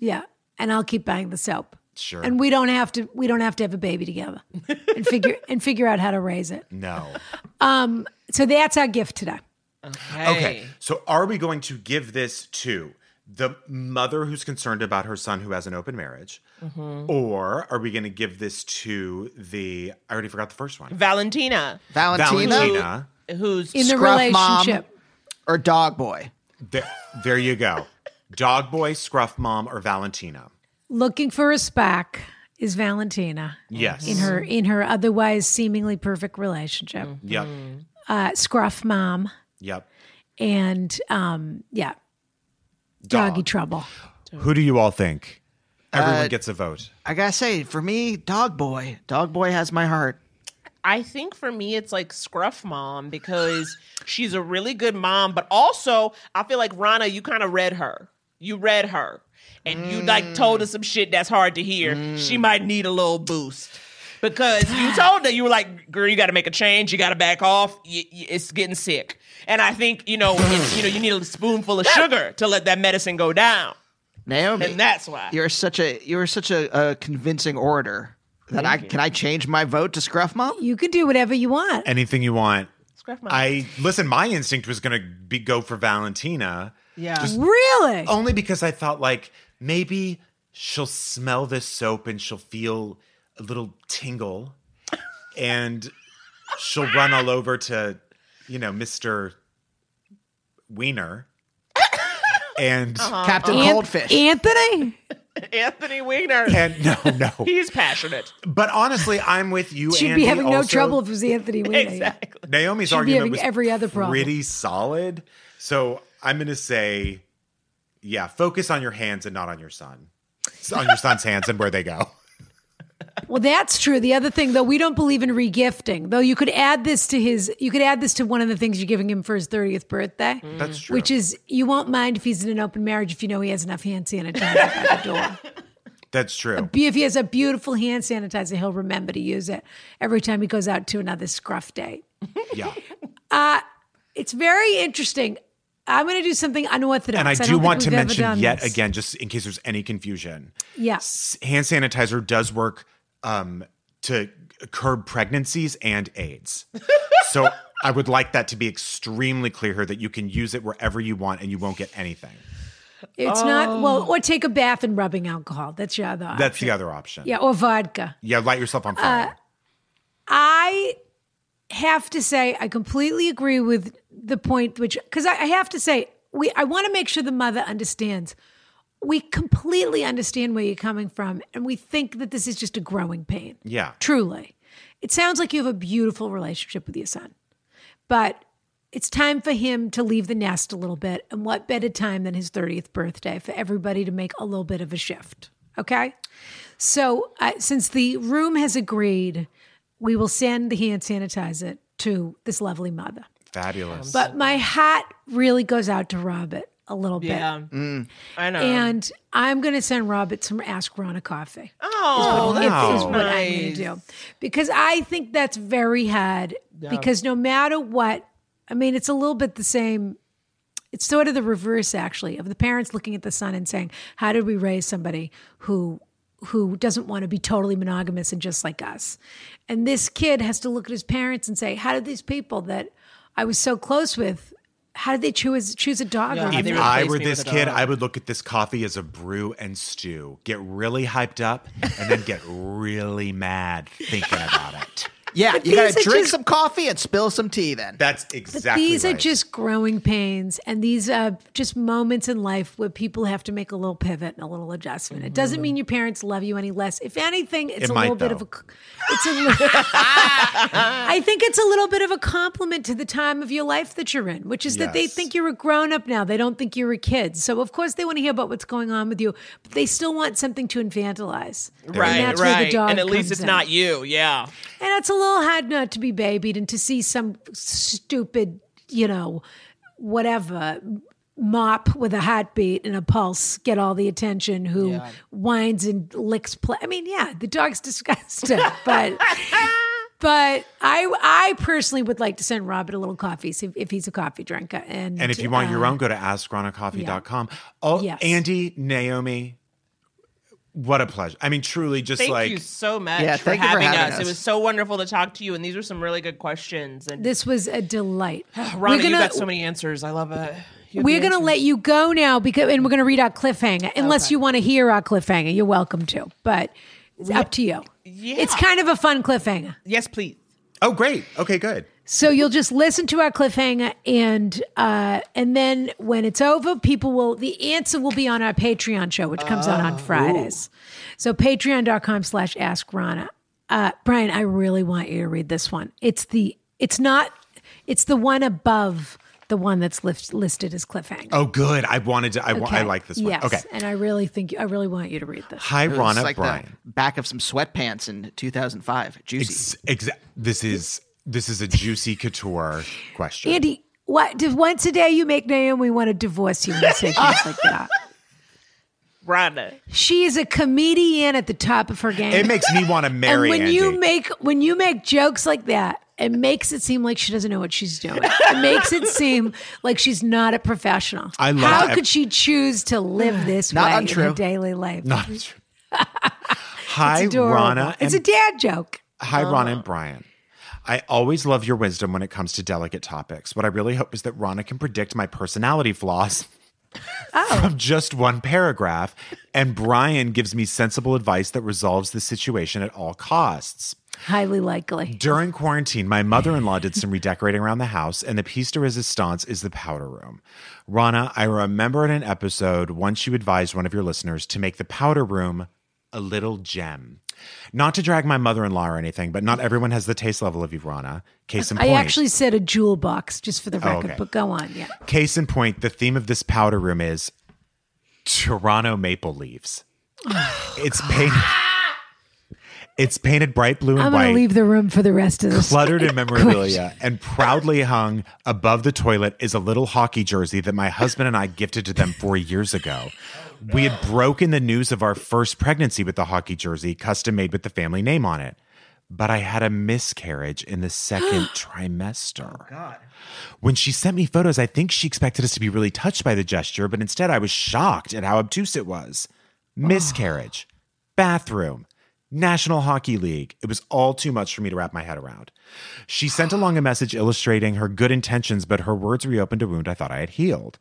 S1: Yeah, and I'll keep buying the soap.
S2: Sure.
S1: And we don't have to. We don't have to have a baby together, and figure and figure out how to raise it. Um,
S2: No.
S1: So that's our gift today.
S2: Okay. So are we going to give this to the mother who's concerned about her son who has an open marriage?
S1: Mm-hmm.
S2: Or are we going to give this to the, I already forgot the first one,
S8: Valentina,
S9: Valentina,
S2: Valentina.
S8: who's
S1: In the
S9: Scruff mom,
S1: relationship,
S9: or dog boy?
S2: There, there you go. Dog boy, scruff mom, or Valentina.
S1: looking for a spac is Valentina
S2: Yes.
S1: in her in her otherwise seemingly perfect relationship.
S2: Yep.
S1: Uh, scruff mom
S2: Yep.
S1: and um, yeah, doggy trouble.
S2: Who do you all think? Everyone gets a vote.
S9: I gotta say, for me, dog boy. Dog boy has my heart.
S8: I think for me, it's like Scruff Mom because she's a really good mom, but also I feel like Rana, you kind of read her. You read her, and you like told her some shit that's hard to hear. She might need a little boost because you told her you were like, "Girl, you got to make a change. You got to back off. Y- y- it's getting sick." And I think you know, it's, you know, you need a spoonful of sugar to let that medicine go down,
S9: Naomi,
S8: and that's why.
S9: you're such a you're such a, a convincing orator that I can I change my vote to Scruff Mom?
S1: You can do whatever you want.
S2: Anything you want.
S8: Scruff Mom.
S2: I listen. My instinct was gonna be go for Valentina,
S8: yeah.
S1: really?
S2: only because I thought like maybe she'll smell this soap and she'll feel a little tingle, and she'll run all over to you know Mister Wiener, and
S1: Uh-huh.
S9: Captain
S1: An-
S9: Coldfish.
S1: Anthony.
S8: Anthony Weiner.
S2: and no no.
S8: He's passionate.
S2: But honestly, I'm with you.
S1: She'd
S2: Andy,
S1: be having no
S2: also.
S1: trouble if it was Anthony Weiner. yeah.
S8: Exactly.
S2: Naomi's
S1: She'd be
S2: argument
S1: having
S2: was
S1: every other problem.
S2: pretty solid. So I'm going to say, yeah, focus on your hands and not on your son. It's on your son's hands and where they go.
S1: Well, that's true. The other thing, though, we don't believe in regifting. Though you could add this to his, you could add this to one of the things you're giving him for his 30th birthday,
S2: That's true.
S1: which is you won't mind if he's in an open marriage if you know he has enough hand sanitizer at the door.
S2: That's true.
S1: If he has a beautiful hand sanitizer, he'll remember to use it every time he goes out to another scruff date.
S2: Yeah.
S1: Uh, it's very interesting. I'm going to do something unorthodox.
S2: And I
S1: don't
S2: do
S1: think
S2: want to
S1: we've ever
S2: mention
S1: done
S2: yet
S1: this.
S2: again, just in case there's any confusion,
S1: Yeah.
S2: s- hand sanitizer does work um, to curb pregnancies and AIDS. so I would like that to be extremely clear here that you can use it wherever you want and you won't get anything.
S1: It's not, well, or take a bath in rubbing alcohol. That's your other option.
S2: That's the other option.
S1: Yeah, or vodka.
S2: Yeah, light yourself on fire.
S1: Uh, I have to say, I completely agree with the point, which because I, I have to say, we I want to make sure the mother understands. We completely understand where you're coming from, and we think that this is just a growing pain.
S2: yeah.
S1: Truly, it sounds like you have a beautiful relationship with your son, but it's time for him to leave the nest a little bit. And what better time than his 30th birthday for everybody to make a little bit of a shift? Okay. So, uh, since the room has agreed, we will send the hand sanitizer to this lovely mother.
S2: Fabulous.
S1: But my hat really goes out to Robert a little bit.
S8: Yeah. Mm. I know.
S1: And I'm going to send Robert some Ask Ron a coffee.
S8: Oh,
S1: is what,
S8: that's
S1: is what I'm going to
S8: nice.
S1: do because I think that's very hard.
S8: Yeah.
S1: Because no matter what, I mean, it's a little bit the same. It's sort of the reverse, actually, of the parents looking at the son and saying, "How did we raise somebody who?" who doesn't want to be totally monogamous and just like us. And this kid has to look at his parents and say, how did these people that I was so close with, how did they choose choose a dog?
S8: Yeah,
S1: over
S8: they
S1: me?"
S2: If I were this kid, I would look at this coffee as a brew and stew, get really hyped up, and then get really mad thinking about it.
S9: Yeah,
S1: But
S9: you gotta
S1: these are
S9: drink
S1: just-
S9: some coffee and spill some tea then.
S2: That's exactly
S1: these are
S2: right.
S1: just growing pains and these are just moments in life where people have to make a little pivot and a little adjustment it doesn't mean your parents love you any less if anything it's
S2: Mm-hmm. It
S1: a
S2: might,
S1: little bit of a
S2: though.
S1: it's a li- i think it's a little bit of a compliment to the time of your life that you're in which is that they
S2: Yes.
S1: think you're a grown up now they don't think you're a kid so of course they want to hear about what's going on with you but they still want something to infantilize
S8: right,
S1: and that's
S8: right.
S1: where the dog
S8: and at least
S1: comes
S8: it's
S1: in.
S8: not you. Yeah.
S1: And it's a little hard not to be babied and to see some stupid, you know, whatever mop with a heartbeat and a pulse get all the attention who whines and licks pla I mean, yeah, the dog's disgusting, but but I I personally would like to send Robert a little coffee if, if he's a coffee drinker. And
S2: and if you want your
S1: uh,
S2: own, go to askronacoffee.com. Oh,
S1: Yes.
S2: Andy, Naomi, what a pleasure. I mean, truly, just
S8: Thank
S2: like
S8: you so much
S9: Yeah,
S8: for,
S9: thank you for
S8: having
S9: having
S8: us.
S9: us.
S8: It was so wonderful to talk to you, and these were some really good questions. And
S1: this was a delight.
S8: Rhonda,
S1: We're gonna-
S8: you got so many answers. I love it. You have
S1: We're going
S8: the
S1: to
S8: answers.
S1: let you go now because, and we're going to read our cliffhanger. Unless you want to hear our cliffhanger, you're welcome to, but it's up to you. It's kind of a fun cliffhanger.
S8: Yes, please.
S2: Oh, great. Okay, good.
S1: So you'll just listen to our cliffhanger, and uh, and then when it's over, people will the answer will be on our Patreon show, which comes out on Fridays. So Patreon.com/slash Ask Rana. Uh, Brian, I really want you to read this one. It's the it's not it's the one above the one that's list, listed as cliffhanger.
S2: Oh, good. I wanted to, I, wa- I
S1: Okay.
S2: like this one.
S1: Yes,
S2: Okay.
S1: And I really think I really want you to read this.
S2: Hi,
S9: It was
S2: Ronna
S9: like the
S2: Bryan.
S9: back of some sweatpants in 2005. Juicy.
S2: Ex- exa- this is this is a juicy couture question.
S1: Andy, what did once a day you make Naomi want to divorce you when you say things like that?
S8: Rhonda.
S1: She is a comedian at the top of her game.
S2: It makes me want to marry
S1: and when
S2: Andy.
S1: you make when you make jokes like that, it makes it seem like she doesn't know what she's doing. It makes it seem like she's not a professional.
S2: I love
S1: How
S2: ev-
S1: could she choose to live this
S9: Not
S1: way
S9: untrue.
S1: in her daily life?
S2: Not true. Hi,
S1: Adorable.
S2: Rana.
S1: It's a
S2: and-
S1: dad joke.
S2: Hi, Rana and Brian. I always love your wisdom when it comes to delicate topics. What I really hope is that Rana can predict my personality flaws
S1: Oh.
S2: from just one paragraph, and Brian gives me sensible advice that resolves the situation at all costs.
S1: Highly likely.
S2: During quarantine, my mother in law did some redecorating around the house, and the piece de resistance is the powder room. Rana, I remember in an episode once you advised one of your listeners to make the powder room a little gem. Not to drag my mother in law or anything, but not everyone has the taste level of you, Rana. Case in
S1: I
S2: point. Oh,
S1: actually said a jewel box just for the record,
S2: okay.
S1: but go on. Yeah.
S2: Case in point, the theme of this powder room is Toronto maple leaves. it's painted. It's painted bright blue and
S1: I'm going
S2: white.
S1: to leave the room for the rest of this.
S2: Cluttered in memorabilia and proudly hung above the toilet is a little hockey jersey that my husband and I gifted to them four years ago. We had broken the news of our first pregnancy with the hockey jersey, custom made with the family name on it. But I had a miscarriage in the second trimester. When she sent me photos, I think she expected us to be really touched by the gesture, but instead I was shocked at how obtuse it was. Miscarriage, bathroom, National Hockey League. It was all too much for me to wrap my head around. She sent along a message illustrating her good intentions, but her words reopened a wound I thought I had healed.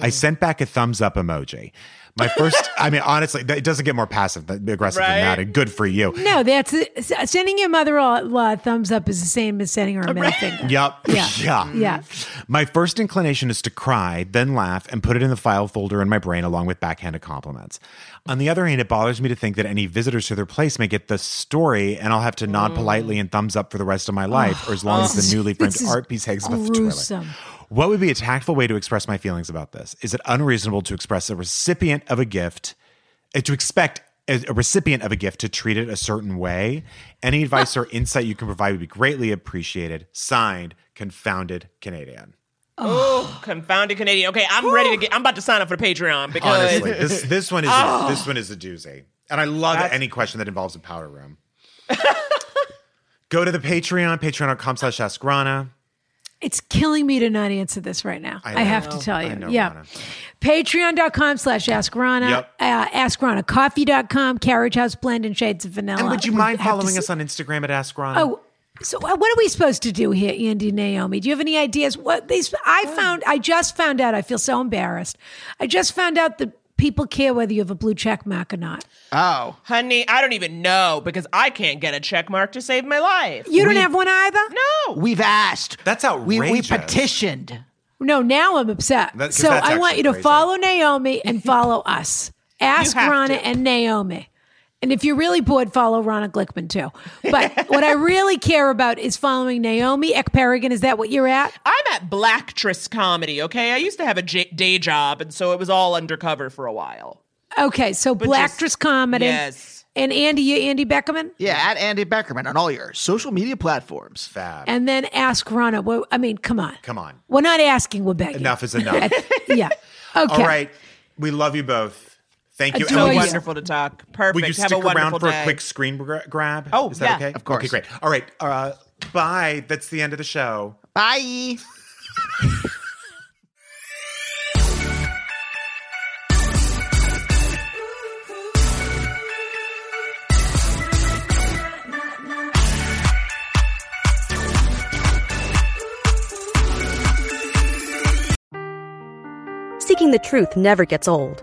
S2: I
S1: Mm.
S2: sent back a thumbs up emoji. My first, I mean, honestly, that- it doesn't get more passive th- aggressive than that.
S1: Right.
S2: And good for you.
S1: No, that's s- sending your mother-in-law a thumbs up is the same as sending her a middle finger.
S2: Yep.
S1: Yeah.
S2: yeah.
S1: Yeah.
S2: My first inclination is to cry, then laugh, and put it in the file folder in my brain along with backhanded compliments. On the other hand, it bothers me to think that any visitors to their place may get the story and I'll have to nod politely and thumbs up for the rest of my life, or as long as
S1: This is-
S2: the newly framed
S1: Mm. Oh. this is
S2: art piece hangs above the toilet.
S1: gruesome.
S2: What would be a tactful way to express my feelings about this? Is it unreasonable to express a recipient of a gift, eh, to expect a, a recipient of a gift to treat it a certain way? Any advice or insight you can provide would be greatly appreciated. Signed, confounded Canadian.
S8: Oh, confounded Canadian. Okay, I'm ready to get. I'm about to sign up for the Patreon because
S2: Honestly, this this one is
S8: Oh.
S2: a, this one is a doozy, and I love
S8: That's-
S2: any question that involves a powder room. Go to the Patreon, patreon.com slash askrana.
S1: It's killing me to not answer this right now. I,
S2: I
S1: have to
S2: know.
S1: tell you.
S2: I know,
S1: yeah.
S2: Rana.
S1: Patreon.com slash Ask Rana.
S2: Yep.
S1: Uh, AskRanaCoffee.com, Carriage House Blend and Shades of Vanilla.
S2: And would you
S1: We
S2: mind
S1: have to
S2: following
S1: see-
S2: us on Instagram at askrana?
S1: Oh, so uh, what are we supposed to do here, Andy and Naomi? Do you have any ideas? What these? I found. I just found out. I feel so embarrassed. I just found out that people care whether you have a blue check mark or not.
S9: Oh,
S8: honey, I don't even know because I can't get a check mark to save my life.
S1: You don't have one either.
S8: No.
S9: We've asked.
S2: That's
S9: We, we
S2: outrageous.
S9: petitioned.
S1: No, now I'm upset.
S2: That- 'cause
S1: so
S2: that's
S1: I want
S2: actually
S1: you to
S2: crazy.
S1: follow Naomi and follow us. Ask
S8: have
S1: Rana
S8: to.
S1: and Naomi. And if you're really bored, follow Rana Glickman too. But what I really care about is following Naomi Ekperigan. Is that what you're at?
S8: I'm at Blacktress Comedy. Okay, I used to have a j- day job, and so it was all undercover for a while.
S1: Okay, so
S8: But
S1: Blacktress
S8: just-
S1: Comedy.
S8: yes.
S1: And Andy, you Andy Beckerman?
S9: Yeah, at Andy Beckerman on all your social media platforms.
S2: Fab.
S1: And then ask Rana. Well, I mean, come on.
S2: Come on.
S1: We're not asking, we're begging.
S2: Enough is enough.
S1: yeah. Okay.
S2: All right. We love you both. Thank you.
S1: Adore
S2: And
S8: So
S1: you.
S2: will you-
S8: wonderful to talk. Perfect.
S2: Will you
S8: have a
S2: stick
S8: wonderful
S2: around for
S8: day.
S2: a quick screen gra- grab?
S8: Oh,
S2: is that
S8: yeah.
S2: okay?
S9: Of course.
S2: Okay, great. All right. Uh, bye. That's the end of the show.
S9: Bye.
S10: Seeking the truth never gets old.